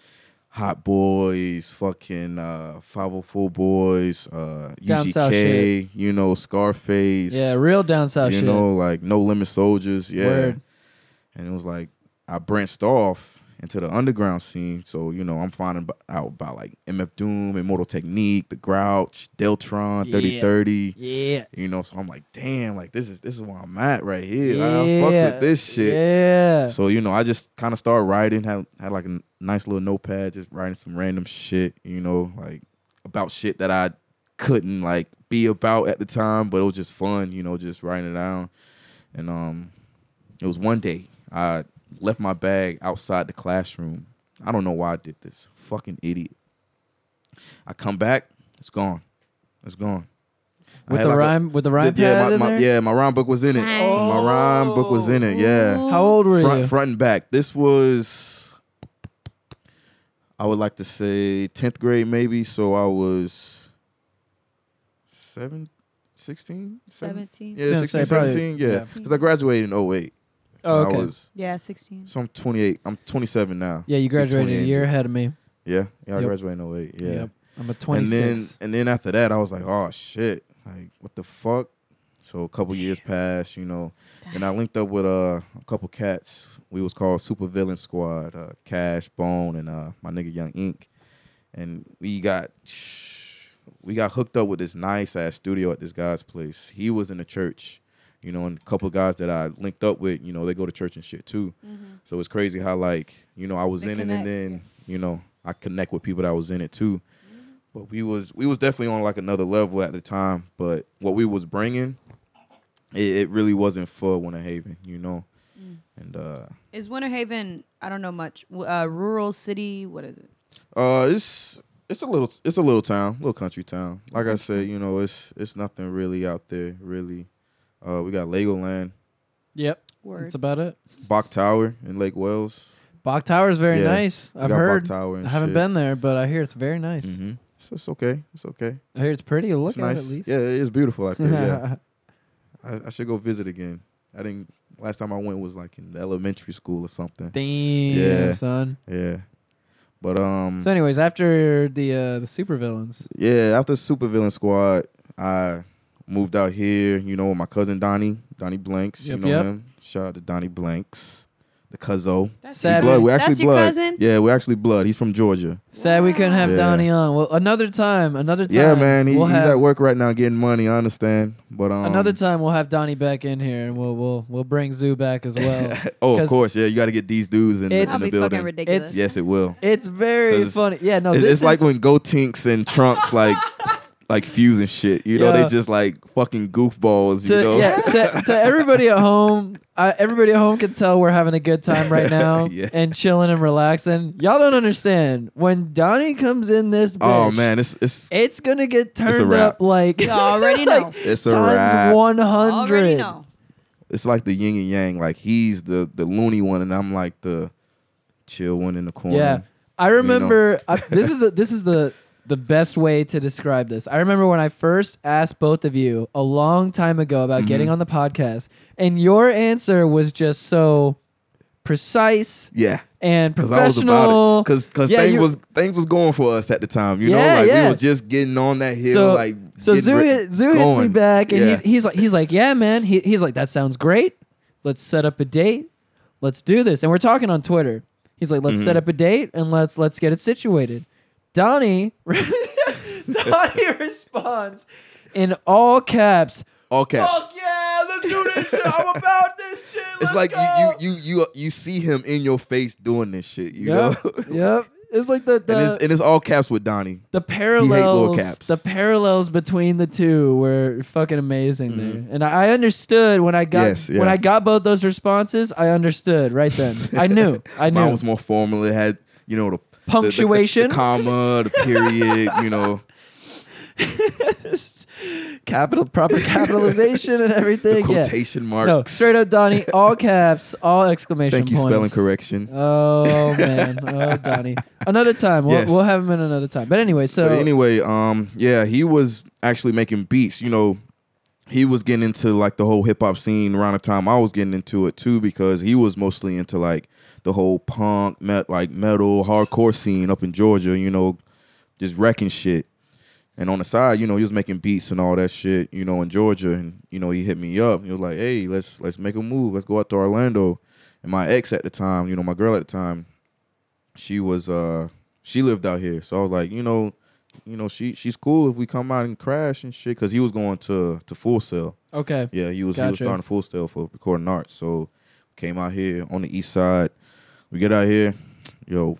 [SPEAKER 3] Hot Boys, fucking uh, Five Hundred Four Boys, uh,
[SPEAKER 1] Down South shit.
[SPEAKER 3] UGK. You know, Scarface.
[SPEAKER 1] Yeah, real down south
[SPEAKER 3] you
[SPEAKER 1] Oh, shit.
[SPEAKER 3] know, like No Limit Soldiers. Yeah,
[SPEAKER 1] Word.
[SPEAKER 3] and it was like I branched off into the underground scene. So you know, I'm finding b- out about like MF Doom, Immortal Technique, The Grouch, Deltron, Thirty
[SPEAKER 1] Yeah.
[SPEAKER 3] Thirty.
[SPEAKER 1] Yeah.
[SPEAKER 3] You know, so I'm like, damn, like this is this is where I'm at right here. I fucks with this shit.
[SPEAKER 1] Yeah.
[SPEAKER 3] So you know, I just kind of started writing. Had had like a n- nice little notepad, just writing some random shit. You know, like about shit that I couldn't like be about at the time, but it was just fun. You know, just writing it down. And um, it was one day I left my bag outside the classroom. I don't know why I did this. Fucking idiot. I come back, it's gone. It's gone. I
[SPEAKER 1] with
[SPEAKER 3] had
[SPEAKER 1] the
[SPEAKER 3] like a-
[SPEAKER 1] rhyme, with the rhyme
[SPEAKER 3] yeah,
[SPEAKER 1] pad
[SPEAKER 3] my,
[SPEAKER 1] in
[SPEAKER 3] my-
[SPEAKER 1] there.
[SPEAKER 3] yeah, my rhyme book was in it.
[SPEAKER 2] Dang.
[SPEAKER 3] My rhyme book was in it. Yeah
[SPEAKER 2] Ooh.
[SPEAKER 1] How old were
[SPEAKER 3] front,
[SPEAKER 1] you?
[SPEAKER 3] front and back. This was, I would like to say, 10th grade maybe. So I was seven, 16, seven-
[SPEAKER 2] 17.
[SPEAKER 3] Yeah,
[SPEAKER 1] Yeah,
[SPEAKER 3] 16,
[SPEAKER 1] say probably-
[SPEAKER 3] 17. Yeah.
[SPEAKER 1] yeah.
[SPEAKER 3] Because I graduated in 08.
[SPEAKER 1] Oh, okay.
[SPEAKER 3] I was,
[SPEAKER 2] Yeah, 16.
[SPEAKER 3] so I'm 28. I'm 27 now.
[SPEAKER 1] yeah, you graduated a
[SPEAKER 3] 28.
[SPEAKER 1] year ahead of me.
[SPEAKER 3] Yeah. Yeah, I
[SPEAKER 1] Yep.
[SPEAKER 3] graduated in 08. Yeah.
[SPEAKER 1] Yep. I'm a
[SPEAKER 3] And then
[SPEAKER 1] 26.
[SPEAKER 3] and then after that, I was like, oh shit, like what the fuck? So a couple years passed, you know, and I linked up with uh, a couple cats. We was called Super Villain Squad, uh, Cash Bone, and uh, my nigga Young Ink, and we got we got hooked up with this nice ass studio at this guy's place. He was in the church, you know, and a couple guys that I linked up with, you know, they go to church and shit too.
[SPEAKER 2] Mm-hmm.
[SPEAKER 3] So it's crazy how like you know I was
[SPEAKER 2] They
[SPEAKER 3] in
[SPEAKER 2] connect,
[SPEAKER 3] it and then you know I connect with people that was in it too. But we was we was definitely on like another level at the time. But what we was bringing, it, it really wasn't for Winter Haven, you know.
[SPEAKER 2] Mm.
[SPEAKER 3] And uh,
[SPEAKER 2] Is Winter Haven, I don't know much, w- uh, rural city, what is it?
[SPEAKER 3] uh, it's it's a little it's a little town, little country town. Like I said, you know, it's it's nothing really out there really. Uh, we got Legoland,
[SPEAKER 1] yep.
[SPEAKER 2] Word.
[SPEAKER 1] That's about it.
[SPEAKER 3] Bach Tower in Lake Wells.
[SPEAKER 1] Bach Tower is very
[SPEAKER 3] Yeah,
[SPEAKER 1] nice.
[SPEAKER 3] we
[SPEAKER 1] I've
[SPEAKER 3] got Bach
[SPEAKER 1] heard.
[SPEAKER 3] Tower
[SPEAKER 1] I
[SPEAKER 3] and
[SPEAKER 1] haven't
[SPEAKER 3] shit.
[SPEAKER 1] been there, but I hear it's very nice.
[SPEAKER 3] hmm It's, it's okay. It's okay.
[SPEAKER 1] I hear it's pretty to look
[SPEAKER 3] Mm-hmm.
[SPEAKER 1] at
[SPEAKER 3] it's nice.
[SPEAKER 1] at least.
[SPEAKER 3] Yeah, it's beautiful out there. Yeah. I, I should go visit again. I didn't. Last time I went was like in elementary school or something.
[SPEAKER 1] Damn,
[SPEAKER 3] Yeah.
[SPEAKER 1] son.
[SPEAKER 3] Yeah, but um,
[SPEAKER 1] So, anyways, after the uh, the supervillains,
[SPEAKER 3] yeah. After Supervillain Squad, I moved out here. You know, with my cousin Donnie, Donnie Blanks.
[SPEAKER 1] Yep,
[SPEAKER 3] you know
[SPEAKER 1] yep.
[SPEAKER 3] him. Shout out to Donnie Blanks, the cuzzo.
[SPEAKER 2] That's
[SPEAKER 1] Sad.
[SPEAKER 3] We blood. We're
[SPEAKER 2] That's
[SPEAKER 3] actually
[SPEAKER 2] your
[SPEAKER 3] blood.
[SPEAKER 2] cousin?
[SPEAKER 3] Yeah, we're actually blood. He's from Georgia.
[SPEAKER 1] sad we couldn't have
[SPEAKER 3] Yeah.
[SPEAKER 1] Donnie on. Well, another time, another time.
[SPEAKER 3] Yeah, man. He,
[SPEAKER 1] we'll
[SPEAKER 3] he's
[SPEAKER 1] have,
[SPEAKER 3] at work right now getting money. I understand, but um,
[SPEAKER 1] Another time, we'll have Donnie back in here, and we'll we'll we'll bring Zoo back as well.
[SPEAKER 3] Oh, of
[SPEAKER 1] 'cause
[SPEAKER 3] course. Yeah, you got to get these dudes in, the- in
[SPEAKER 1] It's-
[SPEAKER 2] That'll be
[SPEAKER 3] the building.
[SPEAKER 2] fucking ridiculous.
[SPEAKER 3] Yes, it will.
[SPEAKER 1] it's very
[SPEAKER 3] 'Cause
[SPEAKER 1] funny. Yeah, no,
[SPEAKER 3] it's,
[SPEAKER 1] Oh, this
[SPEAKER 3] it's like
[SPEAKER 1] is-
[SPEAKER 3] when Gotinks and Trunks like like fuse and shit. You know,
[SPEAKER 1] Yeah.
[SPEAKER 3] they just like fucking goofballs.
[SPEAKER 1] to,
[SPEAKER 3] you know,
[SPEAKER 1] yeah, to, to everybody at home, uh, everybody at home can tell we're having a good time right now
[SPEAKER 3] Yeah.
[SPEAKER 1] and chilling and relaxing. Y'all don't understand when Donnie comes in this.
[SPEAKER 3] oh
[SPEAKER 1] bitch,
[SPEAKER 3] man, it's it's
[SPEAKER 1] it's gonna get
[SPEAKER 3] a
[SPEAKER 1] turned
[SPEAKER 3] wrap.
[SPEAKER 1] up like
[SPEAKER 2] You already know.
[SPEAKER 3] it's a
[SPEAKER 1] times
[SPEAKER 3] wrap.
[SPEAKER 1] one
[SPEAKER 2] Already
[SPEAKER 1] hundred.
[SPEAKER 2] know.
[SPEAKER 3] It's like the yin and yang. Like he's the the loony one, and I'm like the chill one in the corner.
[SPEAKER 1] Yeah, I remember I, this is a, this is the the best way to describe this. I remember when I first asked both of you a long time ago
[SPEAKER 3] Mm-hmm.
[SPEAKER 1] about getting on the podcast, and your answer was just so precise
[SPEAKER 3] Yeah.
[SPEAKER 1] and
[SPEAKER 3] Cause I was about
[SPEAKER 1] professional.
[SPEAKER 3] it, cause, 'cause
[SPEAKER 1] Yeah,
[SPEAKER 3] things
[SPEAKER 1] you-
[SPEAKER 3] was things was going for us at the time, you
[SPEAKER 1] Yeah,
[SPEAKER 3] know, like
[SPEAKER 1] yeah.
[SPEAKER 3] we was just getting on that hill,
[SPEAKER 1] so
[SPEAKER 3] like
[SPEAKER 1] so
[SPEAKER 3] getting
[SPEAKER 1] Zoo,
[SPEAKER 3] re-
[SPEAKER 1] hit, Zoo hits me
[SPEAKER 3] going.
[SPEAKER 1] back, and
[SPEAKER 3] Yeah.
[SPEAKER 1] he's he's like he's like yeah, man. He, he's like that sounds great. Let's set up a date. Let's do this, and we're talking on Twitter. He's like, let's set
[SPEAKER 3] Mm-hmm.
[SPEAKER 1] up a date and let's let's get it situated. Donnie, Donnie responds in all caps.
[SPEAKER 3] all caps.
[SPEAKER 1] Fuck yeah, let's do this shit. I'm about this shit.
[SPEAKER 3] it's
[SPEAKER 1] Oh, let's
[SPEAKER 3] like
[SPEAKER 1] go."
[SPEAKER 3] you, you you you you see him in your face doing this shit, you
[SPEAKER 1] Yep,
[SPEAKER 3] know.
[SPEAKER 1] yep. It's like the the,
[SPEAKER 3] and it's and it's all caps with Donnie.
[SPEAKER 1] the parallels
[SPEAKER 3] caps.
[SPEAKER 1] the parallels between the two were fucking amazing there and i I understood when i got
[SPEAKER 3] Mm-hmm. Yes, yeah.
[SPEAKER 1] when i got both those responses i understood right then i knew i knew
[SPEAKER 3] Mine was more formal. It had you know the the- the- the-
[SPEAKER 1] Punctuation.
[SPEAKER 3] the, comma, the period. you know,
[SPEAKER 1] capital proper capitalization and everything yeah.
[SPEAKER 3] quotation marks.
[SPEAKER 1] no straight up donnie all caps all exclamation
[SPEAKER 3] Thank you, spelling
[SPEAKER 1] points
[SPEAKER 3] correction.
[SPEAKER 1] oh man oh donnie another time we'll,
[SPEAKER 3] Yes.
[SPEAKER 1] we'll have him in another time but anyway so
[SPEAKER 3] but anyway, um, yeah, he was actually making beats. You know, he was getting into like the whole hip hop scene around the time I was getting into it too, because he was mostly into like the whole punk, met like metal, hardcore scene up in Georgia. You know, just wrecking shit. And on the side, you know, he was making beats and all that shit, you know, in Georgia. And you know, he hit me up. He was like, "Hey, let's let's make a move. Let's go out to Orlando." And my ex at the time, you know, my girl at the time, she was uh she lived out here, so I was like, you know, you know, she she's cool if we come out and crash and shit, because he was going to to Full Sail.
[SPEAKER 1] okay
[SPEAKER 3] Yeah, he was he was
[SPEAKER 1] Gotcha.
[SPEAKER 3] starting Full Sail for recording art. So came out here on the east side. We get out here, yo,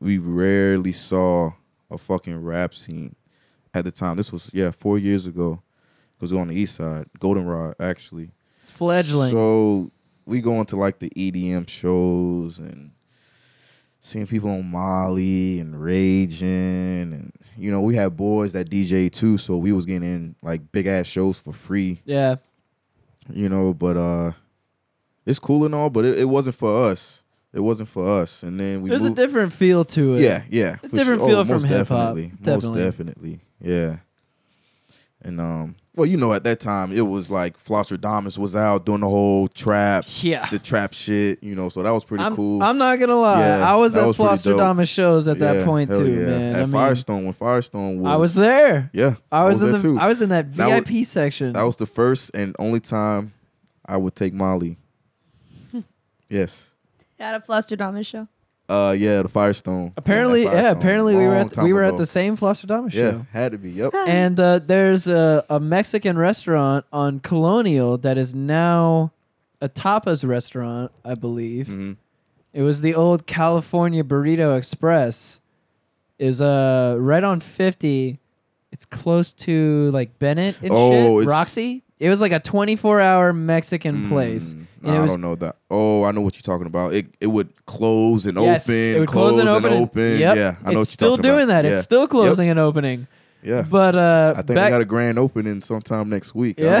[SPEAKER 3] we rarely saw a fucking rap scene at the time. This was yeah four years ago. Cause we we're on the east side, Goldenrod actually.
[SPEAKER 1] it's fledgling
[SPEAKER 3] So we going to like the EDM shows and seeing people on Molly and Raging and you know we had boys that DJ too, so we was getting in like big ass shows for free,
[SPEAKER 1] yeah
[SPEAKER 3] you know. But uh, it's cool and all, but it, it wasn't for us. It wasn't for us. And then we
[SPEAKER 1] there's
[SPEAKER 3] moved,
[SPEAKER 1] a different feel to it
[SPEAKER 3] yeah, yeah.
[SPEAKER 1] A
[SPEAKER 3] for
[SPEAKER 1] different
[SPEAKER 3] sure.
[SPEAKER 1] feel
[SPEAKER 3] Oh,
[SPEAKER 1] from
[SPEAKER 3] most
[SPEAKER 1] hip-hop,
[SPEAKER 3] Definitely,
[SPEAKER 1] definitely.
[SPEAKER 3] Most definitely. Yeah. And um, well, you know, at that time it was like Flostradamus was out doing the whole trap,
[SPEAKER 1] Yeah.
[SPEAKER 3] the trap shit, you know. So that was pretty
[SPEAKER 1] I'm,
[SPEAKER 3] cool.
[SPEAKER 1] I'm not gonna lie.
[SPEAKER 3] Yeah,
[SPEAKER 1] I was
[SPEAKER 3] that
[SPEAKER 1] at
[SPEAKER 3] was pretty dope.
[SPEAKER 1] Flostradamus shows at that
[SPEAKER 3] Yeah,
[SPEAKER 1] point
[SPEAKER 3] hell
[SPEAKER 1] too,
[SPEAKER 3] yeah.
[SPEAKER 1] man.
[SPEAKER 3] At
[SPEAKER 1] I mean,
[SPEAKER 3] Firestone, when Firestone was,
[SPEAKER 1] I was there.
[SPEAKER 3] yeah,
[SPEAKER 1] I was, in the
[SPEAKER 3] there too.
[SPEAKER 1] I was in that
[SPEAKER 3] That was-
[SPEAKER 1] VIP section.
[SPEAKER 3] that was the first and only time I would take Molly. yes.
[SPEAKER 2] At a Flusterdamus show.
[SPEAKER 3] Uh, yeah, the Firestone.
[SPEAKER 1] apparently,
[SPEAKER 3] At
[SPEAKER 1] yeah.
[SPEAKER 3] Firestone,
[SPEAKER 1] Apparently, we were
[SPEAKER 3] long
[SPEAKER 1] at the,
[SPEAKER 3] time
[SPEAKER 1] we were at
[SPEAKER 3] ago.
[SPEAKER 1] the same Flostradamus
[SPEAKER 3] yeah,
[SPEAKER 1] show.
[SPEAKER 3] had to be. Yep.
[SPEAKER 1] And uh, there's a, a Mexican restaurant on Colonial that is now a tapas restaurant, I believe.
[SPEAKER 3] Mhm.
[SPEAKER 1] It was the old California Burrito Express. Is uh right on fifty. It's close to like Bennett and
[SPEAKER 3] Oh,
[SPEAKER 1] shit.
[SPEAKER 3] it's-
[SPEAKER 1] Roxy. It was like a twenty four hour Mexican place.
[SPEAKER 3] Mm,
[SPEAKER 1] And
[SPEAKER 3] nah,
[SPEAKER 1] it was
[SPEAKER 3] I don't know that. Oh, I know what you're talking about. It it would close and
[SPEAKER 1] yes,
[SPEAKER 3] open.
[SPEAKER 1] it would close and open. and- Yep.
[SPEAKER 3] Yeah, I know. what
[SPEAKER 1] it's
[SPEAKER 3] you're
[SPEAKER 1] still
[SPEAKER 3] talking
[SPEAKER 1] doing
[SPEAKER 3] about.
[SPEAKER 1] that.
[SPEAKER 3] Yeah.
[SPEAKER 1] It's still closing and opening.
[SPEAKER 3] Yeah.
[SPEAKER 1] But uh,
[SPEAKER 3] I think
[SPEAKER 1] back
[SPEAKER 3] I got a grand opening sometime next week.
[SPEAKER 1] Yeah.
[SPEAKER 3] I,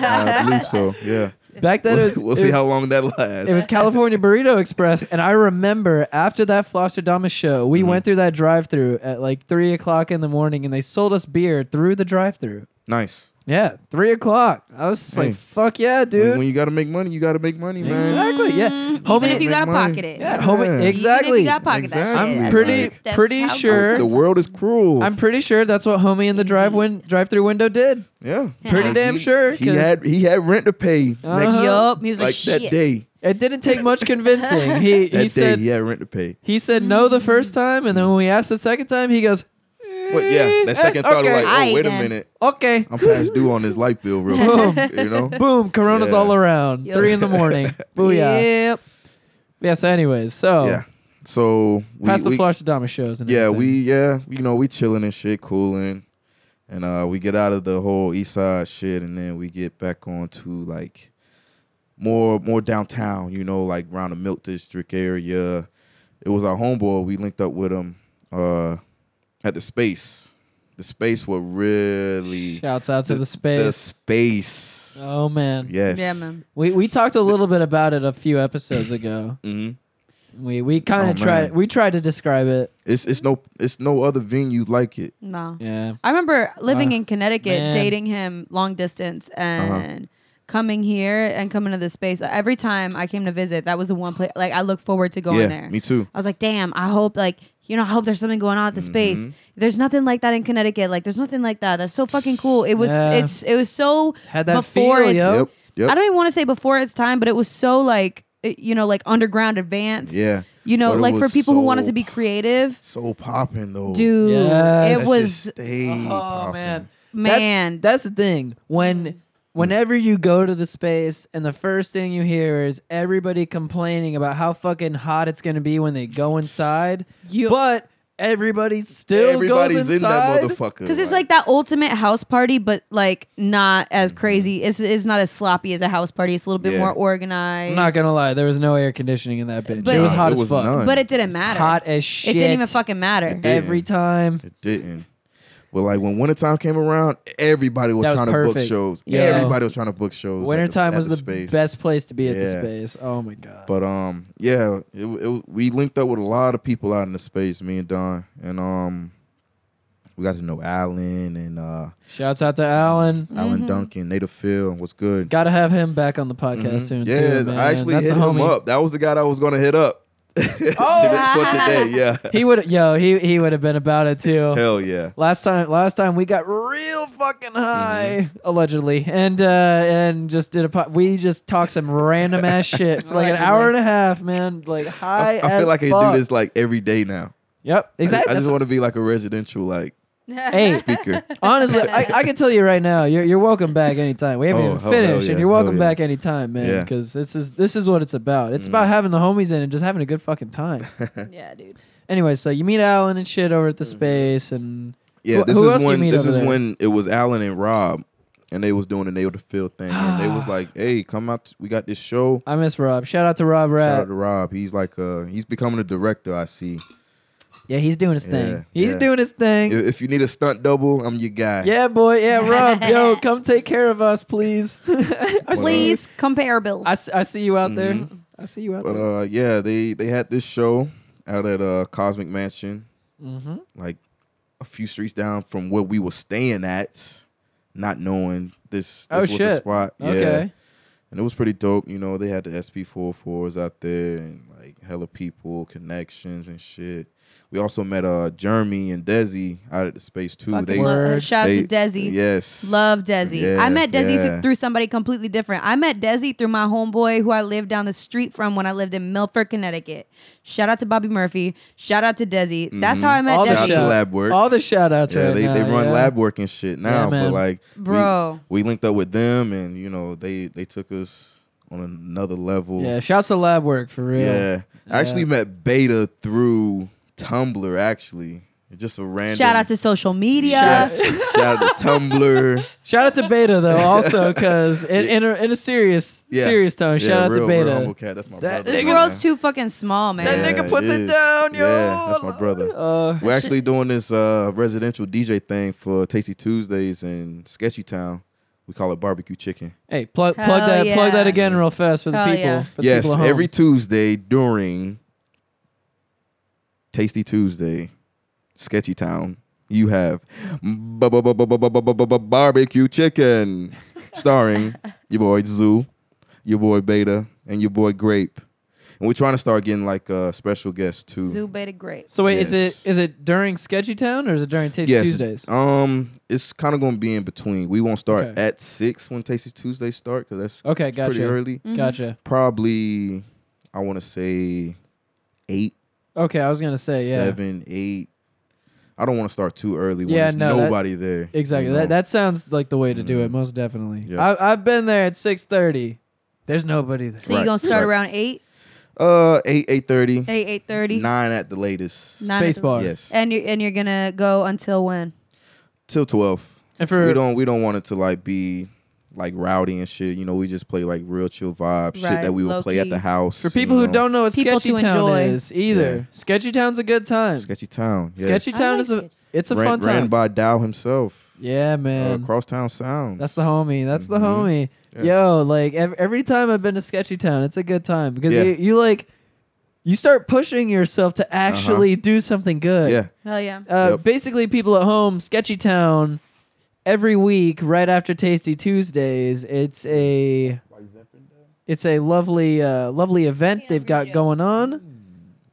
[SPEAKER 3] know. I believe so. Yeah.
[SPEAKER 1] back then it
[SPEAKER 3] we'll
[SPEAKER 1] was,
[SPEAKER 3] we'll
[SPEAKER 1] it
[SPEAKER 3] see
[SPEAKER 1] was-
[SPEAKER 3] how long that lasts.
[SPEAKER 1] It was California Burrito Express, and I remember after that Flostradamus show,
[SPEAKER 3] Mm-hmm.
[SPEAKER 1] we went through that drive-through at like three o'clock in the morning, and they sold us beer through the drive-through.
[SPEAKER 3] nice.
[SPEAKER 1] Yeah, three o'clock. I was just
[SPEAKER 3] Hey.
[SPEAKER 1] like, "Fuck yeah,
[SPEAKER 3] When- When,
[SPEAKER 1] dude!"
[SPEAKER 3] you got to make money, you got to make money, man.
[SPEAKER 1] exactly. Yeah,
[SPEAKER 2] Even if
[SPEAKER 1] homie.
[SPEAKER 2] you gotta
[SPEAKER 3] Make money.
[SPEAKER 2] pocket it.
[SPEAKER 1] Yeah, homie.
[SPEAKER 3] Yeah.
[SPEAKER 2] Even if
[SPEAKER 1] Exactly.
[SPEAKER 2] you gotta pocket that
[SPEAKER 3] Exactly.
[SPEAKER 2] shit.
[SPEAKER 1] I'm
[SPEAKER 2] That's
[SPEAKER 1] pretty-
[SPEAKER 2] like- that's
[SPEAKER 1] pretty
[SPEAKER 2] how
[SPEAKER 1] sure-
[SPEAKER 2] it
[SPEAKER 3] The
[SPEAKER 2] goes.
[SPEAKER 3] world is cruel.
[SPEAKER 1] I'm pretty sure that's what homie in the drive win- drive-through window did.
[SPEAKER 3] yeah.
[SPEAKER 1] Pretty
[SPEAKER 3] Like,
[SPEAKER 1] damn
[SPEAKER 3] he-
[SPEAKER 1] sure,
[SPEAKER 3] He
[SPEAKER 1] 'cause-
[SPEAKER 3] had he had rent to pay next
[SPEAKER 1] Uh-huh.
[SPEAKER 2] Yup. He was like,
[SPEAKER 3] like that
[SPEAKER 2] shit.
[SPEAKER 3] day.
[SPEAKER 1] It didn't take much convincing. He he
[SPEAKER 3] That day
[SPEAKER 1] said
[SPEAKER 3] he had rent to pay.
[SPEAKER 1] he said no the first time, and then when we asked the second time, he goes,
[SPEAKER 3] What? Yeah. That second thought of
[SPEAKER 1] okay.
[SPEAKER 3] like, oh
[SPEAKER 2] Aight
[SPEAKER 3] wait a
[SPEAKER 2] then.
[SPEAKER 3] minute.
[SPEAKER 1] eh, okay."
[SPEAKER 3] I'm past due on this light bill, real quick. you know.
[SPEAKER 1] Boom! Corona's
[SPEAKER 3] Yeah.
[SPEAKER 1] all around.
[SPEAKER 2] Yup.
[SPEAKER 1] Three in the morning. Booyah!
[SPEAKER 2] Yep.
[SPEAKER 1] Yeah, so anyways, so
[SPEAKER 3] Yeah. So we,
[SPEAKER 1] past the
[SPEAKER 3] we-
[SPEAKER 1] Flostradamus shows. And
[SPEAKER 3] yeah,
[SPEAKER 1] everything.
[SPEAKER 3] we yeah, you know, we chilling and shit, cooling, and uh, we get out of the whole East Side shit, and then we get back on to like more more downtown, you know, like around the Milk District area. It was our homeboy. We linked up with him uh, at the space. The space were really
[SPEAKER 1] shouts out to the,
[SPEAKER 3] the
[SPEAKER 1] space.
[SPEAKER 3] space.
[SPEAKER 1] oh man,
[SPEAKER 3] yes.
[SPEAKER 2] Yeah, man.
[SPEAKER 1] we we talked a little bit about it a few episodes ago.
[SPEAKER 3] hmm
[SPEAKER 1] We we kind
[SPEAKER 3] Oh,
[SPEAKER 1] of tried.
[SPEAKER 3] man.
[SPEAKER 1] We tried to describe it.
[SPEAKER 3] It's it's no it's no other venue like it.
[SPEAKER 2] No.
[SPEAKER 1] Yeah.
[SPEAKER 2] I remember living
[SPEAKER 1] Uh,
[SPEAKER 2] in Connecticut,
[SPEAKER 1] man. Uh-huh.
[SPEAKER 2] dating him long distance, and coming here and coming to this space. Every time I came to visit, that was the one place. Like I look forward to going
[SPEAKER 3] yeah,
[SPEAKER 2] there.
[SPEAKER 3] me too.
[SPEAKER 2] I was like, damn, I hope like you know, I hope there's something going on at the
[SPEAKER 3] Mm-hmm.
[SPEAKER 2] space. There's nothing like that in Connecticut. Like there's nothing like that. That's so fucking cool. It was
[SPEAKER 1] Yeah.
[SPEAKER 2] it's it was so
[SPEAKER 1] Had that
[SPEAKER 2] before
[SPEAKER 1] feel,
[SPEAKER 2] it's
[SPEAKER 1] yo.
[SPEAKER 3] Yep, yep.
[SPEAKER 2] I don't even want to say before its time, but it was so like it- you know, like underground advanced.
[SPEAKER 3] yeah,
[SPEAKER 2] You know,
[SPEAKER 3] But it
[SPEAKER 2] like for
[SPEAKER 3] was
[SPEAKER 2] people who wanted
[SPEAKER 3] so-
[SPEAKER 2] to be creative.
[SPEAKER 3] so popping though.
[SPEAKER 2] Dude,
[SPEAKER 1] Yes.
[SPEAKER 2] it
[SPEAKER 3] That
[SPEAKER 2] was
[SPEAKER 3] shit stayed
[SPEAKER 1] Oh
[SPEAKER 3] poppin'.
[SPEAKER 1] man,
[SPEAKER 2] Man. Mm.
[SPEAKER 1] that's, that's the thing. When whenever you go to the space and the first thing you hear is everybody complaining about how fucking hot it's gonna be when they go inside,
[SPEAKER 2] You-
[SPEAKER 1] but everybody still
[SPEAKER 3] Everybody's
[SPEAKER 1] goes
[SPEAKER 3] in
[SPEAKER 1] inside.
[SPEAKER 3] that motherfucker.
[SPEAKER 2] Because it's like that ultimate house party, but like not as crazy. It's, it's not as sloppy as a house party. It's a little bit
[SPEAKER 3] Mm-hmm.
[SPEAKER 2] more
[SPEAKER 3] Yeah.
[SPEAKER 1] I'm
[SPEAKER 2] organized.
[SPEAKER 1] not gonna lie, there was no air conditioning in that bitch.
[SPEAKER 2] But-
[SPEAKER 1] it was
[SPEAKER 2] Nah,
[SPEAKER 1] hot
[SPEAKER 3] it
[SPEAKER 1] as
[SPEAKER 3] was
[SPEAKER 1] fuck.
[SPEAKER 3] none.
[SPEAKER 2] But it didn't
[SPEAKER 1] It's
[SPEAKER 2] matter.
[SPEAKER 1] Hot as shit.
[SPEAKER 2] It didn't even fucking matter.
[SPEAKER 3] did.
[SPEAKER 1] Every time.
[SPEAKER 3] It didn't. But like when wintertime came around, everybody was,
[SPEAKER 1] That was
[SPEAKER 3] trying to book
[SPEAKER 1] perfect.
[SPEAKER 3] shows.
[SPEAKER 1] Yeah.
[SPEAKER 3] Everybody was trying to book shows. at the-
[SPEAKER 1] Wintertime
[SPEAKER 3] at
[SPEAKER 1] was the
[SPEAKER 3] space.
[SPEAKER 1] best place to be at the
[SPEAKER 3] Yeah.
[SPEAKER 1] space. Oh my god.
[SPEAKER 3] But um, yeah, it, it, we linked up with a lot of people out in the space, me and Don, and um, we got to know Alan and uh,
[SPEAKER 1] Shouts out to Alan.
[SPEAKER 2] Mm-hmm.
[SPEAKER 3] Alan Duncan, Native Phil, what's good?
[SPEAKER 1] Gotta have him back on the podcast
[SPEAKER 3] Mhm.
[SPEAKER 1] soon.
[SPEAKER 3] yeah,
[SPEAKER 1] too, man.
[SPEAKER 3] I actually
[SPEAKER 1] That's
[SPEAKER 3] hit
[SPEAKER 1] the
[SPEAKER 3] him
[SPEAKER 1] homie.
[SPEAKER 3] up. That was the guy that I was gonna hit up
[SPEAKER 2] Oh, wow.
[SPEAKER 3] today, for today. Yeah,
[SPEAKER 1] He would yo, he he would have been about it too.
[SPEAKER 3] hell yeah. Mm-hmm.
[SPEAKER 1] Last time last time we got real fucking high allegedly and uh and just did a po- we just talked some random ass shit for like an
[SPEAKER 2] Allegedly.
[SPEAKER 1] hour and a half, man. Like high
[SPEAKER 3] I, I
[SPEAKER 1] as
[SPEAKER 3] feel like I
[SPEAKER 1] fuck.
[SPEAKER 3] do this like every day now.
[SPEAKER 1] Yep,
[SPEAKER 3] I just-
[SPEAKER 1] exactly.
[SPEAKER 3] I,
[SPEAKER 1] That's-
[SPEAKER 3] just want to be like a residential like
[SPEAKER 1] hey,
[SPEAKER 3] speaker.
[SPEAKER 1] honestly, I, I can tell you right now, you're you're welcome back anytime. We haven't
[SPEAKER 3] Oh,
[SPEAKER 1] even
[SPEAKER 3] hell- hell
[SPEAKER 1] finished,
[SPEAKER 3] yeah,
[SPEAKER 1] and you're
[SPEAKER 3] hell
[SPEAKER 1] welcome
[SPEAKER 3] yeah.
[SPEAKER 1] back anytime, man.
[SPEAKER 3] Yeah. Mm.
[SPEAKER 1] Because this is this is what it's about. It's about having the homies in and just having a good fucking time.
[SPEAKER 2] yeah, dude.
[SPEAKER 1] anyway, so you meet Alan and shit over at
[SPEAKER 3] Mm-hmm.
[SPEAKER 1] the space, and
[SPEAKER 3] Yeah,
[SPEAKER 1] Wh-
[SPEAKER 3] this
[SPEAKER 1] who
[SPEAKER 3] is
[SPEAKER 1] else you
[SPEAKER 3] when
[SPEAKER 1] meet
[SPEAKER 3] this
[SPEAKER 1] over
[SPEAKER 3] is
[SPEAKER 1] there?
[SPEAKER 3] when it was Alan and Rob, and they was doing the nail to fill thing, and they was like, "Hey, come out! We got this show."
[SPEAKER 1] I miss Rob. Shout out to Rob
[SPEAKER 3] Shout
[SPEAKER 1] Rat.
[SPEAKER 3] out to Rob. He's like, uh, he's becoming a director. I see.
[SPEAKER 1] yeah, he's doing his
[SPEAKER 3] Yeah,
[SPEAKER 1] thing. He's
[SPEAKER 3] yeah.
[SPEAKER 1] doing his thing.
[SPEAKER 3] If, if you need a stunt double, I'm your guy.
[SPEAKER 1] yeah, boy. Yeah, Rob. yo, come take care of us, please. I see you.
[SPEAKER 2] Please compare bills.
[SPEAKER 1] I, s- I see you out
[SPEAKER 3] Mm-hmm.
[SPEAKER 1] there. I see you out
[SPEAKER 3] But
[SPEAKER 1] there.
[SPEAKER 3] uh, yeah, they they had this show out at uh Cosmic Mansion,
[SPEAKER 1] Mm-hmm.
[SPEAKER 3] like a few streets down from where we were staying at, not knowing this, this
[SPEAKER 1] Oh,
[SPEAKER 3] was the
[SPEAKER 1] shit.
[SPEAKER 3] spot. Yeah.
[SPEAKER 1] Okay.
[SPEAKER 3] and it was pretty dope. You know, they had the SP44s out there and like hella people, connections and shit. We also met uh Jeremy and Desi out at the space too.
[SPEAKER 2] Fucking
[SPEAKER 3] They
[SPEAKER 2] love- shout
[SPEAKER 3] they-
[SPEAKER 2] out to Desi.
[SPEAKER 3] Yes,
[SPEAKER 2] Love Desi.
[SPEAKER 3] Yeah,
[SPEAKER 2] I met Desi
[SPEAKER 3] yeah.
[SPEAKER 2] through somebody completely different. I met Desi through my homeboy who I lived down the street from when I lived in Milford, Connecticut. Shout out to Bobby Murphy. Shout out to Desi. That's how I met
[SPEAKER 1] All the
[SPEAKER 3] Shout out
[SPEAKER 2] Desi.
[SPEAKER 3] to
[SPEAKER 1] shout-
[SPEAKER 3] lab work.
[SPEAKER 1] All the shout outs.
[SPEAKER 3] Yeah,
[SPEAKER 1] right
[SPEAKER 3] they, they
[SPEAKER 1] now,
[SPEAKER 3] run
[SPEAKER 1] yeah.
[SPEAKER 3] lab work and shit now,
[SPEAKER 1] man.
[SPEAKER 3] but like, we-
[SPEAKER 2] Bro.
[SPEAKER 3] we, linked up with them, and you know, they they took us on another level.
[SPEAKER 1] Yeah, shouts to lab work for real.
[SPEAKER 3] yeah. I actually
[SPEAKER 1] Yeah.
[SPEAKER 3] met Beta through Tumblr. Actually, just a random
[SPEAKER 2] Shout out to social media.
[SPEAKER 3] Yes. Shout out to Tumblr.
[SPEAKER 1] Shout out to Beta though, also because in, in, a, in a serious
[SPEAKER 3] Yeah.
[SPEAKER 1] serious tone.
[SPEAKER 3] Yeah,
[SPEAKER 1] shout out
[SPEAKER 3] real-
[SPEAKER 1] to
[SPEAKER 3] real
[SPEAKER 1] Beta.
[SPEAKER 3] humble cat. That's my
[SPEAKER 1] That
[SPEAKER 3] brother.
[SPEAKER 2] This
[SPEAKER 1] nigga-
[SPEAKER 3] man.
[SPEAKER 2] world's too fucking small, man.
[SPEAKER 1] That nigga
[SPEAKER 3] Yeah,
[SPEAKER 1] puts it
[SPEAKER 3] it is.
[SPEAKER 1] down, yo.
[SPEAKER 3] Yeah, that's my brother.
[SPEAKER 1] Uh,
[SPEAKER 3] We're actually doing this uh, residential DJ thing for Tasty Tuesdays in Sketchy Town. We call it barbecue chicken.
[SPEAKER 1] hey, plug
[SPEAKER 2] Hell
[SPEAKER 1] plug that plug that
[SPEAKER 2] yeah.
[SPEAKER 1] again real fast for the
[SPEAKER 2] Hell
[SPEAKER 1] people.
[SPEAKER 2] yeah.
[SPEAKER 1] For the
[SPEAKER 3] yes,
[SPEAKER 1] people at home.
[SPEAKER 3] every Tuesday during Tasty Tuesday, Sketchy Town, you have bu- bu- bu- bu- bu- bu- bu- bu- bu- bu- barbecue chicken, starring your boy Zoo, your boy Beta, and your boy Grape. And we're trying to start getting like uh, special guests too.
[SPEAKER 2] Zoo Beta Great.
[SPEAKER 1] So wait, is
[SPEAKER 3] Yes.
[SPEAKER 1] it is it during Sketchy Town or is it during Tasty
[SPEAKER 3] Yes,
[SPEAKER 1] Tuesdays?
[SPEAKER 3] Um, it's kind of going to be in between. We won't start
[SPEAKER 1] Okay.
[SPEAKER 3] at six when Tasty Tuesday start because that's
[SPEAKER 1] Okay,
[SPEAKER 3] pretty
[SPEAKER 1] gotcha.
[SPEAKER 3] early.
[SPEAKER 2] Mm-hmm.
[SPEAKER 1] Gotcha.
[SPEAKER 3] Probably, I want to say eight,
[SPEAKER 1] Okay, I was gonna say yeah.
[SPEAKER 3] seven, eight. I don't want to start too early when
[SPEAKER 1] Yeah,
[SPEAKER 3] there's
[SPEAKER 1] no, that-
[SPEAKER 3] nobody there.
[SPEAKER 1] Exactly.
[SPEAKER 3] you know?
[SPEAKER 1] That that sounds like the way to
[SPEAKER 3] Mm-hmm.
[SPEAKER 1] do it, most definitely.
[SPEAKER 3] Yeah.
[SPEAKER 1] I, I've been there at six thirty. There's nobody there.
[SPEAKER 2] So
[SPEAKER 3] Right,
[SPEAKER 2] you gonna start
[SPEAKER 3] right.
[SPEAKER 2] around eight,
[SPEAKER 3] uh eight eight thirty
[SPEAKER 2] eight, eight thirty,
[SPEAKER 3] nine at the latest.
[SPEAKER 2] Nine
[SPEAKER 1] Space
[SPEAKER 2] at the-
[SPEAKER 1] bar.
[SPEAKER 3] Yes,
[SPEAKER 2] and you and you're gonna go until when?
[SPEAKER 3] till twelve.
[SPEAKER 1] And for
[SPEAKER 3] we don't we don't want it to like be like rowdy and shit. You know, we just play like real chill vibes, shit
[SPEAKER 2] Right,
[SPEAKER 3] that we would
[SPEAKER 2] low
[SPEAKER 3] play at
[SPEAKER 2] key.
[SPEAKER 3] the house.
[SPEAKER 1] for people
[SPEAKER 3] you
[SPEAKER 1] who
[SPEAKER 3] know.
[SPEAKER 1] don't know what
[SPEAKER 2] People
[SPEAKER 1] Sketchy
[SPEAKER 2] to
[SPEAKER 1] Town
[SPEAKER 2] enjoy.
[SPEAKER 1] is either,
[SPEAKER 3] Yeah.
[SPEAKER 1] Sketchy Town's a good time.
[SPEAKER 3] sketchy town, yes.
[SPEAKER 1] Sketchy
[SPEAKER 2] I
[SPEAKER 1] Town
[SPEAKER 2] like
[SPEAKER 1] is a
[SPEAKER 2] Sketchy.
[SPEAKER 1] it's a
[SPEAKER 3] ran,
[SPEAKER 1] fun time.
[SPEAKER 3] ran by Dow himself.
[SPEAKER 1] yeah,
[SPEAKER 3] Uh,
[SPEAKER 1] man.
[SPEAKER 3] Crosstown Sound.
[SPEAKER 1] That's the homie. That's the
[SPEAKER 3] Mhm.
[SPEAKER 1] homie.
[SPEAKER 3] Yes.
[SPEAKER 1] Yo, like ev- every time I've been to Sketchy Town, it's a good time because
[SPEAKER 3] Yeah. Uh-huh.
[SPEAKER 1] you, you like You start pushing yourself to actually do something good.
[SPEAKER 3] Yeah.
[SPEAKER 2] Hell yeah.
[SPEAKER 1] Uh,
[SPEAKER 3] Yep.
[SPEAKER 1] Basically, people at home, Sketchy Town, every week right after Tasty Tuesdays, it's a it's a lovely uh, lovely event
[SPEAKER 2] Yeah,
[SPEAKER 1] they've got
[SPEAKER 2] appreciate it.
[SPEAKER 1] going on.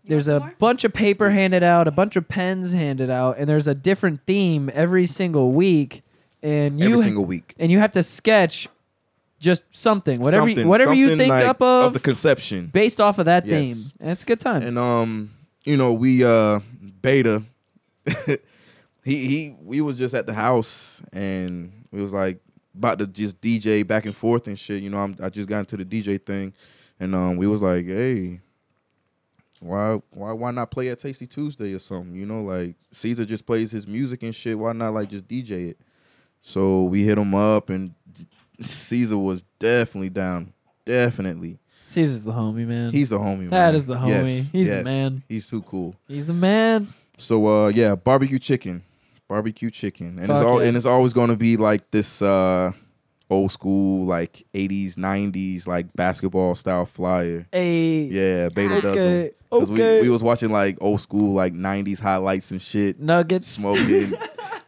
[SPEAKER 1] There's
[SPEAKER 2] some
[SPEAKER 1] a
[SPEAKER 2] more?
[SPEAKER 1] bunch of paper handed out, a bunch of pens handed out, and there's a different theme every single week. And you
[SPEAKER 3] Every
[SPEAKER 1] ha-
[SPEAKER 3] single week.
[SPEAKER 1] and you have to sketch just something, whatever
[SPEAKER 3] Something-
[SPEAKER 1] you, whatever you
[SPEAKER 3] something
[SPEAKER 1] think
[SPEAKER 3] like
[SPEAKER 1] up of,
[SPEAKER 3] the conception.
[SPEAKER 1] based off of that
[SPEAKER 3] Yes.
[SPEAKER 1] theme. And it's a good time.
[SPEAKER 3] And um, you know, we uh beta he he we was just at the house and we was like about to just DJ back and forth and shit. You know, I'm, I just got into the DJ thing and um we was like, "Hey, why why why not play at Tasty Tuesday or something? You know, like Caesar just plays his music and shit. Why not like just DJ it? So we hit him up and Caesar was definitely down. Definitely.
[SPEAKER 1] Caesar's the homie, man.
[SPEAKER 3] He's the
[SPEAKER 1] That
[SPEAKER 3] homie. man.
[SPEAKER 1] is the homie. He's the man.
[SPEAKER 3] He's too cool.
[SPEAKER 1] He's the man.
[SPEAKER 3] So uh, yeah, barbecue chicken, barbecue chicken, and it's
[SPEAKER 1] Fuck
[SPEAKER 3] all
[SPEAKER 1] yeah.
[SPEAKER 3] and it's always going to be like this uh, old school like '80s '90s like basketball style flyer.
[SPEAKER 1] a
[SPEAKER 3] Yeah, Beta does
[SPEAKER 1] Okay,
[SPEAKER 3] 'em. 'Cause
[SPEAKER 1] okay.
[SPEAKER 3] we, we was watching like old school like '90s highlights and shit,
[SPEAKER 1] Nuggets.
[SPEAKER 3] smoking.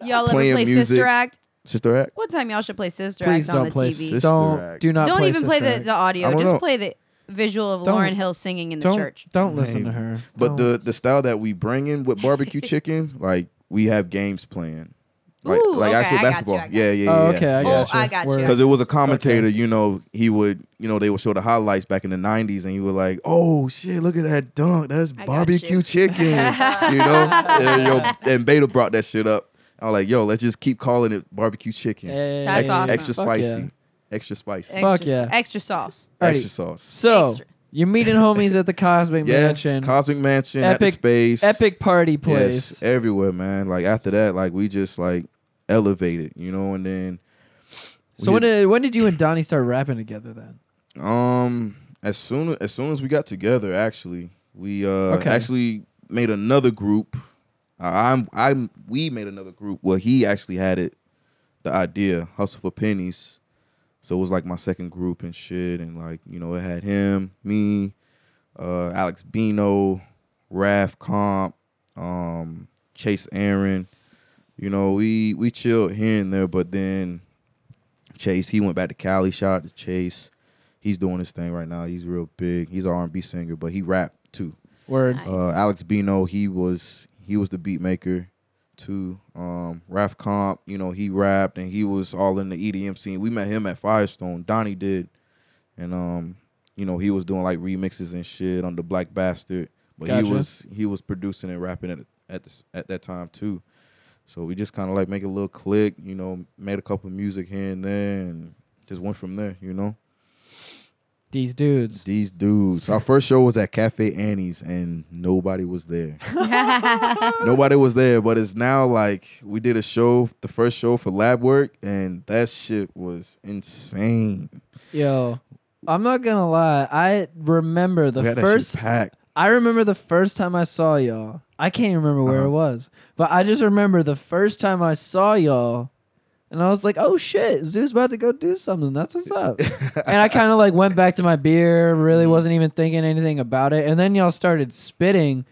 [SPEAKER 2] Y'all ever
[SPEAKER 3] Playing
[SPEAKER 2] play Sister
[SPEAKER 3] music.
[SPEAKER 2] Act?
[SPEAKER 3] Sister Act.
[SPEAKER 2] What time y'all should play Sister
[SPEAKER 1] Please
[SPEAKER 2] Act on
[SPEAKER 1] don't
[SPEAKER 2] the
[SPEAKER 1] play.
[SPEAKER 2] TV?
[SPEAKER 1] Sister
[SPEAKER 3] Sister
[SPEAKER 1] don't
[SPEAKER 3] Act.
[SPEAKER 1] do not
[SPEAKER 2] don't
[SPEAKER 1] play
[SPEAKER 2] even play
[SPEAKER 1] Sister
[SPEAKER 2] the,
[SPEAKER 1] Act.
[SPEAKER 2] the audio.
[SPEAKER 3] I
[SPEAKER 2] Just
[SPEAKER 3] don't know.
[SPEAKER 2] play the visual of
[SPEAKER 1] Don't-
[SPEAKER 2] Lauren Hill singing in the
[SPEAKER 1] don't,
[SPEAKER 2] church.
[SPEAKER 1] Don't listen to
[SPEAKER 3] Hey,
[SPEAKER 1] her.
[SPEAKER 3] But
[SPEAKER 1] Don't.
[SPEAKER 3] the the style that we bring in with barbecue chicken, like we have games playing, like
[SPEAKER 2] Ooh,
[SPEAKER 3] like
[SPEAKER 2] okay, I got
[SPEAKER 3] actual
[SPEAKER 2] you,
[SPEAKER 3] basketball.
[SPEAKER 2] I got
[SPEAKER 3] yeah, yeah, yeah.
[SPEAKER 1] oh,
[SPEAKER 3] yeah.
[SPEAKER 1] okay, I
[SPEAKER 3] Yeah.
[SPEAKER 1] got
[SPEAKER 2] Oh,
[SPEAKER 1] you.
[SPEAKER 2] I got you.
[SPEAKER 1] Word.
[SPEAKER 3] Because it was a commentator, you know, he would, you know, they would show the highlights back in the '90s, and he would like, "Oh shit, look at that dunk! That's
[SPEAKER 2] got
[SPEAKER 3] barbecue
[SPEAKER 2] you.
[SPEAKER 3] chicken," you know. And, yo, and Beta brought that shit up. I was like, "Yo, let's just keep calling it barbecue chicken.
[SPEAKER 1] Hey.
[SPEAKER 2] That's
[SPEAKER 3] extra,
[SPEAKER 2] awesome.
[SPEAKER 3] extra
[SPEAKER 1] Fuck yeah.
[SPEAKER 3] spicy, extra spicy,
[SPEAKER 1] Fuck yeah.
[SPEAKER 2] Extra sauce.
[SPEAKER 1] Alrighty.
[SPEAKER 3] extra sauce."
[SPEAKER 1] So
[SPEAKER 2] Extra.
[SPEAKER 1] you're meeting homies at the Cosmic
[SPEAKER 3] Yeah,
[SPEAKER 1] Mansion.
[SPEAKER 3] Cosmic Mansion, at the
[SPEAKER 1] Epic-
[SPEAKER 3] space,
[SPEAKER 1] Epic party place.
[SPEAKER 3] Yes, everywhere, man. Like after that, like we just like elevated, you know, and then
[SPEAKER 1] so when did when did you and Donnie start rapping together then?
[SPEAKER 3] Um, as soon as soon as we got together, actually, we uh
[SPEAKER 1] Okay.
[SPEAKER 3] actually made another group. Uh, I'm I'm we made another group. Well, he actually had it, the idea, hustle for pennies. So it was like my second group and shit, and like you know it had him, me, uh, Alex Bino, Raf Comp, um, Chase Aaron. You know we we chilled here and there, but then Chase he went back to Cali. Shout out to Chase he's doing his thing right now. He's real big. He's an R&B singer, but he rap too.
[SPEAKER 1] Word.
[SPEAKER 2] Nice.
[SPEAKER 3] Uh, Alex Bino, he was he was the beat maker too. Um, Raf Comp, you know, he rapped and he was all in the EDM scene. We met him at Firestone. Donnie did, and um, you know, he was doing like remixes and shit on the Black Bastard. But
[SPEAKER 1] Gotcha.
[SPEAKER 3] he was he was producing and rapping at at this, at that time too. So we just kind of like make a little click, you know, made a couple music here and there, and just went from there, you know.
[SPEAKER 1] These dudes.
[SPEAKER 3] These dudes. Our first show was at Cafe Annie's and nobody was there. nobody was there, but it's now like we did a show, the first show for lab work, and that shit was insane.
[SPEAKER 1] Yo. I'm not gonna lie. I remember the
[SPEAKER 3] we had
[SPEAKER 1] first
[SPEAKER 3] that shit packed.
[SPEAKER 1] I remember the first time I saw y'all. I can't even remember where
[SPEAKER 3] Uh-huh.
[SPEAKER 1] it was, but I just remember the first time I saw y'all, and I was like, "Oh shit, Zoo's about to go do something. That's what's up." and I kind of like went back to my beer.
[SPEAKER 3] Mm-hmm.
[SPEAKER 1] Really wasn't even thinking anything about it, and then y'all started spitting.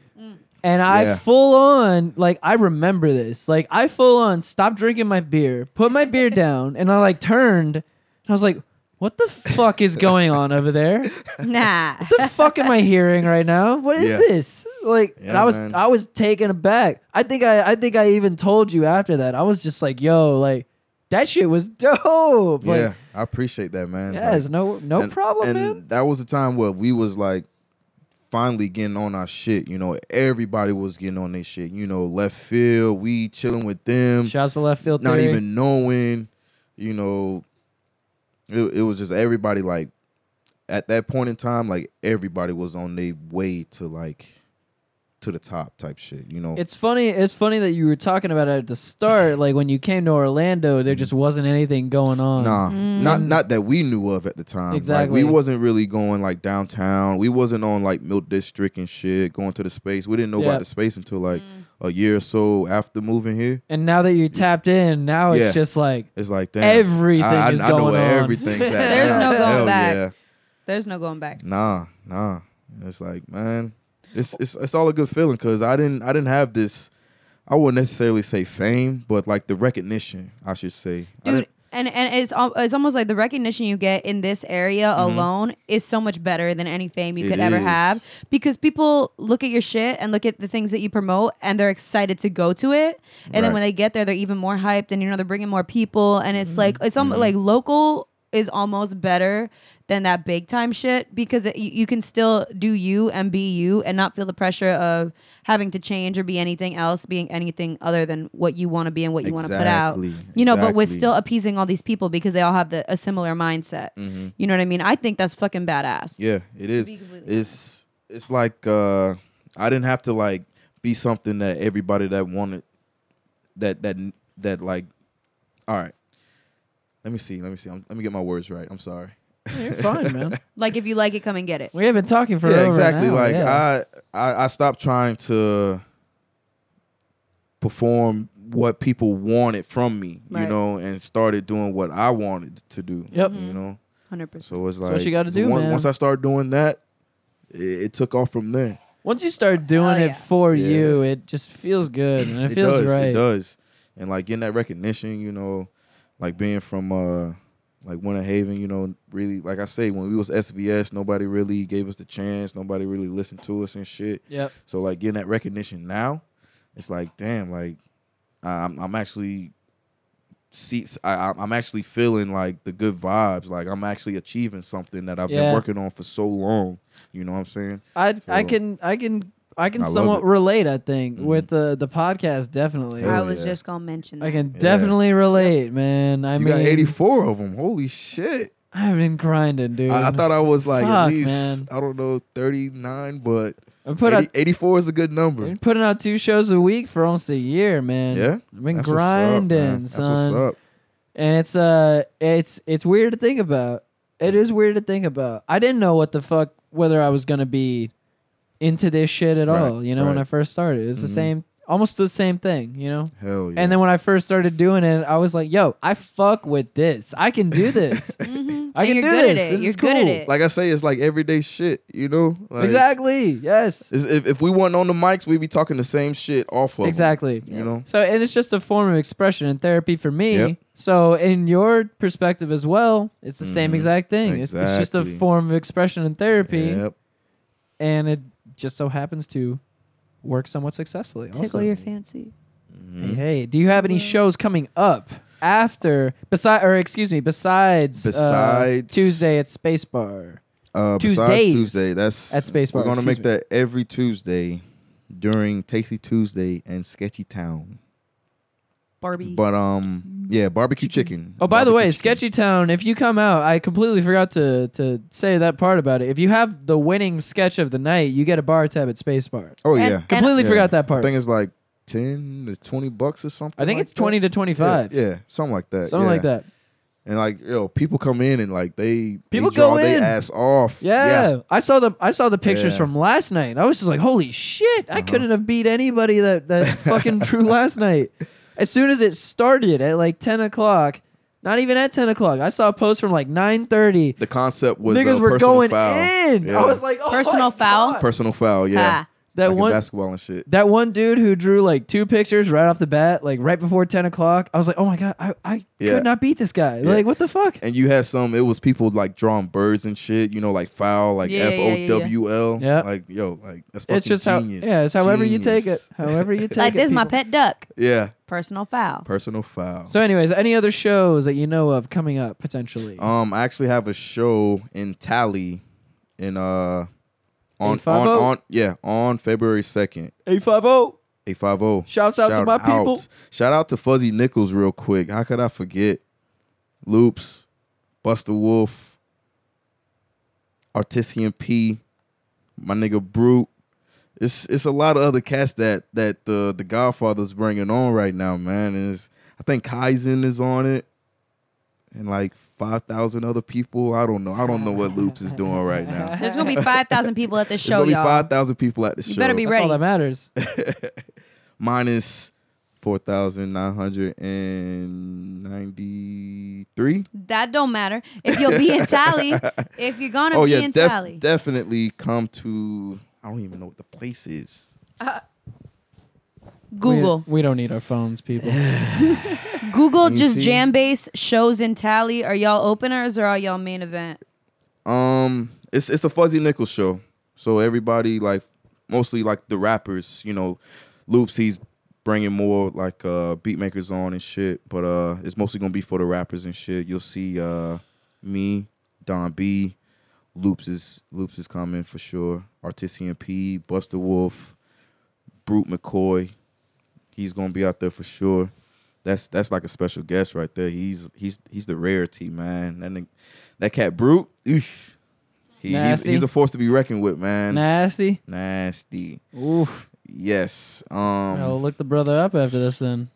[SPEAKER 1] And I
[SPEAKER 3] Yeah.
[SPEAKER 1] full on like I remember this. Like I full on stopped drinking my beer, put my beer down, and I like turned and I was like, "What the fuck is going on over there?"
[SPEAKER 2] nah.
[SPEAKER 1] the fuck am I hearing right now? What is
[SPEAKER 3] Yeah.
[SPEAKER 1] this? Like and
[SPEAKER 3] Yeah,
[SPEAKER 1] I was
[SPEAKER 3] man.
[SPEAKER 1] I was taken aback. I think I I think I even told you after that. I was just like, yo, like that shit was dope. Like
[SPEAKER 3] yeah, I appreciate that, man.
[SPEAKER 1] yes,
[SPEAKER 3] Like,
[SPEAKER 1] no no
[SPEAKER 3] and-
[SPEAKER 1] problem,
[SPEAKER 3] and
[SPEAKER 1] man.
[SPEAKER 3] That was the time where we was like finally getting on our shit. You know, everybody was getting on their shit. You know, left field, we chilling with them.
[SPEAKER 1] Shouts to left field
[SPEAKER 3] not
[SPEAKER 1] theory.
[SPEAKER 3] even knowing, you know, it, it was just everybody like at that point in time, like everybody was on their way to like to the top type shit, you know.
[SPEAKER 1] It's funny. It's funny that you were talking about it at the start. Like when you came to Orlando, there just wasn't anything going on.
[SPEAKER 3] Nah, not not that we knew of at the time.
[SPEAKER 1] Mm. Exactly.
[SPEAKER 3] Like, we wasn't really going like downtown. We wasn't on like Milk District and shit. Going to the space. We didn't know
[SPEAKER 1] Yeah.
[SPEAKER 3] about the space until like
[SPEAKER 2] Mm.
[SPEAKER 3] a year or so after moving here.
[SPEAKER 1] And now that you tapped in, now
[SPEAKER 3] Yeah.
[SPEAKER 1] it's just like
[SPEAKER 3] It's like damn,
[SPEAKER 1] Everything
[SPEAKER 3] I, I,
[SPEAKER 1] is
[SPEAKER 3] I know
[SPEAKER 1] going
[SPEAKER 3] where
[SPEAKER 1] on.
[SPEAKER 3] everything's at.
[SPEAKER 2] There's no
[SPEAKER 3] now.
[SPEAKER 2] going
[SPEAKER 3] Hell
[SPEAKER 2] back.
[SPEAKER 3] yeah.
[SPEAKER 2] There's no going back.
[SPEAKER 3] Nah, nah. It's like man, It's it's it's all a good feeling because I didn't I didn't have this. I wouldn't necessarily say fame, but like the recognition, I should say. I
[SPEAKER 2] dude.
[SPEAKER 3] didn't-
[SPEAKER 2] And and it's al- it's almost like the recognition you get in this area alone is so much better than any fame you
[SPEAKER 3] Mm-hmm. It
[SPEAKER 2] could ever
[SPEAKER 3] is.
[SPEAKER 2] have because people look at your shit and look at the things that you promote and they're excited to go to it and then
[SPEAKER 3] Right.
[SPEAKER 2] when they get there they're even more hyped and you know they're bringing more people and it's like it's almost
[SPEAKER 3] Mm-hmm.
[SPEAKER 2] like local is almost better than that big time shit because it, you, you can still do you and be you and not feel the pressure of having to change or be anything else being anything other than what you want to be and what you want to put out you
[SPEAKER 3] Exactly,
[SPEAKER 2] know but with
[SPEAKER 3] exactly.
[SPEAKER 2] still appeasing all these people because they all have the, a similar mindset you know what i mean i think that's fucking badass
[SPEAKER 3] Mm-hmm. Yeah, it is.
[SPEAKER 2] be completely
[SPEAKER 3] It's it's like uh, I didn't have to like be something that everybody that wanted that that that like. All right, let me see. Let me see. I'm, let me get my words right. I'm sorry.
[SPEAKER 1] You're fine, man.
[SPEAKER 2] like if you like it come and get it
[SPEAKER 1] We have been talking for
[SPEAKER 3] yeah,
[SPEAKER 1] over
[SPEAKER 3] exactly.
[SPEAKER 1] An hour.
[SPEAKER 3] like
[SPEAKER 1] yeah.
[SPEAKER 3] I, I I stopped trying to perform what people wanted from me, you
[SPEAKER 2] Right.
[SPEAKER 3] know, and started doing what I wanted to do.
[SPEAKER 1] Yep. Mm-hmm.
[SPEAKER 3] You know,
[SPEAKER 2] 100%
[SPEAKER 3] so it's like
[SPEAKER 1] That's what you gotta do,
[SPEAKER 3] on-
[SPEAKER 1] man.
[SPEAKER 3] Once I started doing that, it, it took off from there.
[SPEAKER 1] Once you start doing
[SPEAKER 2] Oh, yeah.
[SPEAKER 1] it for
[SPEAKER 3] Yeah.
[SPEAKER 1] you, it just feels good and it, feels
[SPEAKER 3] does,
[SPEAKER 1] right.
[SPEAKER 3] It does. And like getting that recognition, you know, like being from uh like Winter Haven, you know, really like I say, when we was SVS, nobody really gave us the chance, nobody really listened to us and shit.
[SPEAKER 1] Yep.
[SPEAKER 3] So like getting that recognition now, it's like damn, like I- I'm I'm actually see I, I- I'm actually feeling like the good vibes. Like I'm actually achieving something that I've
[SPEAKER 1] Yeah.
[SPEAKER 3] been working on for so long. You know what I'm saying?
[SPEAKER 1] I I
[SPEAKER 3] So-
[SPEAKER 1] can I can I can
[SPEAKER 3] I love
[SPEAKER 1] somewhat
[SPEAKER 3] it.
[SPEAKER 1] relate. I think
[SPEAKER 3] Mhm.
[SPEAKER 1] with the the podcast definitely.
[SPEAKER 3] Hell
[SPEAKER 2] i was
[SPEAKER 3] yeah.
[SPEAKER 2] just gonna mention that
[SPEAKER 1] I can
[SPEAKER 3] Yeah.
[SPEAKER 1] definitely relate, man. I
[SPEAKER 3] you
[SPEAKER 1] mean,
[SPEAKER 3] got 84 of them. Holy shit.
[SPEAKER 1] I've been grinding, dude.
[SPEAKER 3] I, I thought I was like at
[SPEAKER 1] Fuck,
[SPEAKER 3] least I don't know 39, but
[SPEAKER 1] I put
[SPEAKER 3] 80
[SPEAKER 1] out
[SPEAKER 3] 84 is a good
[SPEAKER 1] I've
[SPEAKER 3] number.
[SPEAKER 1] been putting out two shows a week for almost a year, man.
[SPEAKER 3] Yeah,
[SPEAKER 1] I've been
[SPEAKER 3] That's what's up, man.
[SPEAKER 1] grinding,
[SPEAKER 3] That's
[SPEAKER 1] son.
[SPEAKER 3] what's up.
[SPEAKER 1] and it's uh it's it's weird to think about it is weird to think about i didn't know what the fuck whether i was gonna be into this shit at
[SPEAKER 3] Right,
[SPEAKER 1] all you know when
[SPEAKER 3] right.
[SPEAKER 1] i first started it's the
[SPEAKER 3] Mhm.
[SPEAKER 1] same almost the same thing you know
[SPEAKER 3] Hell yeah.
[SPEAKER 1] and then when i first started doing it i was like yo i fuck with this i can do this
[SPEAKER 2] Mhm.
[SPEAKER 1] i
[SPEAKER 2] And
[SPEAKER 1] can
[SPEAKER 2] you're
[SPEAKER 1] do
[SPEAKER 2] good at
[SPEAKER 1] this
[SPEAKER 2] it.
[SPEAKER 1] this
[SPEAKER 2] You're
[SPEAKER 1] is
[SPEAKER 2] good at
[SPEAKER 1] cool
[SPEAKER 2] it.
[SPEAKER 3] like I say, it's like everyday shit, you know? Like,
[SPEAKER 1] exactly yes
[SPEAKER 3] it's- If, if we weren't on the mics, we'd be talking the same shit off of 'em.
[SPEAKER 1] exactly
[SPEAKER 3] You know?
[SPEAKER 1] so and it's just a form of expression and therapy for me
[SPEAKER 3] Yep.
[SPEAKER 1] so in your perspective as well it's the same
[SPEAKER 3] Mhm.
[SPEAKER 1] exact thing It's- it's, just a
[SPEAKER 3] Exactly.
[SPEAKER 1] form of expression and therapy
[SPEAKER 3] Yep.
[SPEAKER 1] and it just so happens to work somewhat successfully.
[SPEAKER 2] tickle
[SPEAKER 1] also.
[SPEAKER 2] your fancy
[SPEAKER 3] Mm-hmm.
[SPEAKER 1] Hey, hey, do you have any shows coming up after beside or excuse me besides uh,
[SPEAKER 3] Besides-
[SPEAKER 1] Tuesday at Space Bar?
[SPEAKER 3] Uh, besides
[SPEAKER 1] Tuesdays
[SPEAKER 3] Tuesday, that's
[SPEAKER 1] at Space Bar,
[SPEAKER 3] We're gonna
[SPEAKER 1] excuse
[SPEAKER 3] make
[SPEAKER 1] me.
[SPEAKER 3] that every Tuesday during Tasty Tuesday and Sketchy Town.
[SPEAKER 2] barbie
[SPEAKER 3] But um, yeah, barbecue chicken.
[SPEAKER 1] Oh, by the
[SPEAKER 3] Barbecue
[SPEAKER 1] way,
[SPEAKER 3] chicken.
[SPEAKER 1] Sketchy Town. If you come out, I completely forgot to to say that part about it. If you have the winning sketch of the night, you get a bar tab at Space Bar.
[SPEAKER 3] Oh
[SPEAKER 2] And-
[SPEAKER 3] yeah,
[SPEAKER 1] Completely
[SPEAKER 3] Yeah.
[SPEAKER 1] forgot that part.
[SPEAKER 3] I think it's like ten to twenty bucks or something.
[SPEAKER 1] I think
[SPEAKER 3] like
[SPEAKER 1] it's twenty
[SPEAKER 3] that.
[SPEAKER 1] to twenty five.
[SPEAKER 3] Yeah, yeah, something like that.
[SPEAKER 1] something
[SPEAKER 3] yeah.
[SPEAKER 1] like that.
[SPEAKER 3] And like yo, people come in and like they
[SPEAKER 1] People
[SPEAKER 3] they draw
[SPEAKER 1] go
[SPEAKER 3] their
[SPEAKER 1] in.
[SPEAKER 3] ass off.
[SPEAKER 1] Yeah. I saw the I saw the pictures
[SPEAKER 3] Yeah. Uh-huh.
[SPEAKER 1] from last night. I was just like, holy shit! I couldn't have beat anybody that that fucking drew last night. As soon as it started at like ten o'clock, not even at ten o'clock, I saw a post from like nine thirty.
[SPEAKER 3] the concept was
[SPEAKER 1] Niggas
[SPEAKER 3] uh,
[SPEAKER 1] were
[SPEAKER 3] personal
[SPEAKER 1] going
[SPEAKER 3] foul.
[SPEAKER 1] in.
[SPEAKER 3] Yeah.
[SPEAKER 1] I was like, oh
[SPEAKER 2] Personal
[SPEAKER 1] my
[SPEAKER 2] foul?
[SPEAKER 1] God.
[SPEAKER 3] personal foul. Yeah,
[SPEAKER 2] Ha.
[SPEAKER 1] That
[SPEAKER 3] Like in
[SPEAKER 1] one.
[SPEAKER 3] basketball and shit.
[SPEAKER 1] That one dude who drew like two pictures right off the bat, like right before ten o'clock, I was like, "Oh my god, I, I
[SPEAKER 3] Yeah.
[SPEAKER 1] could not beat this guy! Like, what the fuck?"
[SPEAKER 3] And you had some. It was people like drawing birds and shit. You know, like foul, like
[SPEAKER 2] Yeah, yeah,
[SPEAKER 3] F
[SPEAKER 2] yeah, yeah,
[SPEAKER 3] O
[SPEAKER 2] yeah.
[SPEAKER 3] W L.
[SPEAKER 1] Yep.
[SPEAKER 3] Like yo, like that's fucking
[SPEAKER 1] It's just
[SPEAKER 3] genius.
[SPEAKER 1] how, yeah, it's however you take it,
[SPEAKER 3] Genius.
[SPEAKER 1] however you take
[SPEAKER 2] like
[SPEAKER 1] it.
[SPEAKER 2] this is my
[SPEAKER 1] people.
[SPEAKER 2] pet duck
[SPEAKER 3] Yeah,
[SPEAKER 2] personal foul
[SPEAKER 3] personal foul.
[SPEAKER 1] So, anyways, any other shows that you know of coming up potentially?
[SPEAKER 3] Um, I actually have a show in Tally, in uh, on on,
[SPEAKER 1] 850?
[SPEAKER 3] on yeah on February second,
[SPEAKER 1] Eight five zero.
[SPEAKER 3] eight five oh. zero.
[SPEAKER 1] Shouts out to my people.
[SPEAKER 3] Shout out to Fuzzy Nichols real quick. How could I forget? Loops, Buster Wolf, Artisan P, my nigga Brute. It's it's a lot of other cats that that the the Godfather's bringing on right now, man. And it's, I think Kaizen is on it, and like five thousand other people. I don't know. I don't know what Loops is doing right now.
[SPEAKER 2] there's gonna be 5000 people at this
[SPEAKER 3] There's
[SPEAKER 2] show
[SPEAKER 3] gonna be
[SPEAKER 2] y'all
[SPEAKER 3] five thousand people at the show.
[SPEAKER 2] You better be
[SPEAKER 1] That's all that
[SPEAKER 2] ready.
[SPEAKER 1] matters.
[SPEAKER 3] minus 4,993.
[SPEAKER 2] that don't matter if you'll be in tally if you're gonna
[SPEAKER 3] Oh,
[SPEAKER 2] be
[SPEAKER 3] yeah,
[SPEAKER 2] in
[SPEAKER 3] def-
[SPEAKER 2] tally
[SPEAKER 3] definitely come to I don't even know what the place is.
[SPEAKER 2] Google.
[SPEAKER 1] We, we don't need our phones, people.
[SPEAKER 2] Google
[SPEAKER 3] You
[SPEAKER 2] just
[SPEAKER 3] see?
[SPEAKER 2] jam bass shows in tally. Are y'all openers or are y'all main event?
[SPEAKER 3] Um, it's it's a Fuzzy Nichols show, so everybody like mostly like the rappers, you know, loops. He's bringing more like uh beat makers on and shit, but uh, it's mostly gonna be for the rappers and shit. You'll see uh me, Don B, loops is loops is coming for sure. Artisan P, Buster Wolf, Brute McCoy, he's gonna be out there for sure. That's that's like a special guest right there. He's he's he's the rarity, man. That nigga, that cat brute, oof. He, he's,
[SPEAKER 1] Nasty.
[SPEAKER 3] he's a force to be reckoned with, man.
[SPEAKER 1] Nasty.
[SPEAKER 3] Nasty.
[SPEAKER 1] Oof.
[SPEAKER 3] Yes. Um,
[SPEAKER 1] I'll look the brother up after this then.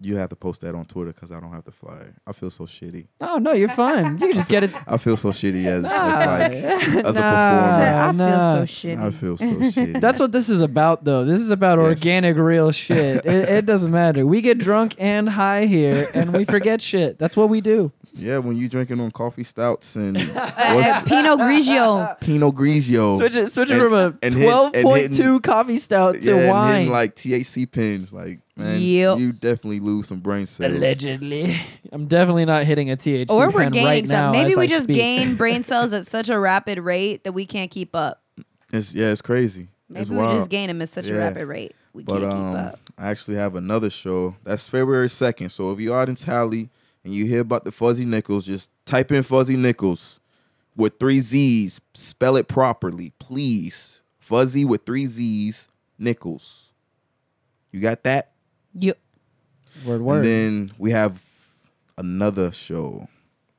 [SPEAKER 3] you have to post that on Twitter because I don't have to fly. it. I feel so shitty.
[SPEAKER 1] Oh no, you're fine. You can just get it.
[SPEAKER 3] I feel so shitty as, as
[SPEAKER 1] Ah,
[SPEAKER 3] like as a
[SPEAKER 1] nah,
[SPEAKER 3] performer.
[SPEAKER 4] I
[SPEAKER 1] nah.
[SPEAKER 4] feel so
[SPEAKER 3] I
[SPEAKER 4] shitty.
[SPEAKER 3] feel so shitty.
[SPEAKER 1] That's what this is about, though. This is about
[SPEAKER 3] Yes.
[SPEAKER 1] organic, real shit. it, it doesn't matter. We get drunk and high here, and we forget shit. That's what we do.
[SPEAKER 3] yeah. When you drinking on coffee stouts and
[SPEAKER 2] Uh,
[SPEAKER 3] what's
[SPEAKER 2] Pinot Grigio.
[SPEAKER 3] Pinot Grigio,
[SPEAKER 1] Switch it, switch it
[SPEAKER 3] Oh. And-
[SPEAKER 1] from a
[SPEAKER 3] and hit- and
[SPEAKER 1] twelve point two
[SPEAKER 3] hitting-
[SPEAKER 1] coffee stout
[SPEAKER 3] yeah,
[SPEAKER 1] to
[SPEAKER 3] and
[SPEAKER 1] wine.
[SPEAKER 3] hitting like THC pins, like man,
[SPEAKER 2] Yep.
[SPEAKER 3] you definitely lose some brain cells.
[SPEAKER 1] Allegedly, I'm definitely not hitting a THC
[SPEAKER 2] Or we're
[SPEAKER 1] pen
[SPEAKER 2] gaining
[SPEAKER 1] right now
[SPEAKER 2] some. Maybe
[SPEAKER 1] as
[SPEAKER 2] we
[SPEAKER 1] I
[SPEAKER 2] just
[SPEAKER 1] speak.
[SPEAKER 2] gain brain cells at such a rapid rate that we can't keep up.
[SPEAKER 3] It's yeah, it's crazy.
[SPEAKER 2] Maybe
[SPEAKER 3] it's
[SPEAKER 2] we
[SPEAKER 3] wild.
[SPEAKER 2] just gain them at such a
[SPEAKER 3] Yeah.
[SPEAKER 2] rapid rate. We
[SPEAKER 3] but
[SPEAKER 2] can't
[SPEAKER 3] um,
[SPEAKER 2] keep up.
[SPEAKER 3] I actually have another show that's February second. So if you are in Tally and you hear about the Fuzzy Nickels, just type in Fuzzy Nickels with three Z's. Spell it properly, please. Fuzzy with three Z's. Nickels. You got that?
[SPEAKER 2] You,
[SPEAKER 1] Word word.
[SPEAKER 3] And then we have another show.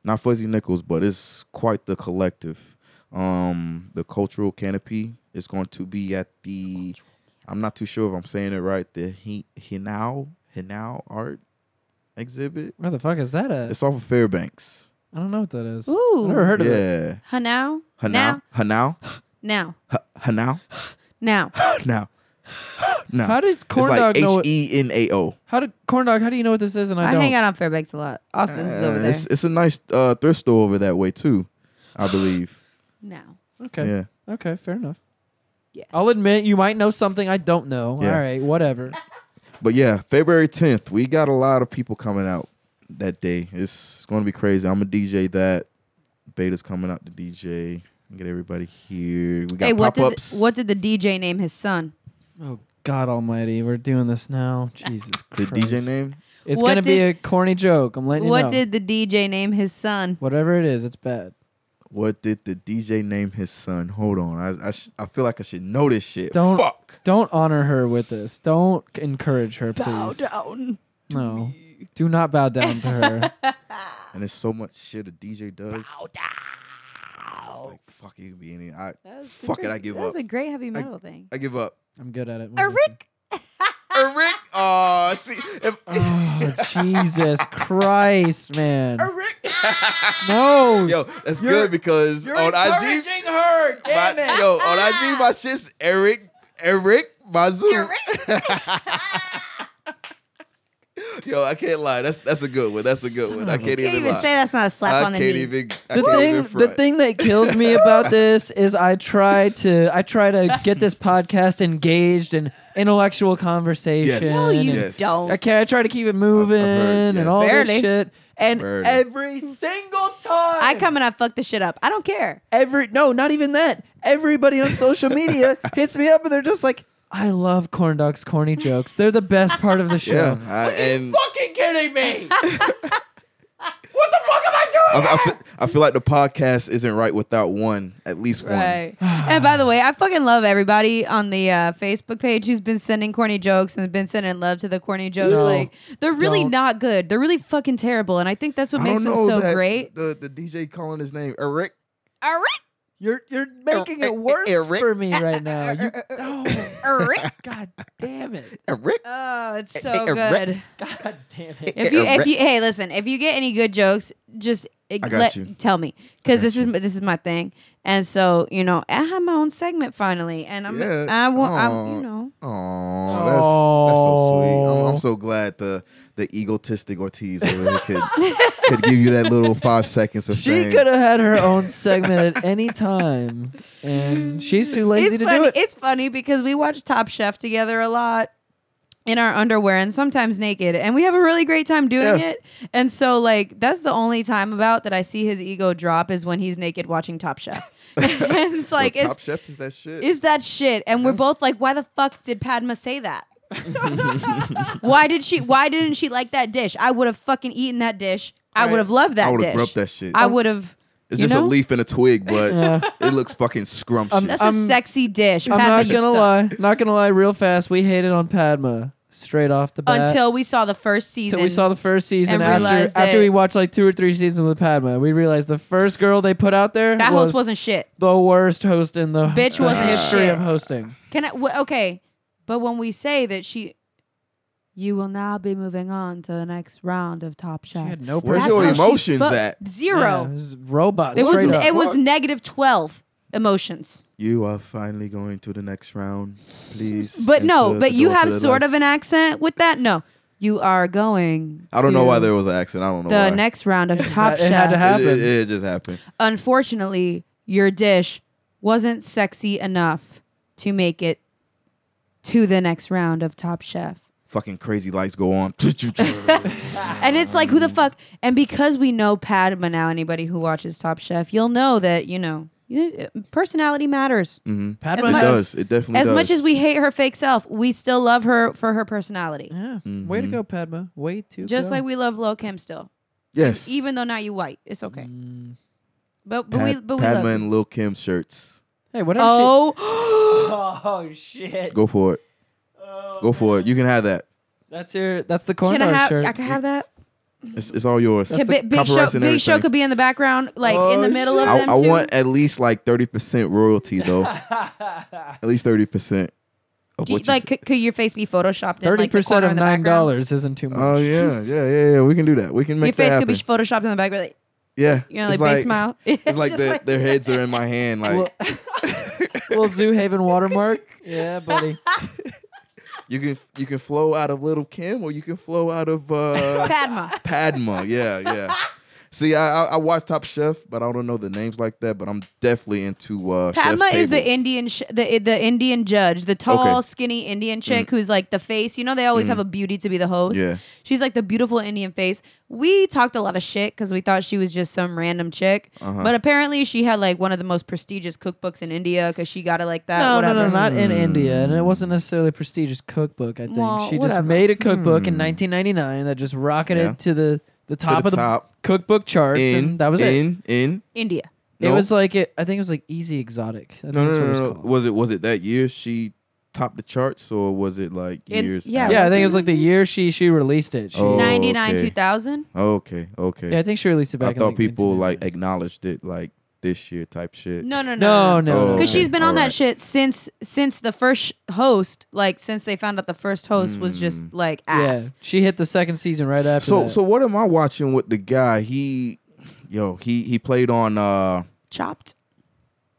[SPEAKER 3] Not Fuzzy Nichols, but it's quite the collective. Um, the Cultural Canopy is going to be at the I'm not too sure if I'm saying it right, the He Hinao Hinao art exhibit.
[SPEAKER 1] Where the fuck is that at?
[SPEAKER 3] It's off of Fairbanks.
[SPEAKER 1] I don't know what that is.
[SPEAKER 2] Ooh.
[SPEAKER 1] I've never heard of it.
[SPEAKER 3] Yeah.
[SPEAKER 2] Hanau?
[SPEAKER 3] Hanao. Hanao.
[SPEAKER 2] Now.
[SPEAKER 3] H- Hanao.
[SPEAKER 2] Now. Now.
[SPEAKER 3] Now. Now.
[SPEAKER 1] How does
[SPEAKER 3] it's
[SPEAKER 1] corn
[SPEAKER 3] like
[SPEAKER 1] dog know?
[SPEAKER 3] H
[SPEAKER 1] What,
[SPEAKER 3] E N A O.
[SPEAKER 1] how did corn dog? How do you know what this is? And I,
[SPEAKER 2] I
[SPEAKER 1] don't.
[SPEAKER 2] hang out on Fairbanks a lot. Austin's is over
[SPEAKER 3] Uh,
[SPEAKER 2] there.
[SPEAKER 3] It's it's a nice uh, thrift store over that way too, I believe.
[SPEAKER 2] Now.
[SPEAKER 1] Okay.
[SPEAKER 3] Yeah.
[SPEAKER 1] Okay. Fair enough.
[SPEAKER 2] Yeah.
[SPEAKER 1] I'll admit you might know something I don't know.
[SPEAKER 3] Yeah.
[SPEAKER 1] All right. Whatever.
[SPEAKER 3] But yeah, February 10th, we got a lot of people coming out that day. It's going to be crazy. I'm a DJ that. Beta's coming out to DJ. Get everybody here. We got
[SPEAKER 2] Hey, what
[SPEAKER 3] pop
[SPEAKER 2] did,
[SPEAKER 3] ups.
[SPEAKER 2] what did the DJ name his son?
[SPEAKER 1] Oh God Almighty, we're doing this now. Jesus
[SPEAKER 3] the
[SPEAKER 1] Christ.
[SPEAKER 3] DJ name?
[SPEAKER 1] It's
[SPEAKER 2] What
[SPEAKER 1] gonna be a
[SPEAKER 2] did-
[SPEAKER 1] corny joke. I'm letting you
[SPEAKER 2] What
[SPEAKER 1] know.
[SPEAKER 2] did the DJ name his son?
[SPEAKER 1] Whatever it is, it's bad.
[SPEAKER 3] What did the DJ name his son? Hold on. I I, sh- I feel like I should know this shit.
[SPEAKER 1] Don't-
[SPEAKER 3] Fuck.
[SPEAKER 1] Don't honor her with this. Don't encourage her, please.
[SPEAKER 2] down.
[SPEAKER 1] no. Do not bow down to her.
[SPEAKER 3] And there's so much shit a DJ does. It's like, fuck, it could be any. I, fuck it, I give
[SPEAKER 2] that
[SPEAKER 3] up.
[SPEAKER 2] was a great heavy
[SPEAKER 3] I-
[SPEAKER 2] metal thing.
[SPEAKER 3] I give up.
[SPEAKER 1] I'm good at it.
[SPEAKER 2] Eric.
[SPEAKER 3] Eric. Oh, see. If,
[SPEAKER 1] Oh, Jesus Christ, man.
[SPEAKER 3] Eric.
[SPEAKER 1] No.
[SPEAKER 3] Yo, that's
[SPEAKER 1] You're-
[SPEAKER 3] good because on IG,
[SPEAKER 1] her.
[SPEAKER 3] my,
[SPEAKER 1] Damn it.
[SPEAKER 3] yo, on IG, my shit's Eric, Eric, Mazu. yo, I can't lie. That's that's a good one. That's a good
[SPEAKER 1] Son
[SPEAKER 3] one. I
[SPEAKER 1] of a-
[SPEAKER 3] can't
[SPEAKER 2] Can't
[SPEAKER 3] even,
[SPEAKER 2] even
[SPEAKER 3] lie.
[SPEAKER 2] say that's not a slap
[SPEAKER 3] I
[SPEAKER 2] on the
[SPEAKER 3] can't
[SPEAKER 2] knee.
[SPEAKER 3] even. I
[SPEAKER 1] the
[SPEAKER 3] can't
[SPEAKER 1] thing
[SPEAKER 3] even
[SPEAKER 1] the
[SPEAKER 3] front.
[SPEAKER 1] thing that kills me about this is I try to I try to get this podcast engaged in intellectual conversation.
[SPEAKER 3] No,
[SPEAKER 1] and-
[SPEAKER 3] you Yes.
[SPEAKER 4] don't.
[SPEAKER 1] I can I try to keep it moving
[SPEAKER 3] heard, yes.
[SPEAKER 1] and all that
[SPEAKER 2] Barely.
[SPEAKER 1] shit. And
[SPEAKER 3] Barely.
[SPEAKER 1] every single time
[SPEAKER 2] I come and I fuck the shit up. I don't care.
[SPEAKER 1] every no, not even that. Everybody on social media hits me up and they're just like, I love corn dogs corny jokes. They're the best part of the show.
[SPEAKER 3] Yeah, I, and
[SPEAKER 1] Fucking kidding me. what the fuck am I doing?
[SPEAKER 3] I, I, feel, I feel like the podcast isn't right without one, at least one.
[SPEAKER 2] Right. and by the way, I fucking love everybody on the uh, Facebook page who's been sending corny jokes and been sending love to the corny jokes.
[SPEAKER 1] No,
[SPEAKER 2] like they're really
[SPEAKER 1] don't.
[SPEAKER 2] not good. They're really fucking terrible. And I think that's what
[SPEAKER 3] I
[SPEAKER 2] makes
[SPEAKER 3] don't
[SPEAKER 2] them so
[SPEAKER 3] know that
[SPEAKER 2] great.
[SPEAKER 3] The the DJ calling his name Eric.
[SPEAKER 2] All
[SPEAKER 1] You're you're making
[SPEAKER 2] Oh,
[SPEAKER 1] it worse for me right now. You, oh,
[SPEAKER 2] right.
[SPEAKER 1] God damn it!
[SPEAKER 3] Eric.
[SPEAKER 2] Oh, it's
[SPEAKER 3] eh,
[SPEAKER 2] so
[SPEAKER 3] eh, right.
[SPEAKER 2] good.
[SPEAKER 1] God damn it!
[SPEAKER 2] If you,
[SPEAKER 3] eh,
[SPEAKER 2] if
[SPEAKER 3] right.
[SPEAKER 2] you, hey, listen. If you get any good jokes, just eh,
[SPEAKER 3] I got
[SPEAKER 2] let,
[SPEAKER 3] you.
[SPEAKER 2] tell me because this is this is my thing. And so you know, I have my own segment finally, and I'm
[SPEAKER 3] Yeah.
[SPEAKER 2] I want I
[SPEAKER 3] Aw.
[SPEAKER 2] you know
[SPEAKER 3] Aw, that's, that's so sweet. I'm, I'm
[SPEAKER 1] Wow.
[SPEAKER 3] I'm so glad the the egotistic Ortiz over there could could give you that little five seconds of
[SPEAKER 1] She
[SPEAKER 3] fame.
[SPEAKER 1] could have had her own segment at any time, and she's too lazy
[SPEAKER 2] it's
[SPEAKER 1] to
[SPEAKER 2] funny.
[SPEAKER 1] do it.
[SPEAKER 2] It's funny because we watch Top Chef together a lot in our underwear and sometimes naked, and we have a really great time doing
[SPEAKER 3] Yeah.
[SPEAKER 2] it. And so, like, that's the only time about that I see his ego drop is when he's naked watching Top Chef. it's
[SPEAKER 3] Yo,
[SPEAKER 2] like,
[SPEAKER 3] Top
[SPEAKER 2] is,
[SPEAKER 3] Chef is that shit.
[SPEAKER 2] is that shit? And we're both like, why the fuck did Padma say that? why did she? Why didn't she like that dish? I would have fucking eaten that dish. I
[SPEAKER 1] Right.
[SPEAKER 2] would have loved that
[SPEAKER 3] I would
[SPEAKER 2] dish.
[SPEAKER 3] have grubbed that shit.
[SPEAKER 2] I would have.
[SPEAKER 3] it's
[SPEAKER 2] you
[SPEAKER 3] just
[SPEAKER 2] know? Um,
[SPEAKER 3] a leaf and a twig, but
[SPEAKER 1] Yeah.
[SPEAKER 3] it looks fucking
[SPEAKER 1] I'm-
[SPEAKER 3] scrumptious.
[SPEAKER 2] That's a sexy dish.
[SPEAKER 1] Um, I'm
[SPEAKER 2] Padma,
[SPEAKER 1] not
[SPEAKER 2] you
[SPEAKER 1] gonna
[SPEAKER 2] suck.
[SPEAKER 1] lie. Not gonna lie. Real fast, we hated on Padma straight off the bat.
[SPEAKER 2] until we saw the first season.
[SPEAKER 1] Until we saw the first season
[SPEAKER 2] and
[SPEAKER 1] after
[SPEAKER 2] realized
[SPEAKER 1] after
[SPEAKER 2] that-
[SPEAKER 1] we watched like two or three seasons with Padma, we realized the first girl they put out there
[SPEAKER 2] that
[SPEAKER 1] was
[SPEAKER 2] host wasn't shit.
[SPEAKER 1] the worst host in the
[SPEAKER 2] Bitch
[SPEAKER 1] the
[SPEAKER 2] wasn't
[SPEAKER 1] history
[SPEAKER 2] shit.
[SPEAKER 1] of hosting.
[SPEAKER 2] Can I? W- okay, but when we say that she, you will now be moving on to the next round of Top
[SPEAKER 1] She
[SPEAKER 2] Chef.
[SPEAKER 1] had no
[SPEAKER 3] Where's
[SPEAKER 2] That's
[SPEAKER 1] personality.
[SPEAKER 3] your
[SPEAKER 2] how she
[SPEAKER 3] emotions
[SPEAKER 2] spo-
[SPEAKER 3] at?
[SPEAKER 1] Yeah, it
[SPEAKER 2] Zero.
[SPEAKER 1] was robot.
[SPEAKER 2] it was.
[SPEAKER 1] straight up.
[SPEAKER 2] It was
[SPEAKER 3] Fuck.
[SPEAKER 2] negative twelve emotions.
[SPEAKER 3] you are finally going to the next round, please.
[SPEAKER 2] But no.
[SPEAKER 3] Enter
[SPEAKER 2] But
[SPEAKER 3] the
[SPEAKER 2] you
[SPEAKER 3] door to
[SPEAKER 2] have
[SPEAKER 3] the
[SPEAKER 2] sort
[SPEAKER 3] left.
[SPEAKER 2] of an accent with that. No, you are going.
[SPEAKER 3] I don't know
[SPEAKER 2] to
[SPEAKER 3] why there was an accent. I don't know.
[SPEAKER 2] The
[SPEAKER 3] why.
[SPEAKER 2] next round of
[SPEAKER 1] just
[SPEAKER 2] Top
[SPEAKER 1] had- it had to
[SPEAKER 2] Chef.
[SPEAKER 1] happen.
[SPEAKER 3] It- it- it just happened.
[SPEAKER 2] Unfortunately, your dish wasn't sexy enough to make it to the next round of Top Chef.
[SPEAKER 3] Fucking crazy lights go on.
[SPEAKER 2] And it's like, who the fuck? And because we know Padma now, anybody who watches Top Chef, you'll know that, you know, you- personality matters.
[SPEAKER 1] Padma
[SPEAKER 2] As
[SPEAKER 3] It
[SPEAKER 2] much-
[SPEAKER 1] has-
[SPEAKER 3] does. It definitely
[SPEAKER 2] As
[SPEAKER 3] Mm, does.
[SPEAKER 2] much as we hate her fake self, we still love her for her personality.
[SPEAKER 1] Yeah. Way to go, Padma. Way to
[SPEAKER 2] Just
[SPEAKER 1] go.
[SPEAKER 2] like we love Lo Kim still.
[SPEAKER 3] yes,
[SPEAKER 2] Even though now you white. It's okay.
[SPEAKER 1] Mm.
[SPEAKER 2] But but
[SPEAKER 3] Pad-
[SPEAKER 2] we but we
[SPEAKER 3] Padma
[SPEAKER 2] love you.
[SPEAKER 3] and Lil Kim shirts.
[SPEAKER 1] Hey, what else?
[SPEAKER 2] Oh
[SPEAKER 1] Oh shit.
[SPEAKER 3] Go for it. go for it. You can have that.
[SPEAKER 1] That's your. That's the corn
[SPEAKER 2] can I
[SPEAKER 1] dog
[SPEAKER 2] have
[SPEAKER 1] shirt.
[SPEAKER 2] I can have that?
[SPEAKER 3] It's, it's all yours.
[SPEAKER 2] Can Bi- big show
[SPEAKER 3] Copyrights and
[SPEAKER 2] big show
[SPEAKER 3] everything.
[SPEAKER 2] could be in the background, like in
[SPEAKER 1] Oh,
[SPEAKER 2] the middle of
[SPEAKER 3] I,
[SPEAKER 2] them
[SPEAKER 3] I
[SPEAKER 2] too.
[SPEAKER 3] want at least like thirty percent royalty though. at least thirty percent of
[SPEAKER 2] Do you-
[SPEAKER 3] what you.
[SPEAKER 2] like
[SPEAKER 3] s-
[SPEAKER 2] could, could your face be photoshopped in
[SPEAKER 1] Thirty
[SPEAKER 2] like, the
[SPEAKER 1] percent
[SPEAKER 2] corner
[SPEAKER 1] of
[SPEAKER 2] in the
[SPEAKER 1] nine
[SPEAKER 2] background?
[SPEAKER 1] dollars isn't too much.
[SPEAKER 3] oh yeah, yeah, yeah, yeah. We can do that. We can
[SPEAKER 2] Your
[SPEAKER 3] make that
[SPEAKER 2] face could
[SPEAKER 3] happen.
[SPEAKER 2] be photoshopped in the background. Like,
[SPEAKER 3] yeah,
[SPEAKER 2] You know,
[SPEAKER 3] it's
[SPEAKER 2] like, big smile.
[SPEAKER 3] It's like,
[SPEAKER 2] Just
[SPEAKER 3] their-
[SPEAKER 2] like-
[SPEAKER 3] their heads are in my hand. Like
[SPEAKER 1] Well- Little Zoo Haven watermark. Yeah, buddy.
[SPEAKER 3] you can you can flow out of Little Kim or you can flow out of uh,
[SPEAKER 2] Padma.
[SPEAKER 3] Padma. Yeah, yeah. See, I, I I watch Top Chef, but I don't know the names like that. But I'm definitely into uh,
[SPEAKER 2] Padma
[SPEAKER 3] Chef's
[SPEAKER 2] is the
[SPEAKER 3] Table.
[SPEAKER 2] Indian sh- the the Indian judge, the tall,
[SPEAKER 3] Okay. Mm.
[SPEAKER 2] skinny Indian chick who's like the face. You know, they always have a beauty to be the host.
[SPEAKER 3] Yeah.
[SPEAKER 2] She's like the beautiful Indian face. We talked a lot of shit because we thought she was just some random chick,
[SPEAKER 3] Uh-huh.
[SPEAKER 2] but apparently she had like one of the most prestigious cookbooks in India because she got it like that.
[SPEAKER 1] No, no,
[SPEAKER 2] whatever.
[SPEAKER 1] no, not in India, and it wasn't necessarily a prestigious cookbook. I think
[SPEAKER 2] Well,
[SPEAKER 1] she
[SPEAKER 2] whatever.
[SPEAKER 1] just made a cookbook in 1999 that just rocketed
[SPEAKER 3] Hmm. Yeah.
[SPEAKER 1] to the the top
[SPEAKER 3] the
[SPEAKER 1] of the
[SPEAKER 3] top.
[SPEAKER 1] cookbook charts, and
[SPEAKER 3] in
[SPEAKER 1] that was it.
[SPEAKER 3] in in.
[SPEAKER 2] India.
[SPEAKER 1] It
[SPEAKER 3] Nope.
[SPEAKER 1] was like it, I think it was like Easy Exotic. I think
[SPEAKER 3] No,
[SPEAKER 1] that's
[SPEAKER 3] no,
[SPEAKER 1] what it was
[SPEAKER 3] no, no.
[SPEAKER 1] called.
[SPEAKER 3] Was it was it that year she topped the charts, or was it like
[SPEAKER 2] It-
[SPEAKER 3] years?
[SPEAKER 2] yeah,
[SPEAKER 3] after?
[SPEAKER 1] Yeah, I think it was like the year she she released it. She,
[SPEAKER 3] Oh,
[SPEAKER 2] Ninety nine,
[SPEAKER 3] okay.
[SPEAKER 2] two thousand.
[SPEAKER 3] Okay, okay.
[SPEAKER 1] Yeah, I think she released it
[SPEAKER 3] I
[SPEAKER 1] back. in,
[SPEAKER 3] thought
[SPEAKER 1] like,
[SPEAKER 3] people
[SPEAKER 1] 1999.
[SPEAKER 3] like acknowledged it like this year type shit.
[SPEAKER 2] No, no, no,
[SPEAKER 1] No, no,
[SPEAKER 3] Oh,
[SPEAKER 1] no.
[SPEAKER 2] Because
[SPEAKER 3] okay.
[SPEAKER 2] she's been on that
[SPEAKER 3] Alright.
[SPEAKER 2] shit since since the first host, like since they found out the first host was
[SPEAKER 3] Mm.
[SPEAKER 2] just like ass.
[SPEAKER 1] yeah, she hit the second season right after.
[SPEAKER 3] So
[SPEAKER 1] that.
[SPEAKER 3] so what am I watching with the guy? He, yo, he he played on uh
[SPEAKER 2] Chopped.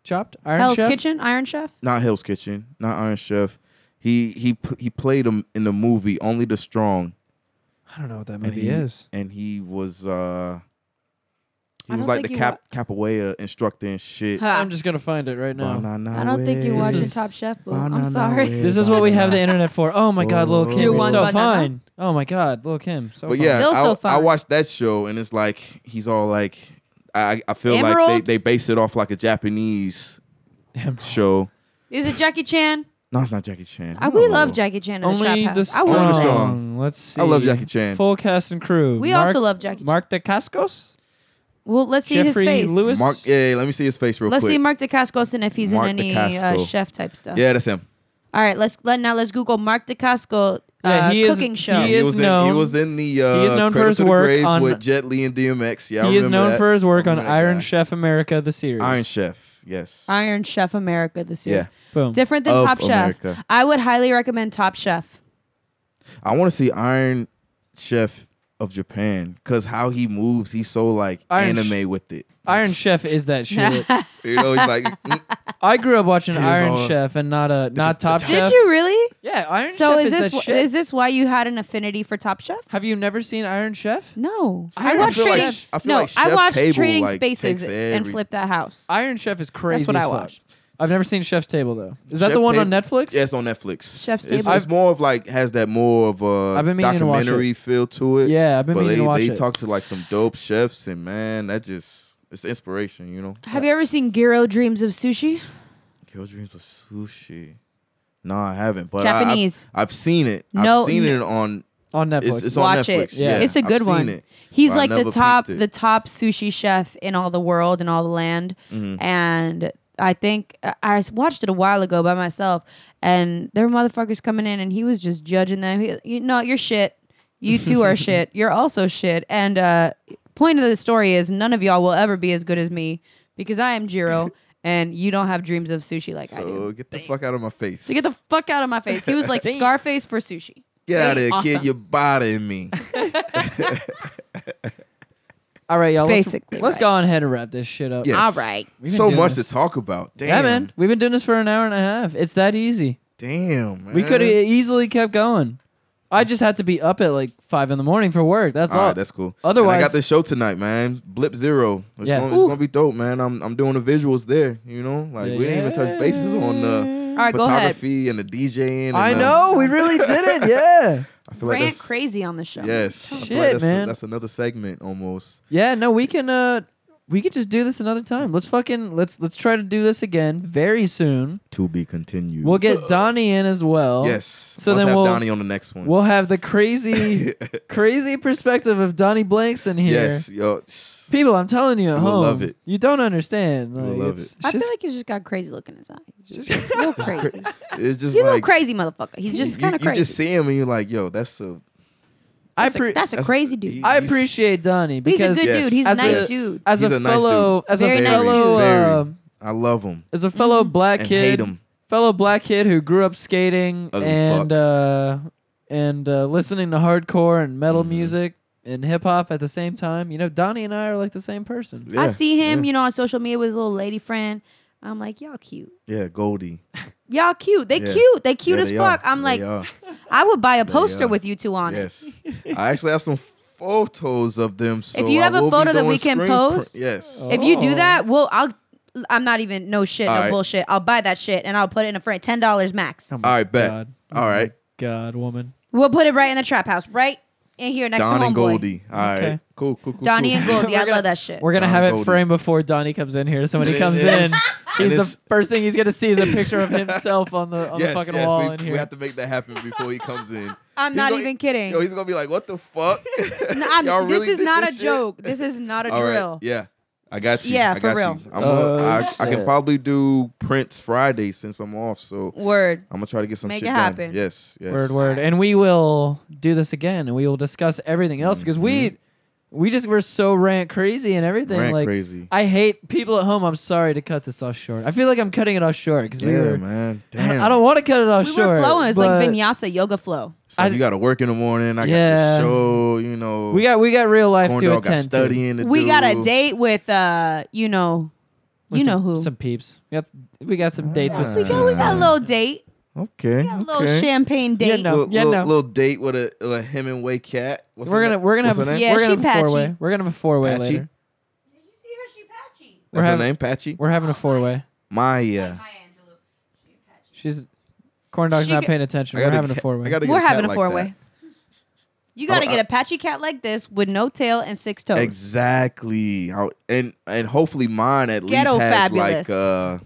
[SPEAKER 1] chopped Iron
[SPEAKER 2] Hell's
[SPEAKER 1] Chef.
[SPEAKER 2] Kitchen, Iron Chef.
[SPEAKER 3] not Hell's Kitchen, not Iron Chef. He he p- he played him in the movie Only the Strong,
[SPEAKER 1] I don't know what that
[SPEAKER 3] and
[SPEAKER 1] movie
[SPEAKER 3] he
[SPEAKER 1] is.
[SPEAKER 3] and he was uh he
[SPEAKER 2] I
[SPEAKER 3] was
[SPEAKER 2] don't
[SPEAKER 3] like the
[SPEAKER 2] think you
[SPEAKER 3] cap capoeira instructor and shit.
[SPEAKER 2] Huh.
[SPEAKER 1] I'm just gonna find it right now.
[SPEAKER 2] I don't think you
[SPEAKER 1] This
[SPEAKER 2] watching
[SPEAKER 1] is-
[SPEAKER 2] Top Chef, boo.
[SPEAKER 3] Banana
[SPEAKER 2] I'm sorry.
[SPEAKER 3] way.
[SPEAKER 1] This is what we have the internet for. Oh my God, Lil Kim,
[SPEAKER 3] Do
[SPEAKER 1] you're
[SPEAKER 2] one
[SPEAKER 1] so
[SPEAKER 2] banana.
[SPEAKER 1] fine. Oh my God, Lil Kim, so
[SPEAKER 3] But
[SPEAKER 1] fine.
[SPEAKER 3] yeah,
[SPEAKER 2] Still
[SPEAKER 3] I,
[SPEAKER 2] so
[SPEAKER 3] I
[SPEAKER 2] fun.
[SPEAKER 3] watched that show and it's like he's all like, I I feel like
[SPEAKER 2] Emerald?
[SPEAKER 3] they, they base it off like a Japanese show.
[SPEAKER 2] Is it Jackie Chan?
[SPEAKER 3] No, it's not Jackie Chan.
[SPEAKER 2] I, we
[SPEAKER 3] No.
[SPEAKER 2] love Jackie Chan in the
[SPEAKER 1] Only
[SPEAKER 2] trap
[SPEAKER 1] the
[SPEAKER 2] house. I will
[SPEAKER 3] Only the
[SPEAKER 1] strong.
[SPEAKER 2] understand.
[SPEAKER 3] strong.
[SPEAKER 1] Let's see.
[SPEAKER 3] I love Jackie Chan.
[SPEAKER 1] Full cast and crew.
[SPEAKER 2] We
[SPEAKER 1] Mark,
[SPEAKER 2] also love Jackie Chan.
[SPEAKER 1] Mark DeCascos,
[SPEAKER 2] Well, let's see his
[SPEAKER 1] Jeffrey
[SPEAKER 2] face.
[SPEAKER 1] Lewis.
[SPEAKER 3] Mark. Yeah, yeah, let me see his face real
[SPEAKER 2] Let's
[SPEAKER 3] quick.
[SPEAKER 2] see Mark DeCascos and if he's
[SPEAKER 3] Mark
[SPEAKER 2] in any uh,
[SPEAKER 3] DeCasco.
[SPEAKER 2] chef type stuff.
[SPEAKER 3] Yeah, that's him.
[SPEAKER 2] All right, let's let now let's Google Mark DeCasco uh,
[SPEAKER 1] Yeah, he is-
[SPEAKER 2] cooking show.
[SPEAKER 1] He is
[SPEAKER 3] was in. He
[SPEAKER 1] known-
[SPEAKER 3] was in the. Uh,
[SPEAKER 1] he is known for
[SPEAKER 3] Cradle
[SPEAKER 1] his
[SPEAKER 3] to the
[SPEAKER 1] work
[SPEAKER 3] Grave
[SPEAKER 1] on-
[SPEAKER 3] with Jet Li and DMX. Yeah, I
[SPEAKER 1] he is
[SPEAKER 3] remember
[SPEAKER 1] known
[SPEAKER 3] that.
[SPEAKER 1] for his work
[SPEAKER 3] I
[SPEAKER 1] on
[SPEAKER 3] remember that
[SPEAKER 1] Iron
[SPEAKER 3] guy.
[SPEAKER 1] Chef America, the series.
[SPEAKER 3] Iron Chef. Yes.
[SPEAKER 2] Iron Chef America this year.
[SPEAKER 3] Yeah.
[SPEAKER 1] Boom.
[SPEAKER 2] Different than
[SPEAKER 3] Of
[SPEAKER 2] Top Chef.
[SPEAKER 3] America.
[SPEAKER 2] I would highly recommend Top Chef.
[SPEAKER 3] I want to see Iron Chef of Japan because how he moves, he's so like
[SPEAKER 1] Iron
[SPEAKER 3] anime with it.
[SPEAKER 1] Iron Chef is that shit.
[SPEAKER 3] You know, he's like. mm,
[SPEAKER 1] I grew up watching
[SPEAKER 3] is
[SPEAKER 1] Iron
[SPEAKER 3] all-
[SPEAKER 1] Chef and not a not Top
[SPEAKER 2] Did
[SPEAKER 1] Chef.
[SPEAKER 2] you really?
[SPEAKER 1] Yeah,
[SPEAKER 4] Yeah, Iron
[SPEAKER 2] So
[SPEAKER 4] Chef
[SPEAKER 2] is
[SPEAKER 4] is,
[SPEAKER 2] this
[SPEAKER 4] the
[SPEAKER 2] wh-
[SPEAKER 4] shit.
[SPEAKER 2] is this why you had an affinity for Top Chef?
[SPEAKER 4] Have you never seen Iron Chef?
[SPEAKER 2] No,
[SPEAKER 4] I
[SPEAKER 2] I watched
[SPEAKER 4] feel like
[SPEAKER 2] Trading.
[SPEAKER 4] sh-
[SPEAKER 3] I feel
[SPEAKER 2] no,
[SPEAKER 3] like
[SPEAKER 2] I
[SPEAKER 3] Chef
[SPEAKER 2] watched
[SPEAKER 3] Table,
[SPEAKER 2] Trading
[SPEAKER 3] like,
[SPEAKER 2] Spaces
[SPEAKER 3] takes
[SPEAKER 2] and
[SPEAKER 3] every-
[SPEAKER 2] Flip That House.
[SPEAKER 4] Iron Chef is crazy.
[SPEAKER 2] what I
[SPEAKER 4] as fuck.
[SPEAKER 2] watched.
[SPEAKER 1] I've never seen Chef's Table though. Is that
[SPEAKER 3] Chef
[SPEAKER 1] the one on
[SPEAKER 3] Table-
[SPEAKER 1] Netflix?
[SPEAKER 3] Yeah, it's on Netflix.
[SPEAKER 2] Chef's
[SPEAKER 3] it's,
[SPEAKER 2] Table.
[SPEAKER 3] it's more of like has that more of a
[SPEAKER 1] I've been meaning to watch it.
[SPEAKER 3] documentary feel to it.
[SPEAKER 1] Yeah, I've been
[SPEAKER 3] but
[SPEAKER 1] meaning
[SPEAKER 3] they,
[SPEAKER 1] to watch
[SPEAKER 3] they
[SPEAKER 1] it.
[SPEAKER 3] talk to like some dope chefs, and man, that just it's inspiration, you know.
[SPEAKER 2] Have you ever seen Giro Dreams of Sushi?
[SPEAKER 3] Kill Dreams with sushi. No, I haven't. But
[SPEAKER 2] Japanese.
[SPEAKER 3] I, have seen it.
[SPEAKER 2] No,
[SPEAKER 3] I've seen
[SPEAKER 2] no.
[SPEAKER 3] it on.
[SPEAKER 1] on Netflix.
[SPEAKER 3] It's, it's on
[SPEAKER 2] Watch
[SPEAKER 3] Netflix.
[SPEAKER 2] it.
[SPEAKER 1] Yeah.
[SPEAKER 2] it's a
[SPEAKER 3] I've
[SPEAKER 2] good
[SPEAKER 3] seen
[SPEAKER 2] one.
[SPEAKER 3] it,
[SPEAKER 2] He's
[SPEAKER 3] but I
[SPEAKER 2] like the
[SPEAKER 3] never
[SPEAKER 2] top
[SPEAKER 3] peeped
[SPEAKER 2] the
[SPEAKER 3] it.
[SPEAKER 2] top sushi chef in all the world and all the land.
[SPEAKER 3] Mm-hmm.
[SPEAKER 2] And I think I- I watched it a while ago by myself, and there were motherfuckers coming in, and he was just judging them. He, you know, you're shit. You two are shit. You're also shit. And uh, point of the story is none of y'all will ever be as good as me because I am Jiro, and you don't have dreams of sushi like I do.
[SPEAKER 3] So get the fuck out of my face.
[SPEAKER 2] So get the fuck out of my face. He was like Scarface for sushi.
[SPEAKER 3] Get out of here,
[SPEAKER 2] Awesome.
[SPEAKER 3] kid. You're bothering me.
[SPEAKER 1] All right, y'all.
[SPEAKER 2] Basically,
[SPEAKER 1] let's, let's
[SPEAKER 2] right.
[SPEAKER 1] go on ahead and wrap this shit up.
[SPEAKER 3] Yes.
[SPEAKER 2] All right.
[SPEAKER 1] We've been
[SPEAKER 3] So
[SPEAKER 1] doing
[SPEAKER 3] much
[SPEAKER 1] this.
[SPEAKER 3] to talk about. Damn.
[SPEAKER 1] Yeah, man. We've been doing this for an hour and a half. It's that easy.
[SPEAKER 3] Damn, man.
[SPEAKER 1] We could have easily kept going. I just had to be up at like five in the morning for work. That's
[SPEAKER 3] All
[SPEAKER 1] all.
[SPEAKER 3] right, that's cool.
[SPEAKER 1] Otherwise-
[SPEAKER 3] and I got the show tonight, man. Blip Zero. It's,
[SPEAKER 1] Yeah.
[SPEAKER 3] gonna,
[SPEAKER 1] Ooh.
[SPEAKER 3] it's gonna be dope, man. I'm I'm doing the visuals there. You know, like
[SPEAKER 1] Yeah,
[SPEAKER 3] we didn't even touch bases on the
[SPEAKER 2] All right, go ahead.
[SPEAKER 3] photography and the DJing. And
[SPEAKER 1] I
[SPEAKER 3] the-
[SPEAKER 1] know. We really did it. Yeah.
[SPEAKER 3] I feel like
[SPEAKER 2] Rant
[SPEAKER 3] that's-
[SPEAKER 2] crazy on the show.
[SPEAKER 3] Yes. I feel
[SPEAKER 1] Shit,
[SPEAKER 3] like that's,
[SPEAKER 1] man.
[SPEAKER 3] that's another segment almost.
[SPEAKER 1] Yeah. No, we can. uh We could just do this another time. Let's fucking let's let's try to do this again very soon.
[SPEAKER 3] To be continued.
[SPEAKER 1] We'll get Donnie in as well.
[SPEAKER 3] yes.
[SPEAKER 1] So
[SPEAKER 3] Let's
[SPEAKER 1] then
[SPEAKER 3] have
[SPEAKER 1] we'll
[SPEAKER 3] Donnie on the next one.
[SPEAKER 1] we'll have the crazy crazy perspective of Donnie Blanks in here.
[SPEAKER 3] yes. Yo. tss,
[SPEAKER 1] People, I'm telling you at
[SPEAKER 3] You will
[SPEAKER 1] home,
[SPEAKER 3] love it.
[SPEAKER 1] you don't understand. Like,
[SPEAKER 3] will love
[SPEAKER 1] it's,
[SPEAKER 3] it.
[SPEAKER 1] it's
[SPEAKER 2] I
[SPEAKER 1] just-
[SPEAKER 2] feel like he's just got crazy look in his eye. He's just a little crazy.
[SPEAKER 3] It's just
[SPEAKER 2] He's a little
[SPEAKER 3] like
[SPEAKER 2] crazy motherfucker. He's
[SPEAKER 3] you-
[SPEAKER 2] just kind of
[SPEAKER 3] You
[SPEAKER 2] crazy.
[SPEAKER 3] just see him and you're like, yo, that's a
[SPEAKER 1] I,
[SPEAKER 2] that's, a,
[SPEAKER 1] pre-
[SPEAKER 2] that's a
[SPEAKER 3] that's-
[SPEAKER 2] crazy dude.
[SPEAKER 3] he-
[SPEAKER 1] I
[SPEAKER 3] he's-
[SPEAKER 1] appreciate Donnie
[SPEAKER 2] he's a
[SPEAKER 1] because
[SPEAKER 2] good
[SPEAKER 3] Yes.
[SPEAKER 2] dude. He's a
[SPEAKER 1] As
[SPEAKER 2] nice
[SPEAKER 1] a-
[SPEAKER 2] dude.
[SPEAKER 1] as
[SPEAKER 3] He's
[SPEAKER 1] a,
[SPEAKER 3] a nice
[SPEAKER 1] fellow, as a
[SPEAKER 2] Very nice
[SPEAKER 1] fellow,
[SPEAKER 2] dude.
[SPEAKER 3] Very.
[SPEAKER 1] um,
[SPEAKER 3] I love him.
[SPEAKER 1] as a fellow black
[SPEAKER 3] Mm-hmm. And
[SPEAKER 1] kid,
[SPEAKER 3] hate him.
[SPEAKER 1] fellow black kid who grew up skating
[SPEAKER 3] Ugly
[SPEAKER 1] and
[SPEAKER 3] fuck.
[SPEAKER 1] uh, and uh, listening to hardcore and metal
[SPEAKER 3] Mm-hmm.
[SPEAKER 1] music and hip hop at the same time. You know, Donnie and I are like the same person.
[SPEAKER 3] Yeah,
[SPEAKER 2] I see him,
[SPEAKER 3] yeah.
[SPEAKER 2] you know, on social media with his little lady friend. I'm like, y'all cute.
[SPEAKER 3] Yeah, Goldie.
[SPEAKER 2] Y'all cute. They
[SPEAKER 3] Yeah.
[SPEAKER 2] cute. They cute
[SPEAKER 3] Yeah,
[SPEAKER 2] as
[SPEAKER 3] they
[SPEAKER 2] fuck.
[SPEAKER 3] are.
[SPEAKER 2] I'm
[SPEAKER 3] They
[SPEAKER 2] like,
[SPEAKER 3] are.
[SPEAKER 2] I would buy a poster
[SPEAKER 3] are.
[SPEAKER 2] with you two on it.
[SPEAKER 3] yes. I actually have some photos of them. So
[SPEAKER 2] you
[SPEAKER 3] I
[SPEAKER 2] have a
[SPEAKER 3] will be
[SPEAKER 2] photo that
[SPEAKER 3] doing
[SPEAKER 2] we can
[SPEAKER 3] screen
[SPEAKER 2] post-
[SPEAKER 3] pr- yes.
[SPEAKER 2] If you
[SPEAKER 1] Oh.
[SPEAKER 2] do that, well, I'll. I'm not even no shit,
[SPEAKER 3] All
[SPEAKER 2] no
[SPEAKER 3] right.
[SPEAKER 2] bullshit. I'll buy that shit and I'll put it in a frame. Ten dollars max.
[SPEAKER 1] Oh my
[SPEAKER 3] All right, bet.
[SPEAKER 1] God.
[SPEAKER 3] All right,
[SPEAKER 1] God, woman.
[SPEAKER 2] We'll put it right in the trap house, right in here next
[SPEAKER 3] Don
[SPEAKER 2] to
[SPEAKER 3] and
[SPEAKER 2] Homeboy.
[SPEAKER 3] Goldie. All right,
[SPEAKER 1] Okay.
[SPEAKER 3] cool, cool, cool.
[SPEAKER 2] Donnie
[SPEAKER 3] cool.
[SPEAKER 2] and Goldie. I
[SPEAKER 1] We're gonna-
[SPEAKER 2] love that shit.
[SPEAKER 1] We're gonna
[SPEAKER 3] Don
[SPEAKER 1] have it
[SPEAKER 3] Goldie.
[SPEAKER 1] framed before Donnie comes in here. So when he
[SPEAKER 3] It
[SPEAKER 1] comes
[SPEAKER 3] is.
[SPEAKER 1] in,
[SPEAKER 3] And
[SPEAKER 1] he's
[SPEAKER 3] it's-
[SPEAKER 1] the first thing he's gonna see is a picture of himself on the on
[SPEAKER 3] yes,
[SPEAKER 1] the fucking
[SPEAKER 3] yes,
[SPEAKER 1] wall
[SPEAKER 3] we,
[SPEAKER 1] in
[SPEAKER 3] we
[SPEAKER 1] here.
[SPEAKER 3] have to make that happen before he comes in.
[SPEAKER 2] I'm
[SPEAKER 3] He's
[SPEAKER 2] not
[SPEAKER 3] gonna-
[SPEAKER 2] even kidding.
[SPEAKER 3] Yo, he's gonna be like, "What the fuck?"
[SPEAKER 2] No, I'm-
[SPEAKER 3] Y'all
[SPEAKER 2] this
[SPEAKER 3] really
[SPEAKER 2] is
[SPEAKER 3] did
[SPEAKER 2] not
[SPEAKER 3] this
[SPEAKER 2] a
[SPEAKER 3] shit?
[SPEAKER 2] joke. This is not a
[SPEAKER 3] All right,
[SPEAKER 2] drill.
[SPEAKER 3] Yeah, I got you.
[SPEAKER 2] Yeah,
[SPEAKER 3] I
[SPEAKER 2] for
[SPEAKER 3] got
[SPEAKER 2] real.
[SPEAKER 3] You. I'm
[SPEAKER 1] Oh,
[SPEAKER 3] a, I, I
[SPEAKER 1] shit.
[SPEAKER 3] can probably do Prince Friday since I'm off, so
[SPEAKER 2] Word.
[SPEAKER 3] I'm gonna try to get some
[SPEAKER 2] Make
[SPEAKER 3] shit
[SPEAKER 2] it
[SPEAKER 3] done.
[SPEAKER 2] happen.
[SPEAKER 3] Yes, yes.
[SPEAKER 1] Word, word. And we will do this again and we will discuss everything else because we we just were so rant crazy and everything.
[SPEAKER 3] Mm-hmm. Rant
[SPEAKER 1] like
[SPEAKER 3] crazy.
[SPEAKER 1] I hate people at home. I'm sorry to cut this off short. I feel like I'm cutting it off short because
[SPEAKER 3] Yeah,
[SPEAKER 1] we were
[SPEAKER 3] man. Damn.
[SPEAKER 1] I don't want to cut it off
[SPEAKER 2] We
[SPEAKER 1] short.
[SPEAKER 2] were flowing. It's
[SPEAKER 1] but
[SPEAKER 2] like vinyasa yoga flow.
[SPEAKER 3] So
[SPEAKER 1] I-
[SPEAKER 3] you got to work in the morning. I
[SPEAKER 1] Yeah.
[SPEAKER 3] got the show. You know,
[SPEAKER 1] We got we got real life
[SPEAKER 3] Corn
[SPEAKER 1] to
[SPEAKER 3] Dog got
[SPEAKER 1] attend to.
[SPEAKER 3] studying to
[SPEAKER 2] We
[SPEAKER 3] do.
[SPEAKER 2] got a date with uh, you know,
[SPEAKER 1] With
[SPEAKER 2] you
[SPEAKER 1] some-
[SPEAKER 2] know who.
[SPEAKER 1] Some peeps. We got we got some dates with
[SPEAKER 3] Ah.
[SPEAKER 1] some
[SPEAKER 2] yeah, we got a little date.
[SPEAKER 3] Okay.
[SPEAKER 2] A little
[SPEAKER 3] okay.
[SPEAKER 2] champagne date.
[SPEAKER 1] You know.
[SPEAKER 3] Little,
[SPEAKER 1] Yeah,
[SPEAKER 3] little,
[SPEAKER 1] no.
[SPEAKER 3] little date with a, a Hemingway cat. What's
[SPEAKER 1] We're
[SPEAKER 3] her
[SPEAKER 1] gonna
[SPEAKER 3] na-
[SPEAKER 1] we're gonna
[SPEAKER 3] what's
[SPEAKER 1] have
[SPEAKER 3] her
[SPEAKER 1] a,
[SPEAKER 3] name?
[SPEAKER 2] Yeah,
[SPEAKER 1] we're gonna
[SPEAKER 2] she
[SPEAKER 1] have a four way.
[SPEAKER 2] patchy.
[SPEAKER 1] We're gonna have a four way
[SPEAKER 3] Patchy?
[SPEAKER 1] later. We're
[SPEAKER 3] That's her
[SPEAKER 1] having-
[SPEAKER 3] name, Patchy.
[SPEAKER 1] We're having a four way.
[SPEAKER 3] Maya.
[SPEAKER 1] She's corn dog's
[SPEAKER 2] She
[SPEAKER 1] not
[SPEAKER 2] g-
[SPEAKER 1] paying attention.
[SPEAKER 3] I
[SPEAKER 1] We're
[SPEAKER 3] gotta
[SPEAKER 1] having a
[SPEAKER 3] ca-
[SPEAKER 1] four way.
[SPEAKER 3] I gotta get
[SPEAKER 2] We're
[SPEAKER 3] a cat
[SPEAKER 2] having a
[SPEAKER 3] like
[SPEAKER 2] four way. You got to
[SPEAKER 3] Oh,
[SPEAKER 2] get
[SPEAKER 3] I-
[SPEAKER 2] a patchy cat like this with no tail and six
[SPEAKER 3] that.
[SPEAKER 2] toes.
[SPEAKER 3] Exactly. How- And and hopefully mine at
[SPEAKER 2] Ghetto
[SPEAKER 3] least has
[SPEAKER 2] fabulous.
[SPEAKER 3] like uh,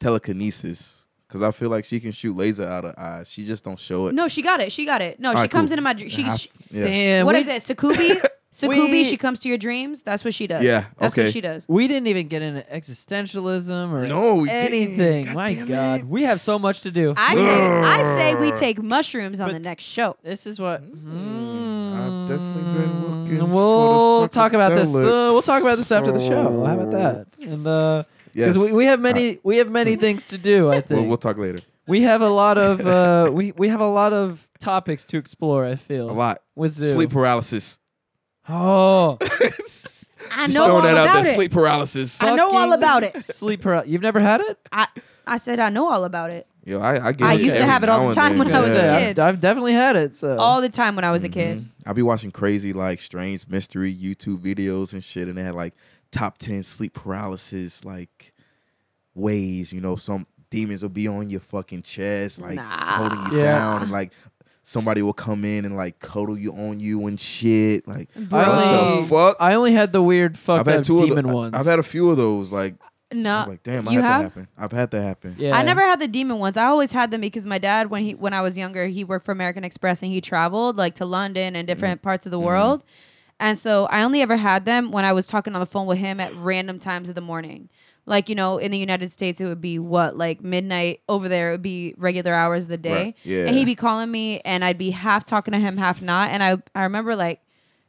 [SPEAKER 3] telekinesis because I feel like she can shoot laser out of eyes. She just don't show it.
[SPEAKER 2] No, she got it. She got it. No, she
[SPEAKER 3] Alright,
[SPEAKER 2] comes
[SPEAKER 3] cool.
[SPEAKER 2] into my dream. She,
[SPEAKER 3] I-
[SPEAKER 2] she
[SPEAKER 3] yeah.
[SPEAKER 1] Damn.
[SPEAKER 2] what
[SPEAKER 1] we,
[SPEAKER 2] is it? Sukubi. Sukubi.
[SPEAKER 1] We-
[SPEAKER 2] she comes to your dreams. That's what she does.
[SPEAKER 3] Yeah,
[SPEAKER 2] That's
[SPEAKER 3] okay.
[SPEAKER 2] what she does.
[SPEAKER 1] We didn't even get into existentialism or
[SPEAKER 3] No, we didn't.
[SPEAKER 1] anything.
[SPEAKER 3] God
[SPEAKER 1] My
[SPEAKER 3] damn
[SPEAKER 1] God,
[SPEAKER 3] it.
[SPEAKER 1] we have so much to do.
[SPEAKER 2] I say, I say we take mushrooms on the next show.
[SPEAKER 1] this is what
[SPEAKER 2] Mm-hmm.
[SPEAKER 3] I've definitely been looking. for the
[SPEAKER 1] mm, we'll talk about this. Uh,
[SPEAKER 3] psychedelics.
[SPEAKER 1] we'll talk about this after the show. How about that? And uh, because
[SPEAKER 3] Yes. Uh,
[SPEAKER 1] we, we have many we have many things to do. I think
[SPEAKER 3] We'll, we'll talk later.
[SPEAKER 1] we have a lot of uh, we we have a lot of topics to explore. I feel
[SPEAKER 3] A lot.
[SPEAKER 1] with Zoo.
[SPEAKER 3] Sleep paralysis.
[SPEAKER 1] Oh,
[SPEAKER 2] I
[SPEAKER 3] Just
[SPEAKER 2] know all
[SPEAKER 3] throwing that out
[SPEAKER 2] about
[SPEAKER 3] there.
[SPEAKER 2] it.
[SPEAKER 3] Sleep paralysis.
[SPEAKER 2] I know all
[SPEAKER 1] fucking
[SPEAKER 2] about it.
[SPEAKER 1] Sleep paral- You've never had it?
[SPEAKER 2] I I said I know all about it.
[SPEAKER 3] Yo, I, I get
[SPEAKER 2] I
[SPEAKER 3] it
[SPEAKER 2] used to
[SPEAKER 3] every
[SPEAKER 2] have it all the
[SPEAKER 3] now and
[SPEAKER 2] time
[SPEAKER 3] then.
[SPEAKER 2] when I was a
[SPEAKER 3] Yeah.
[SPEAKER 2] kid.
[SPEAKER 1] I've, I've definitely had it. So
[SPEAKER 2] all the time when I was a
[SPEAKER 3] Mhm.
[SPEAKER 2] kid.
[SPEAKER 3] I'd be watching crazy like strange mystery YouTube videos and shit, and they had like top ten sleep paralysis like ways. You know, some demons will be on your fucking chest, like
[SPEAKER 2] Nah.
[SPEAKER 3] holding you
[SPEAKER 1] Yeah.
[SPEAKER 3] down, and like somebody will come in and like cuddle you on you and shit. Like
[SPEAKER 1] I only,
[SPEAKER 3] the fuck?
[SPEAKER 1] I only had the weird fucked up
[SPEAKER 3] of
[SPEAKER 1] demon
[SPEAKER 3] the- I-
[SPEAKER 1] ones.
[SPEAKER 3] I've had a few of those. Like Mm-hmm. I
[SPEAKER 2] No,
[SPEAKER 3] was like, damn, I
[SPEAKER 2] you
[SPEAKER 3] had
[SPEAKER 2] have?
[SPEAKER 3] that happen. I've had that happen.
[SPEAKER 1] yeah.
[SPEAKER 2] I never had the demon ones. I always had them because my dad, when he when I was younger, he worked for American Express and he traveled like to London and
[SPEAKER 3] Mm-hmm.
[SPEAKER 2] different parts of the world. And so I only ever had them when I was talking on the phone with him at random times of the morning. Like you know, in the United States, it would be what like midnight over there. It would be regular hours of the day.
[SPEAKER 3] Right. Yeah.
[SPEAKER 2] And he'd be calling me, and I'd be half talking to him, half not. And I I remember like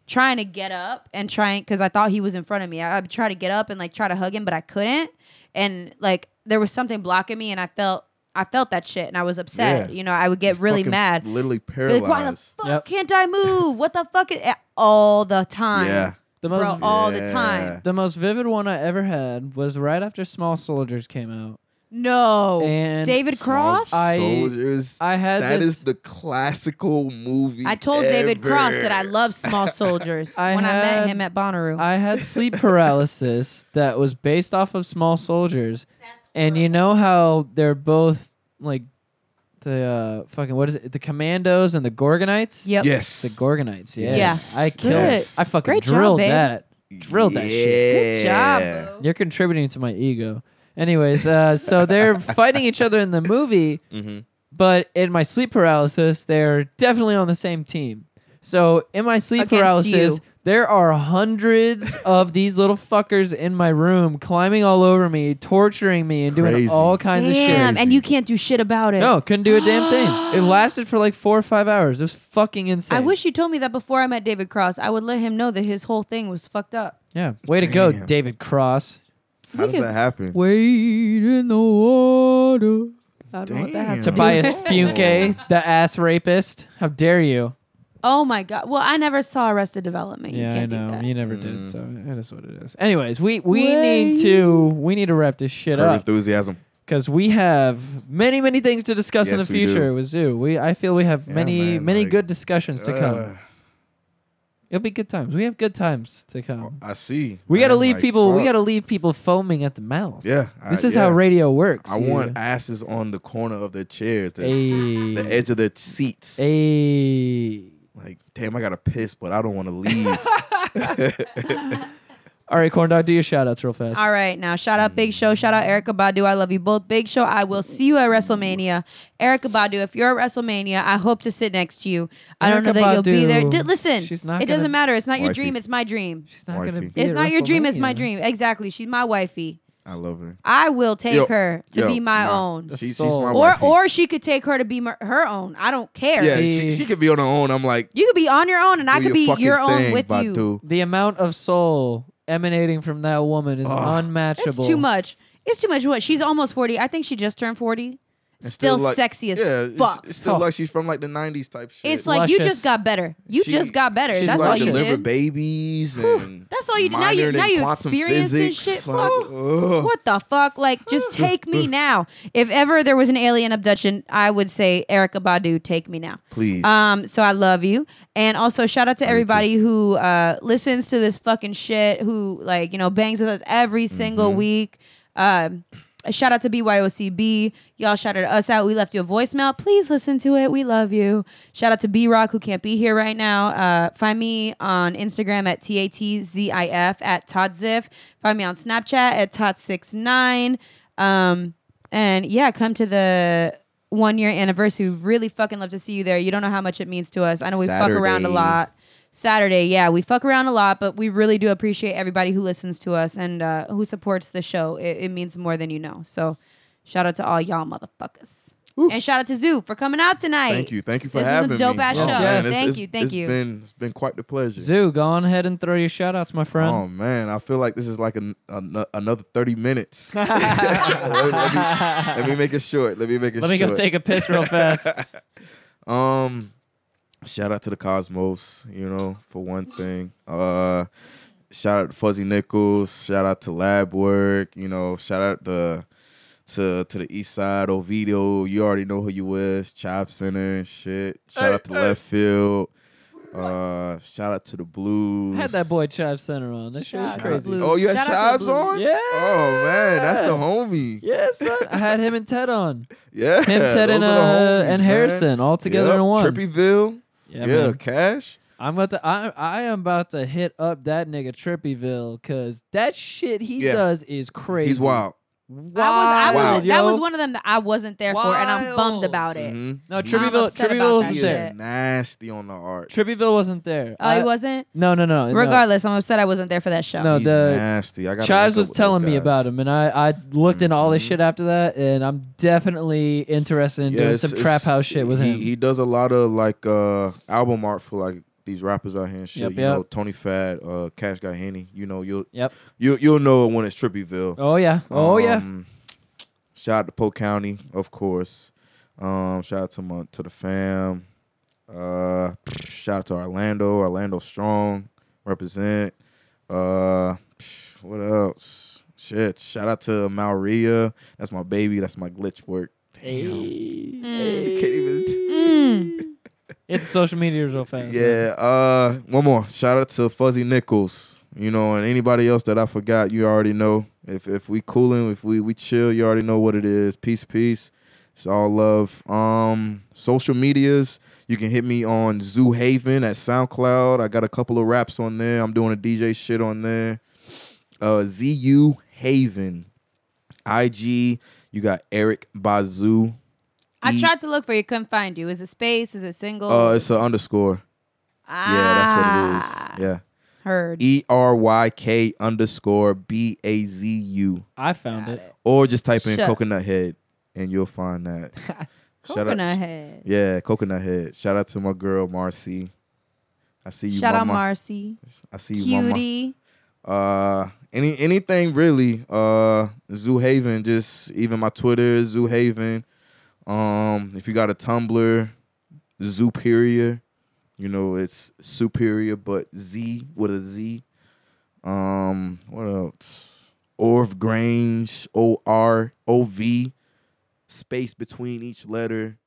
[SPEAKER 2] trying to get up and trying because I thought he was in front of me. I, I'd try to get up and like try to hug him, but I couldn't. And like there was something blocking me, and I felt I felt that shit, and I was upset.
[SPEAKER 3] Yeah.
[SPEAKER 2] You know, I would get really
[SPEAKER 3] Fucking
[SPEAKER 2] mad.
[SPEAKER 3] literally
[SPEAKER 2] Be
[SPEAKER 3] paralyzed.
[SPEAKER 2] Like, why the fuck
[SPEAKER 1] Yep.
[SPEAKER 2] can't I move? What the fuck? Is, all the time,
[SPEAKER 3] yeah,
[SPEAKER 1] the
[SPEAKER 2] bro,
[SPEAKER 1] most
[SPEAKER 2] all
[SPEAKER 3] Yeah.
[SPEAKER 2] the time.
[SPEAKER 1] the most vivid one I ever had was right after Small Soldiers came out.
[SPEAKER 2] No,
[SPEAKER 1] And
[SPEAKER 2] David Cross.
[SPEAKER 1] I-
[SPEAKER 3] soldiers.
[SPEAKER 1] I had
[SPEAKER 3] That
[SPEAKER 1] this.
[SPEAKER 3] is the classical movie.
[SPEAKER 2] I told David
[SPEAKER 3] ever.
[SPEAKER 2] Cross that I love small soldiers
[SPEAKER 1] I
[SPEAKER 2] when I met
[SPEAKER 1] had-
[SPEAKER 2] him at Bonnaroo.
[SPEAKER 1] I had sleep paralysis that was based off of Small Soldiers, and you know how they're both like the uh, fucking what is it? The Commandos and the Gorgonites.
[SPEAKER 2] yep.
[SPEAKER 3] Yes,
[SPEAKER 1] The Gorgonites. Yeah.
[SPEAKER 2] Yes.
[SPEAKER 1] I killed.
[SPEAKER 3] Yes.
[SPEAKER 1] I fucking
[SPEAKER 2] Great job,
[SPEAKER 1] drilled
[SPEAKER 2] babe.
[SPEAKER 1] that. Drilled that shit.
[SPEAKER 2] Good job.
[SPEAKER 3] Yeah.
[SPEAKER 2] bro.
[SPEAKER 1] You're contributing to my ego. Anyways, uh, so they're fighting each other in the movie,
[SPEAKER 3] Mm-hmm.
[SPEAKER 1] but in my sleep paralysis, they're definitely on the same team. So in my sleep
[SPEAKER 2] Against
[SPEAKER 1] paralysis,
[SPEAKER 2] you.
[SPEAKER 1] there are hundreds of these little fuckers in my room climbing all over me, torturing me, and doing
[SPEAKER 3] Crazy.
[SPEAKER 1] all kinds of shit.
[SPEAKER 2] Damn, and you can't do shit about it.
[SPEAKER 1] No, couldn't do a damn thing. It lasted for like four or five hours. It was fucking insane.
[SPEAKER 2] I wish you told me that before I met David Cross. I would let him know that his whole thing was fucked up.
[SPEAKER 1] Yeah. Way to go,
[SPEAKER 3] Damn.
[SPEAKER 1] David Cross.
[SPEAKER 3] How does that happen?
[SPEAKER 1] Wade in the water.
[SPEAKER 2] I don't know what that has to do with
[SPEAKER 1] Tobias
[SPEAKER 2] it.
[SPEAKER 1] Funke, the ass rapist. How dare you?
[SPEAKER 2] Oh my god. Well, I never saw Arrested Development. you
[SPEAKER 1] Yeah, I
[SPEAKER 2] can't
[SPEAKER 1] know.
[SPEAKER 2] Do that.
[SPEAKER 1] You never
[SPEAKER 3] Mm.
[SPEAKER 1] did, so it is what it is. Anyways, we we need to we need to wrap this shit
[SPEAKER 3] Curb
[SPEAKER 1] up
[SPEAKER 3] enthusiasm.
[SPEAKER 1] because we have many many things to discuss in the
[SPEAKER 3] Yes, we
[SPEAKER 1] future
[SPEAKER 3] do.
[SPEAKER 1] with Zoo. We I feel we have
[SPEAKER 3] Yeah,
[SPEAKER 1] many
[SPEAKER 3] man,
[SPEAKER 1] many
[SPEAKER 3] like,
[SPEAKER 1] good discussions to
[SPEAKER 3] Uh,
[SPEAKER 1] come. It'll be good times. We have good times to come.
[SPEAKER 3] I see.
[SPEAKER 1] We gotta
[SPEAKER 3] Oh, man,
[SPEAKER 1] leave
[SPEAKER 3] like,
[SPEAKER 1] people. We
[SPEAKER 3] fuck.
[SPEAKER 1] gotta leave people foaming at the mouth.
[SPEAKER 3] Yeah.
[SPEAKER 1] This
[SPEAKER 3] I,
[SPEAKER 1] is
[SPEAKER 3] yeah.
[SPEAKER 1] how radio works.
[SPEAKER 3] I
[SPEAKER 1] you-
[SPEAKER 3] want asses on the corner of their chairs, the,
[SPEAKER 1] Ayy.
[SPEAKER 3] the edge of their seats.
[SPEAKER 1] Ayy.
[SPEAKER 3] Like, damn, I gotta piss, but I don't want to leave.
[SPEAKER 1] All right, corn dog, do your shout outs real fast.
[SPEAKER 2] All right, now shout out Big Show, shout out Erica Badu. I love you both. Big Show, I will see you at WrestleMania. Erica Badu, if you're at WrestleMania, I hope to sit next to you. I don't know
[SPEAKER 1] Erykah
[SPEAKER 2] that you'll be there.
[SPEAKER 1] Badu,
[SPEAKER 2] D- listen,
[SPEAKER 1] she's not
[SPEAKER 2] it
[SPEAKER 1] gonna-
[SPEAKER 2] doesn't matter. It's not your
[SPEAKER 3] Wifey.
[SPEAKER 2] dream. It's my dream.
[SPEAKER 1] She's not gonna
[SPEAKER 3] Wifey.
[SPEAKER 1] be
[SPEAKER 2] It's
[SPEAKER 1] at
[SPEAKER 2] not your dream. It's
[SPEAKER 1] WrestleMania.
[SPEAKER 2] my dream. Exactly. She's my wifey.
[SPEAKER 3] I love her.
[SPEAKER 2] I will take
[SPEAKER 3] Yo,
[SPEAKER 2] her to
[SPEAKER 3] yo,
[SPEAKER 2] be my
[SPEAKER 3] nah,
[SPEAKER 2] own.
[SPEAKER 3] She, she's
[SPEAKER 1] soul.
[SPEAKER 3] my
[SPEAKER 2] or
[SPEAKER 3] wifey.
[SPEAKER 2] or she could take her to be mer- her own. I don't care.
[SPEAKER 3] Oh, yeah, she, she could be on her own. I'm like,
[SPEAKER 2] You could be on your own, and I
[SPEAKER 3] do
[SPEAKER 2] could
[SPEAKER 3] your
[SPEAKER 2] be
[SPEAKER 3] fucking
[SPEAKER 2] your own
[SPEAKER 3] thing,
[SPEAKER 2] with you.
[SPEAKER 3] Batu.
[SPEAKER 1] The amount of soul emanating from that woman is unmatchable.
[SPEAKER 2] It's too much. It's too much. What? She's almost forty. I think she just turned forty.
[SPEAKER 3] It's
[SPEAKER 2] Still,
[SPEAKER 3] like-
[SPEAKER 2] sexy as
[SPEAKER 3] yeah, it's-
[SPEAKER 2] fuck.
[SPEAKER 3] It's,
[SPEAKER 2] It's,
[SPEAKER 3] still
[SPEAKER 1] Huh.
[SPEAKER 3] like she's from like the '90s type shit.
[SPEAKER 2] like you
[SPEAKER 1] Luscious.
[SPEAKER 2] just got better. You
[SPEAKER 3] She-
[SPEAKER 2] just got better.
[SPEAKER 3] She
[SPEAKER 2] That's
[SPEAKER 3] like
[SPEAKER 2] all you
[SPEAKER 3] deliver
[SPEAKER 2] did.
[SPEAKER 3] babies and
[SPEAKER 2] That's all you did. Now you-
[SPEAKER 3] modern
[SPEAKER 2] now
[SPEAKER 3] and
[SPEAKER 2] you
[SPEAKER 3] quantum
[SPEAKER 2] experienced and
[SPEAKER 3] physics.
[SPEAKER 2] shit.
[SPEAKER 3] Like,
[SPEAKER 2] Fuck.
[SPEAKER 3] ugh.
[SPEAKER 2] what the fuck? Like, just take me now. If ever there was an alien abduction, I would say Erica Badu, take me now.
[SPEAKER 3] Please.
[SPEAKER 2] Um, so I love you. And also shout out to everybody who uh listens to this fucking shit, who like, you know, bangs with us every single week. Um Shout out to BYOCB. Y'all shouted us out. We left you a voicemail. Please listen to it. We love you. Shout out to B Rock, who can't be here right now. Uh, find me on Instagram at T A T Z I F, at Todd Ziff. Find me on Snapchat at Todd69. Um, and yeah, come to the one year anniversary. We really fucking love to see you there. You don't know how much it means to us. I know we fuck around a
[SPEAKER 3] Saturday.
[SPEAKER 2] lot. Saturday, yeah, we fuck around a lot, but we really do appreciate everybody who listens to us and uh, who supports the show. It, it means more than you know. So, shout out to all y'all motherfuckers, and shout out to Zoo for coming out tonight.
[SPEAKER 3] Thank you. Thank you for
[SPEAKER 2] This is a
[SPEAKER 3] having me. Oh,
[SPEAKER 2] dope-ass
[SPEAKER 1] show. Yes.
[SPEAKER 3] it's-
[SPEAKER 2] Thank
[SPEAKER 3] it's-
[SPEAKER 2] you, thank you.
[SPEAKER 3] It's been, it's been quite the pleasure.
[SPEAKER 1] Zoo, go on ahead and throw your shout outs, my friend.
[SPEAKER 3] Oh man, I feel like this is like an, an, another thirty minutes. let, me, let me make it short. Let me make it.
[SPEAKER 1] Let me
[SPEAKER 3] short.
[SPEAKER 1] go take a piss real fast.
[SPEAKER 3] Um, shout out to the Cosmos, you know, for one thing. Uh, shout out to Fuzzy Nichols. Shout out to Lab Work. You know, shout out to to to the east side, Oviedo. You already know who you is. Chop Center and shit. Shout out to left field. Uh, shout out to the Blues.
[SPEAKER 1] Had that boy Chive Center on. That shit was
[SPEAKER 2] Shout out.
[SPEAKER 1] crazy.
[SPEAKER 2] Blues.
[SPEAKER 3] Oh, you had
[SPEAKER 2] Shout out to the
[SPEAKER 3] Chives
[SPEAKER 2] Blues.
[SPEAKER 3] on?
[SPEAKER 1] Yeah.
[SPEAKER 3] Oh man, that's the homie.
[SPEAKER 1] Yes, son. I had him and Ted on.
[SPEAKER 3] Yeah.
[SPEAKER 1] Him, Ted,
[SPEAKER 3] those
[SPEAKER 1] and,
[SPEAKER 3] are the
[SPEAKER 1] uh,
[SPEAKER 3] homies,
[SPEAKER 1] and
[SPEAKER 3] man.
[SPEAKER 1] Harrison all together
[SPEAKER 3] Yep,
[SPEAKER 1] in one.
[SPEAKER 3] Trippyville.
[SPEAKER 1] Yeah,
[SPEAKER 3] yeah
[SPEAKER 1] man.
[SPEAKER 3] Cash.
[SPEAKER 1] I'm about to. I, I am about to hit up that nigga Trippyville because that shit he
[SPEAKER 3] Yeah.
[SPEAKER 1] does is crazy.
[SPEAKER 3] He's wild.
[SPEAKER 1] Wild,
[SPEAKER 2] I was, I was,
[SPEAKER 1] yo.
[SPEAKER 2] That was one of them that I wasn't there for, and I'm bummed
[SPEAKER 1] Wild.
[SPEAKER 2] about it.
[SPEAKER 3] Mhm.
[SPEAKER 1] No,
[SPEAKER 2] I'm
[SPEAKER 1] Trippyville.
[SPEAKER 2] upset about
[SPEAKER 1] Trippyville
[SPEAKER 2] that
[SPEAKER 1] wasn't
[SPEAKER 3] He
[SPEAKER 1] there.
[SPEAKER 3] is nasty on the art.
[SPEAKER 1] Trippyville wasn't there.
[SPEAKER 2] Oh, he
[SPEAKER 1] I-
[SPEAKER 2] wasn't.
[SPEAKER 1] No, no, no. no.
[SPEAKER 2] Regardless, I'm upset I wasn't there for that show.
[SPEAKER 1] No,
[SPEAKER 3] He's
[SPEAKER 1] the-
[SPEAKER 3] nasty. I got
[SPEAKER 1] Chives was telling me about him, and I, I looked into all this
[SPEAKER 3] Mm-hmm.
[SPEAKER 1] shit after that, and I'm definitely interested in doing some trap house shit with
[SPEAKER 3] he,
[SPEAKER 1] him.
[SPEAKER 3] He does a lot of like uh album art for like these rappers out here and shit.
[SPEAKER 1] Yep,
[SPEAKER 3] you
[SPEAKER 1] yep.
[SPEAKER 3] know, Tony Fad, uh, Cash Guy Haney. You know, you'll
[SPEAKER 1] yep.
[SPEAKER 3] you you'll know it when it's Trippyville.
[SPEAKER 1] Oh yeah. Oh yeah.
[SPEAKER 3] Um, Shout out to Polk County, of course. Um, shout out to my, to the fam. Uh, shout out to Orlando, Orlando Strong, represent. Uh, what else? Shit. Shout out to Maria. That's my baby. That's my glitch work. You can't even.
[SPEAKER 2] Mm.
[SPEAKER 1] It's social media real fast.
[SPEAKER 3] Yeah. Uh, one more. Shout out to Fuzzy Nichols. You know, and anybody else that I forgot, you already know. If if we cooling, if we we chill, you already know what it is. Peace, peace. It's all love. Um, social medias. You can hit me on Zoo Haven at SoundCloud. I got a couple of raps on there. I'm doing a DJ shit on there. Uh, ZU Haven, IG. You got Eric Bazoo.
[SPEAKER 2] I
[SPEAKER 3] E-
[SPEAKER 2] tried to look for you, couldn't find you. Is it space? Is it single?
[SPEAKER 3] Uh, it's an underscore.
[SPEAKER 2] ah,
[SPEAKER 3] Yeah, that's what it is. Yeah.
[SPEAKER 2] Heard.
[SPEAKER 3] E R Y K underscore B A Z U.
[SPEAKER 1] I found it.
[SPEAKER 3] Or just type in
[SPEAKER 2] Shut-
[SPEAKER 3] Coconut Head and you'll find that. Shout
[SPEAKER 2] Coconut
[SPEAKER 3] out,
[SPEAKER 2] head.
[SPEAKER 3] Yeah, Coconut Head. Shout out to my girl Marcy. I see you,
[SPEAKER 2] Shout out
[SPEAKER 3] mama.
[SPEAKER 2] Marcy,
[SPEAKER 3] I see you, mama.
[SPEAKER 2] cutie.
[SPEAKER 3] Uh, any anything really? Uh, Zoo Haven. Just even my Twitter, Zoo Haven. Um, if you got a Tumblr, Superior. You know it's superior, but Z with a Z. Um, what else? Orv Grange, O R O V, space between each letter.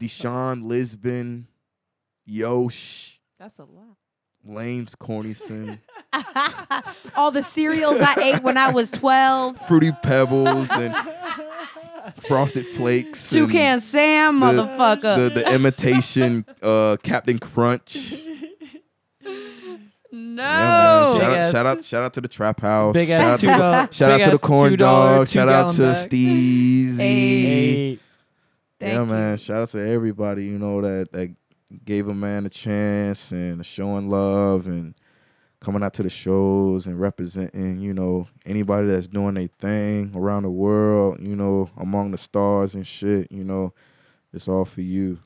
[SPEAKER 3] Deshaun Lisbon, Yosh,
[SPEAKER 2] That's a lot.
[SPEAKER 3] Lames Cornison.
[SPEAKER 2] All the cereals I ate when I was 12.
[SPEAKER 3] fruity pebbles and frosted flakes. and
[SPEAKER 2] Toucan Sam,
[SPEAKER 3] the-
[SPEAKER 2] motherfucker.
[SPEAKER 3] The, the imitation uh, Captain Crunch.
[SPEAKER 2] no.
[SPEAKER 3] Yeah, man.
[SPEAKER 2] Oh.
[SPEAKER 3] Shout
[SPEAKER 1] Big
[SPEAKER 3] out,
[SPEAKER 1] ass-
[SPEAKER 3] shout out, shout out to the Trap House.
[SPEAKER 1] Big
[SPEAKER 3] shout out
[SPEAKER 1] ass
[SPEAKER 3] to,
[SPEAKER 1] two dollar.
[SPEAKER 3] shout out
[SPEAKER 1] big
[SPEAKER 3] to the
[SPEAKER 1] ass
[SPEAKER 3] Corn
[SPEAKER 1] two dollar,
[SPEAKER 3] Dog.
[SPEAKER 1] two
[SPEAKER 3] Shout out to
[SPEAKER 1] gallon bag.
[SPEAKER 3] Steezy.
[SPEAKER 1] Hey.
[SPEAKER 2] Thank
[SPEAKER 3] yeah,
[SPEAKER 2] you.
[SPEAKER 3] man. Shout out to everybody you know that that gave a man a chance and showing love and coming out to the shows and representing you know anybody that's doing their thing around the world. You know, among the stars and shit. You know, it's all for you.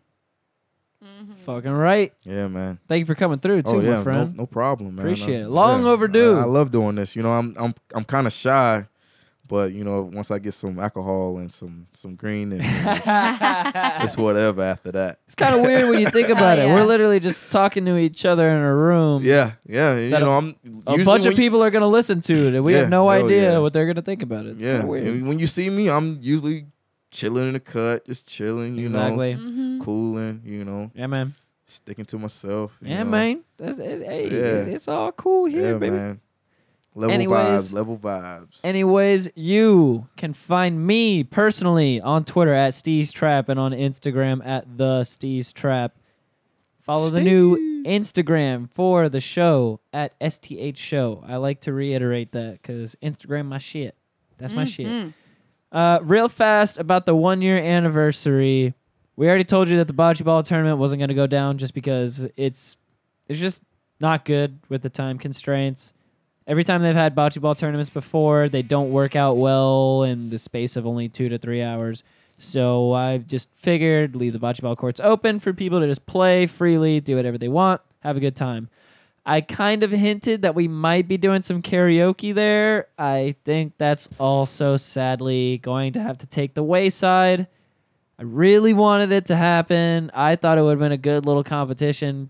[SPEAKER 1] Fucking right.
[SPEAKER 3] Yeah, man.
[SPEAKER 1] Thank you for coming through too,
[SPEAKER 3] oh yeah,
[SPEAKER 1] my
[SPEAKER 3] no,
[SPEAKER 1] friend.
[SPEAKER 3] no problem, man.
[SPEAKER 1] Appreciate
[SPEAKER 3] I-
[SPEAKER 1] it. Long
[SPEAKER 3] yeah.
[SPEAKER 1] overdue.
[SPEAKER 3] I, I love doing this. You know, I'm I'm I'm kind of shy, but you know, once I get some alcohol and some some green, and it's, it's whatever after that.
[SPEAKER 1] It's kind of weird when you think about
[SPEAKER 2] Hell
[SPEAKER 1] it. We're
[SPEAKER 2] Oh, yeah.
[SPEAKER 1] literally just talking to each other in a room.
[SPEAKER 3] Yeah, yeah. You
[SPEAKER 1] That a-
[SPEAKER 3] know, I'm
[SPEAKER 1] A
[SPEAKER 3] usually
[SPEAKER 1] bunch
[SPEAKER 3] when
[SPEAKER 1] of people are gonna listen to it, and we
[SPEAKER 3] Yeah,
[SPEAKER 1] have no
[SPEAKER 3] hell
[SPEAKER 1] idea
[SPEAKER 3] yeah.
[SPEAKER 1] what they're gonna think about it. It's
[SPEAKER 3] You, yeah,
[SPEAKER 1] kinda weird.
[SPEAKER 3] and when you see me, I'm usually chilling in the cut, just chilling. You
[SPEAKER 1] Exactly.
[SPEAKER 3] know, cooling. You know,
[SPEAKER 1] Yeah, man.
[SPEAKER 3] sticking to myself. you
[SPEAKER 1] Yeah,
[SPEAKER 3] know.
[SPEAKER 1] man. That's, it, hey,
[SPEAKER 3] Yeah.
[SPEAKER 1] it's, it's all cool
[SPEAKER 3] Yeah,
[SPEAKER 1] here, baby.
[SPEAKER 3] man. Level
[SPEAKER 1] Anyways.
[SPEAKER 3] vibes. Level vibes.
[SPEAKER 1] Anyways, you can find me personally on Twitter at Steez Trap and on Instagram at the Steez Trap. Follow the new Instagram for the show at STH Show. I like to reiterate that because Instagram my shit. That's my shit. Uh, real fast about the one year anniversary. We already told you that the bocce ball tournament wasn't going to go down just because it's it's just not good with the time constraints. Every time they've had bocce ball tournaments before, they don't work out well in the space of only two to three hours. So I just figured leave the bocce ball courts open for people to just play freely, do whatever they want, have a good time. I kind of hinted that we might be doing some karaoke there. I think that's also sadly going to have to take the wayside. I really wanted it to happen. I thought it would have been a good little competition,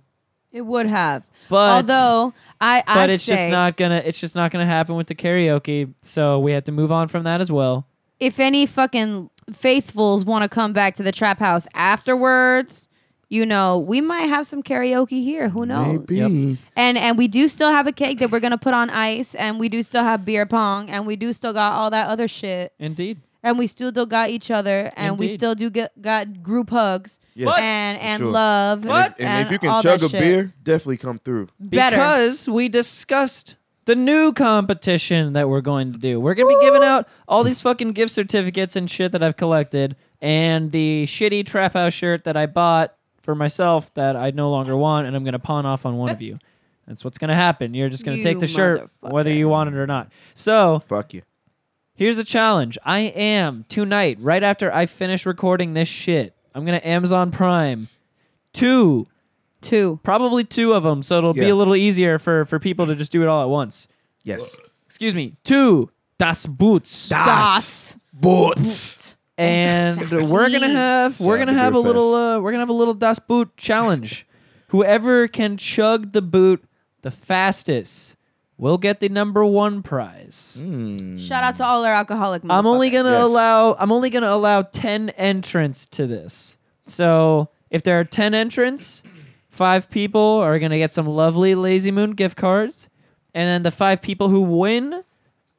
[SPEAKER 2] It would have.
[SPEAKER 1] But-
[SPEAKER 2] Although, I, I
[SPEAKER 1] but it's just
[SPEAKER 2] say-
[SPEAKER 1] not gonna it's just not gonna happen with the karaoke so we have to move on from that as well
[SPEAKER 2] if any fucking faithfuls want to come back to the trap house afterwards, you know, we might have some karaoke here. Who knows?
[SPEAKER 3] Maybe.
[SPEAKER 2] And and we do still have a cake that we're gonna put on ice, and we do still have beer pong, and we do still got all that other shit,
[SPEAKER 1] Indeed.
[SPEAKER 2] and we still do got each other, and we
[SPEAKER 1] Indeed.
[SPEAKER 2] still do get got group hugs
[SPEAKER 3] Yeah, What?
[SPEAKER 2] and
[SPEAKER 3] for
[SPEAKER 2] and
[SPEAKER 3] sure.
[SPEAKER 2] love.
[SPEAKER 3] And if, and if you can chug a beer, definitely come through.
[SPEAKER 2] better.
[SPEAKER 1] Because we discussed the new competition that we're going to do. We're going to be giving out all these fucking gift certificates and shit that I've collected and the shitty Trap House shirt that I bought for myself that I no longer want and I'm going to pawn off on one of you. That's what's going to happen. You're just going to
[SPEAKER 2] You
[SPEAKER 1] take the shirt whether
[SPEAKER 2] motherfucker.
[SPEAKER 1] you want it or not. So,
[SPEAKER 3] Fuck you.
[SPEAKER 1] Here's a challenge. I am tonight, right after I finish recording this shit, I'm going to Amazon Prime two,
[SPEAKER 2] two.
[SPEAKER 1] probably two of them, so it'll be
[SPEAKER 3] Yeah.
[SPEAKER 1] a little easier for, for people to just do it all at once.
[SPEAKER 3] Yes.
[SPEAKER 1] Excuse me, two Das Boots.
[SPEAKER 2] Das.
[SPEAKER 3] Boots.
[SPEAKER 1] and we're gonna have we're
[SPEAKER 3] Shout out
[SPEAKER 1] gonna
[SPEAKER 3] to
[SPEAKER 1] have a
[SPEAKER 3] Beer
[SPEAKER 1] little uh, we're gonna have a little das boot challenge. Whoever can chug the boot the fastest will get the number one prize.
[SPEAKER 2] Shout out to all our alcoholic.
[SPEAKER 1] I'm only gonna
[SPEAKER 3] Yes.
[SPEAKER 1] allow I'm only gonna allow ten entrants to this. So if there are ten entrants, five people are gonna get some lovely Lazy Moon gift cards, and then the five people who win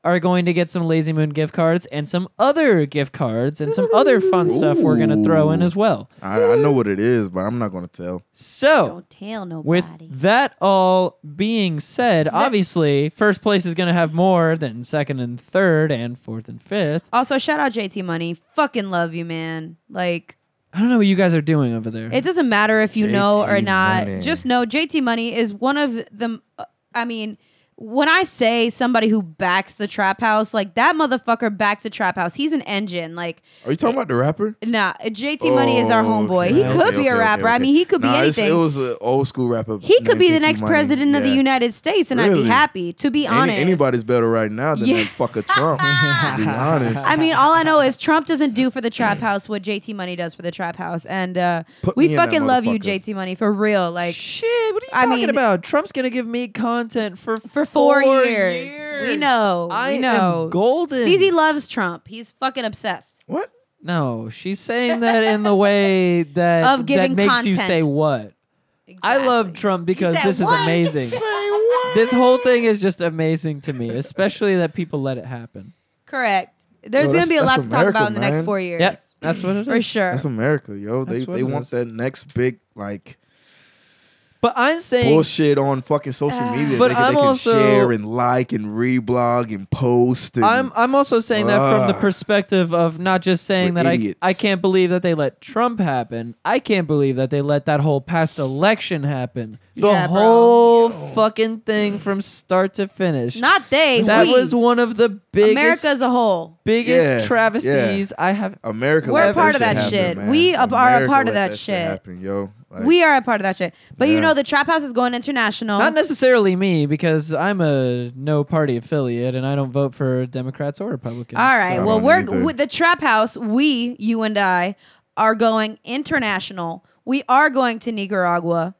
[SPEAKER 1] are going to get some Lazy Moon gift cards and some other gift cards and some other fun stuff we're gonna throw in as well.
[SPEAKER 3] I, I know what it is, but I'm not gonna tell.
[SPEAKER 1] So
[SPEAKER 2] Don't tell nobody.
[SPEAKER 1] with that all being said, obviously first place is gonna have more than second and third and fourth and fifth.
[SPEAKER 2] also, shout out JT Money. Fucking love you, man. Like
[SPEAKER 1] I don't know what you guys are doing over there.
[SPEAKER 2] It doesn't matter if you know or
[SPEAKER 3] JT
[SPEAKER 2] not.
[SPEAKER 3] Money.
[SPEAKER 2] Just know JT Money is one of the. I mean, when I say somebody who backs the trap house, like that motherfucker backs the trap house. He's an engine. Like,
[SPEAKER 3] Are you talking about the rapper?
[SPEAKER 2] nah, JT Money is our
[SPEAKER 3] Oh,
[SPEAKER 2] homeboy. He
[SPEAKER 3] okay,
[SPEAKER 2] could
[SPEAKER 3] okay,
[SPEAKER 2] be a
[SPEAKER 3] okay,
[SPEAKER 2] rapper. I
[SPEAKER 3] okay.
[SPEAKER 2] mean, he could be
[SPEAKER 3] Nah, it's-
[SPEAKER 2] anything.
[SPEAKER 3] It was an old school rapper.
[SPEAKER 2] he could be the
[SPEAKER 3] named
[SPEAKER 2] next
[SPEAKER 3] Money.
[SPEAKER 2] president of the
[SPEAKER 3] Yeah.
[SPEAKER 2] United States, and I'd be
[SPEAKER 3] Really?
[SPEAKER 2] happy. To be
[SPEAKER 3] Any-
[SPEAKER 2] honest,
[SPEAKER 3] anybody's better right now than
[SPEAKER 2] Yeah.
[SPEAKER 3] that fucker Trump. to be honest.
[SPEAKER 2] I mean, all I know is Trump doesn't do for the trap house what JT Money does for the trap house, and uh,
[SPEAKER 3] Put me
[SPEAKER 2] we
[SPEAKER 3] in that
[SPEAKER 2] fucking love you,
[SPEAKER 3] motherfucker.
[SPEAKER 2] JT Money, for real. Like,
[SPEAKER 1] Shit, what are you
[SPEAKER 2] I
[SPEAKER 1] talking
[SPEAKER 2] mean-
[SPEAKER 1] about? Trump's gonna give me content for
[SPEAKER 2] for four, years. We know.
[SPEAKER 1] I
[SPEAKER 2] we know.
[SPEAKER 1] am golden.
[SPEAKER 2] Steezy loves Trump. He's fucking obsessed.
[SPEAKER 3] what?
[SPEAKER 1] no, she's saying that in the way that
[SPEAKER 2] Of giving
[SPEAKER 1] that makes you
[SPEAKER 2] content.
[SPEAKER 1] say what. I love
[SPEAKER 2] Exactly.
[SPEAKER 1] Trump because
[SPEAKER 2] said,
[SPEAKER 1] this is
[SPEAKER 2] "What?"
[SPEAKER 1] amazing. This whole thing is just amazing to me, especially that people let it happen.
[SPEAKER 2] Correct. There's
[SPEAKER 3] Yo,
[SPEAKER 2] gonna be a lot
[SPEAKER 3] that's-
[SPEAKER 2] to talk
[SPEAKER 3] that's
[SPEAKER 2] about in the
[SPEAKER 3] America,
[SPEAKER 2] next
[SPEAKER 3] man.
[SPEAKER 2] four years.
[SPEAKER 1] Yep, that's what it is.
[SPEAKER 2] For sure.
[SPEAKER 3] That's America, yo. They
[SPEAKER 1] That's what
[SPEAKER 3] they
[SPEAKER 1] it
[SPEAKER 3] want
[SPEAKER 1] is.
[SPEAKER 3] that next big like
[SPEAKER 1] But I'm saying
[SPEAKER 3] bullshit on fucking social
[SPEAKER 2] Uh,
[SPEAKER 3] media.
[SPEAKER 1] But
[SPEAKER 3] they, can-
[SPEAKER 1] I'm
[SPEAKER 3] they can
[SPEAKER 1] also-
[SPEAKER 3] share and like and reblog and post. And
[SPEAKER 1] I'm I'm also saying that from the
[SPEAKER 3] Ugh.
[SPEAKER 1] perspective of not just saying
[SPEAKER 3] Ah. We're
[SPEAKER 1] that
[SPEAKER 3] idiots.
[SPEAKER 1] I I can't believe that they let Trump happen. I can't believe that they let that whole past election happen. The
[SPEAKER 2] Yeah, bro.
[SPEAKER 1] whole fucking thing from start to finish.
[SPEAKER 2] Not they.
[SPEAKER 1] that
[SPEAKER 2] we.
[SPEAKER 1] was one of the biggest
[SPEAKER 2] America as a whole.
[SPEAKER 1] biggest
[SPEAKER 3] Yeah,
[SPEAKER 1] travesties I have.
[SPEAKER 3] America.
[SPEAKER 2] We're
[SPEAKER 3] let
[SPEAKER 2] a part of that
[SPEAKER 3] happen,
[SPEAKER 2] shit.
[SPEAKER 3] man.
[SPEAKER 2] We are a part of
[SPEAKER 3] America let
[SPEAKER 2] that shit.
[SPEAKER 3] happen, yo. Like,
[SPEAKER 2] we are a part of that shit. But you
[SPEAKER 3] Yeah.
[SPEAKER 2] know, the trap house is going international.
[SPEAKER 1] Not necessarily me because I'm a no party affiliate and I don't vote for Democrats or Republicans.
[SPEAKER 2] All right.
[SPEAKER 3] I
[SPEAKER 2] Well,
[SPEAKER 3] don't
[SPEAKER 2] we're
[SPEAKER 3] either.
[SPEAKER 2] with the trap house. We, you and I, are going international. We are going to Nicaragua.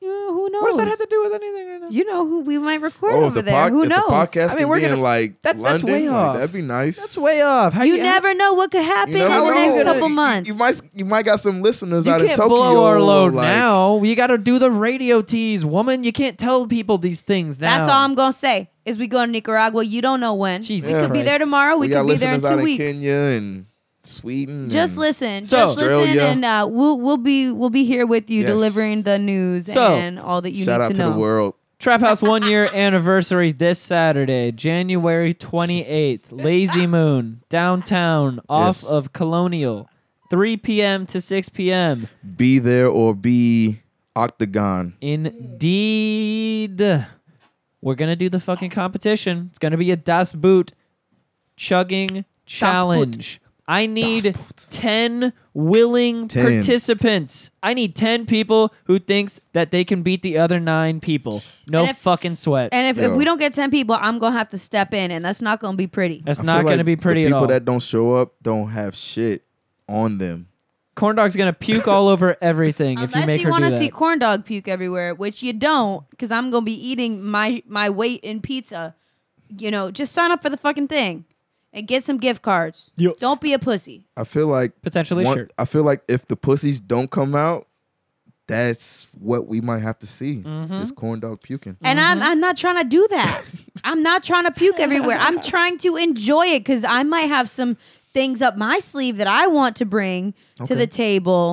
[SPEAKER 2] Yeah, who knows?
[SPEAKER 1] What does that have to do with anything right now?
[SPEAKER 2] you know who we might record
[SPEAKER 3] Oh, if
[SPEAKER 2] over
[SPEAKER 3] the
[SPEAKER 2] there.
[SPEAKER 3] pod-
[SPEAKER 2] who
[SPEAKER 3] if
[SPEAKER 2] knows?
[SPEAKER 3] The podcast
[SPEAKER 1] I mean,
[SPEAKER 3] can
[SPEAKER 1] we're
[SPEAKER 3] be in,
[SPEAKER 1] gonna-
[SPEAKER 3] like
[SPEAKER 1] that's- that's
[SPEAKER 3] London,
[SPEAKER 1] way
[SPEAKER 3] like,
[SPEAKER 1] off.
[SPEAKER 3] that'd be nice.
[SPEAKER 1] That's way off. How
[SPEAKER 2] you
[SPEAKER 1] how-
[SPEAKER 2] never know what could happen
[SPEAKER 3] You
[SPEAKER 2] in
[SPEAKER 3] never
[SPEAKER 2] the next
[SPEAKER 3] know.
[SPEAKER 2] couple
[SPEAKER 3] You-
[SPEAKER 2] months.
[SPEAKER 3] You might you might got some listeners
[SPEAKER 1] You
[SPEAKER 3] out
[SPEAKER 1] can't
[SPEAKER 3] of Tokyo.
[SPEAKER 1] blow our load
[SPEAKER 3] like,
[SPEAKER 1] now. You got to do the radio tease, woman. You can't tell people these things now.
[SPEAKER 2] That's all I'm gonna say. Is we go to Nicaragua? You don't know when.
[SPEAKER 1] Jesus
[SPEAKER 2] we could be
[SPEAKER 1] Christ.
[SPEAKER 2] there tomorrow. We,
[SPEAKER 3] We,
[SPEAKER 2] could
[SPEAKER 3] got
[SPEAKER 2] be there in
[SPEAKER 3] listeners
[SPEAKER 2] two
[SPEAKER 3] out
[SPEAKER 2] weeks.
[SPEAKER 3] in Kenya and Sweden.
[SPEAKER 2] Just
[SPEAKER 3] and-
[SPEAKER 2] listen.
[SPEAKER 1] So-
[SPEAKER 2] just listen,
[SPEAKER 3] Australia.
[SPEAKER 2] and uh, we'll we'll be we'll be here with you,
[SPEAKER 3] Yes.
[SPEAKER 2] delivering the news
[SPEAKER 1] So-
[SPEAKER 2] and all that you
[SPEAKER 3] Shout
[SPEAKER 2] need
[SPEAKER 3] out
[SPEAKER 2] to
[SPEAKER 3] to,
[SPEAKER 2] know.
[SPEAKER 3] the world.
[SPEAKER 1] Trap House one year anniversary this Saturday, January 28th. Lazy Moon, downtown, off
[SPEAKER 3] Yes.
[SPEAKER 1] of Colonial, 3 p.m. to 6 p.m.
[SPEAKER 3] Be there or be octagon.
[SPEAKER 1] Indeed. We're going to do the fucking competition. It's going to be a Das Boot chugging challenge. I need 10 willing
[SPEAKER 3] 10.
[SPEAKER 1] participants. I need 10 people who thinks that they can beat the other 9 people. No
[SPEAKER 2] And if-
[SPEAKER 1] fucking sweat.
[SPEAKER 2] And if, if
[SPEAKER 3] Yo.
[SPEAKER 2] we don't get ten people, I'm gonna have to step in, and that's not gonna be pretty.
[SPEAKER 1] That's
[SPEAKER 3] I
[SPEAKER 1] not
[SPEAKER 3] feel
[SPEAKER 1] going to
[SPEAKER 3] like
[SPEAKER 1] be pretty
[SPEAKER 3] the
[SPEAKER 1] at
[SPEAKER 3] people
[SPEAKER 1] all.
[SPEAKER 3] that don't show up don't have shit on them.
[SPEAKER 1] Corn Dog's going to puke all over everything if you
[SPEAKER 2] Unless
[SPEAKER 1] make
[SPEAKER 2] you
[SPEAKER 1] her
[SPEAKER 2] want
[SPEAKER 1] do
[SPEAKER 2] to
[SPEAKER 1] that.
[SPEAKER 2] see corn dog puke everywhere, which you don't, because I'm gonna be eating my my weight in pizza. You know, just sign up for the fucking thing. and get some gift cards.
[SPEAKER 1] Yep.
[SPEAKER 2] Don't be a pussy.
[SPEAKER 3] I feel like
[SPEAKER 1] Potentially,
[SPEAKER 3] one-
[SPEAKER 1] sure.
[SPEAKER 3] I feel like if the pussies don't come out, that's what we might have to see.
[SPEAKER 1] Mm-hmm.
[SPEAKER 3] This corn dog puking.
[SPEAKER 2] And I'm I'm not trying to do that. I'm not trying to puke everywhere. I'm trying to enjoy it because I might have some things up my sleeve that I want to bring to
[SPEAKER 3] Okay.
[SPEAKER 2] the table.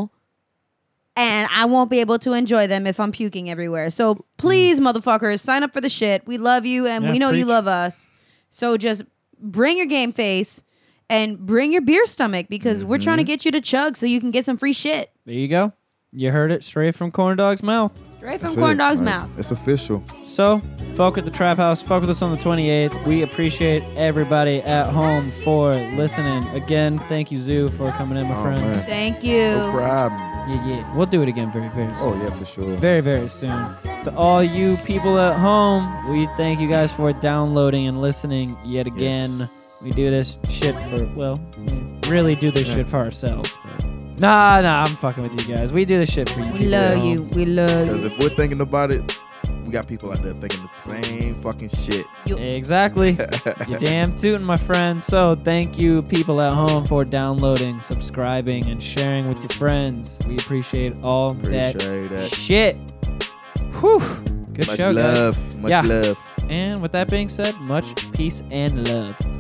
[SPEAKER 2] And I won't be able to enjoy them if I'm puking everywhere. So please,
[SPEAKER 3] Mm.
[SPEAKER 2] motherfuckers, sign up for the shit. We love you and
[SPEAKER 1] Yeah,
[SPEAKER 2] we know you
[SPEAKER 1] preach.
[SPEAKER 2] love us. So just bring your game face and bring your beer stomach because we're trying
[SPEAKER 3] Mm-hmm.
[SPEAKER 2] to get you to chug so you can get some free shit.
[SPEAKER 1] There you go. You heard it straight from Corn Dog's mouth.
[SPEAKER 2] Straight from
[SPEAKER 3] That's
[SPEAKER 2] Corn
[SPEAKER 3] it.
[SPEAKER 2] Dog's
[SPEAKER 3] Like,
[SPEAKER 2] mouth.
[SPEAKER 3] It's official.
[SPEAKER 1] So, fuck with the Trap House. Fuck with us on the 28th. We appreciate everybody at home for listening. Again, thank you, Zoo, for coming in, my
[SPEAKER 3] Oh,
[SPEAKER 1] friend.
[SPEAKER 3] man.
[SPEAKER 2] Thank you.
[SPEAKER 3] No problem.
[SPEAKER 1] Yeah, yeah. We'll do it again very, very soon.
[SPEAKER 3] Oh yeah, for sure.
[SPEAKER 1] Very, very soon. To all you people at home, we thank you guys for downloading and listening yet again.
[SPEAKER 3] Yes.
[SPEAKER 1] We do this shit for, well, we really do this shit for ourselves. But. Nah, nah, I'm fucking with you guys. We do this shit for you.
[SPEAKER 2] we
[SPEAKER 1] people at
[SPEAKER 2] love
[SPEAKER 1] home.
[SPEAKER 2] you. We love you.
[SPEAKER 3] Because if we're thinking about it, we got people out there thinking the same fucking shit.
[SPEAKER 1] Exactly. you damn tootin', my friend. So thank you, people at home, for downloading, subscribing, and sharing with your friends. We appreciate all that,
[SPEAKER 3] Appreciate that.
[SPEAKER 1] shit. Whew. Good
[SPEAKER 3] Much
[SPEAKER 1] show, guys.
[SPEAKER 3] love. Much
[SPEAKER 1] Yeah.
[SPEAKER 3] love.
[SPEAKER 1] And with that being said, much peace and love.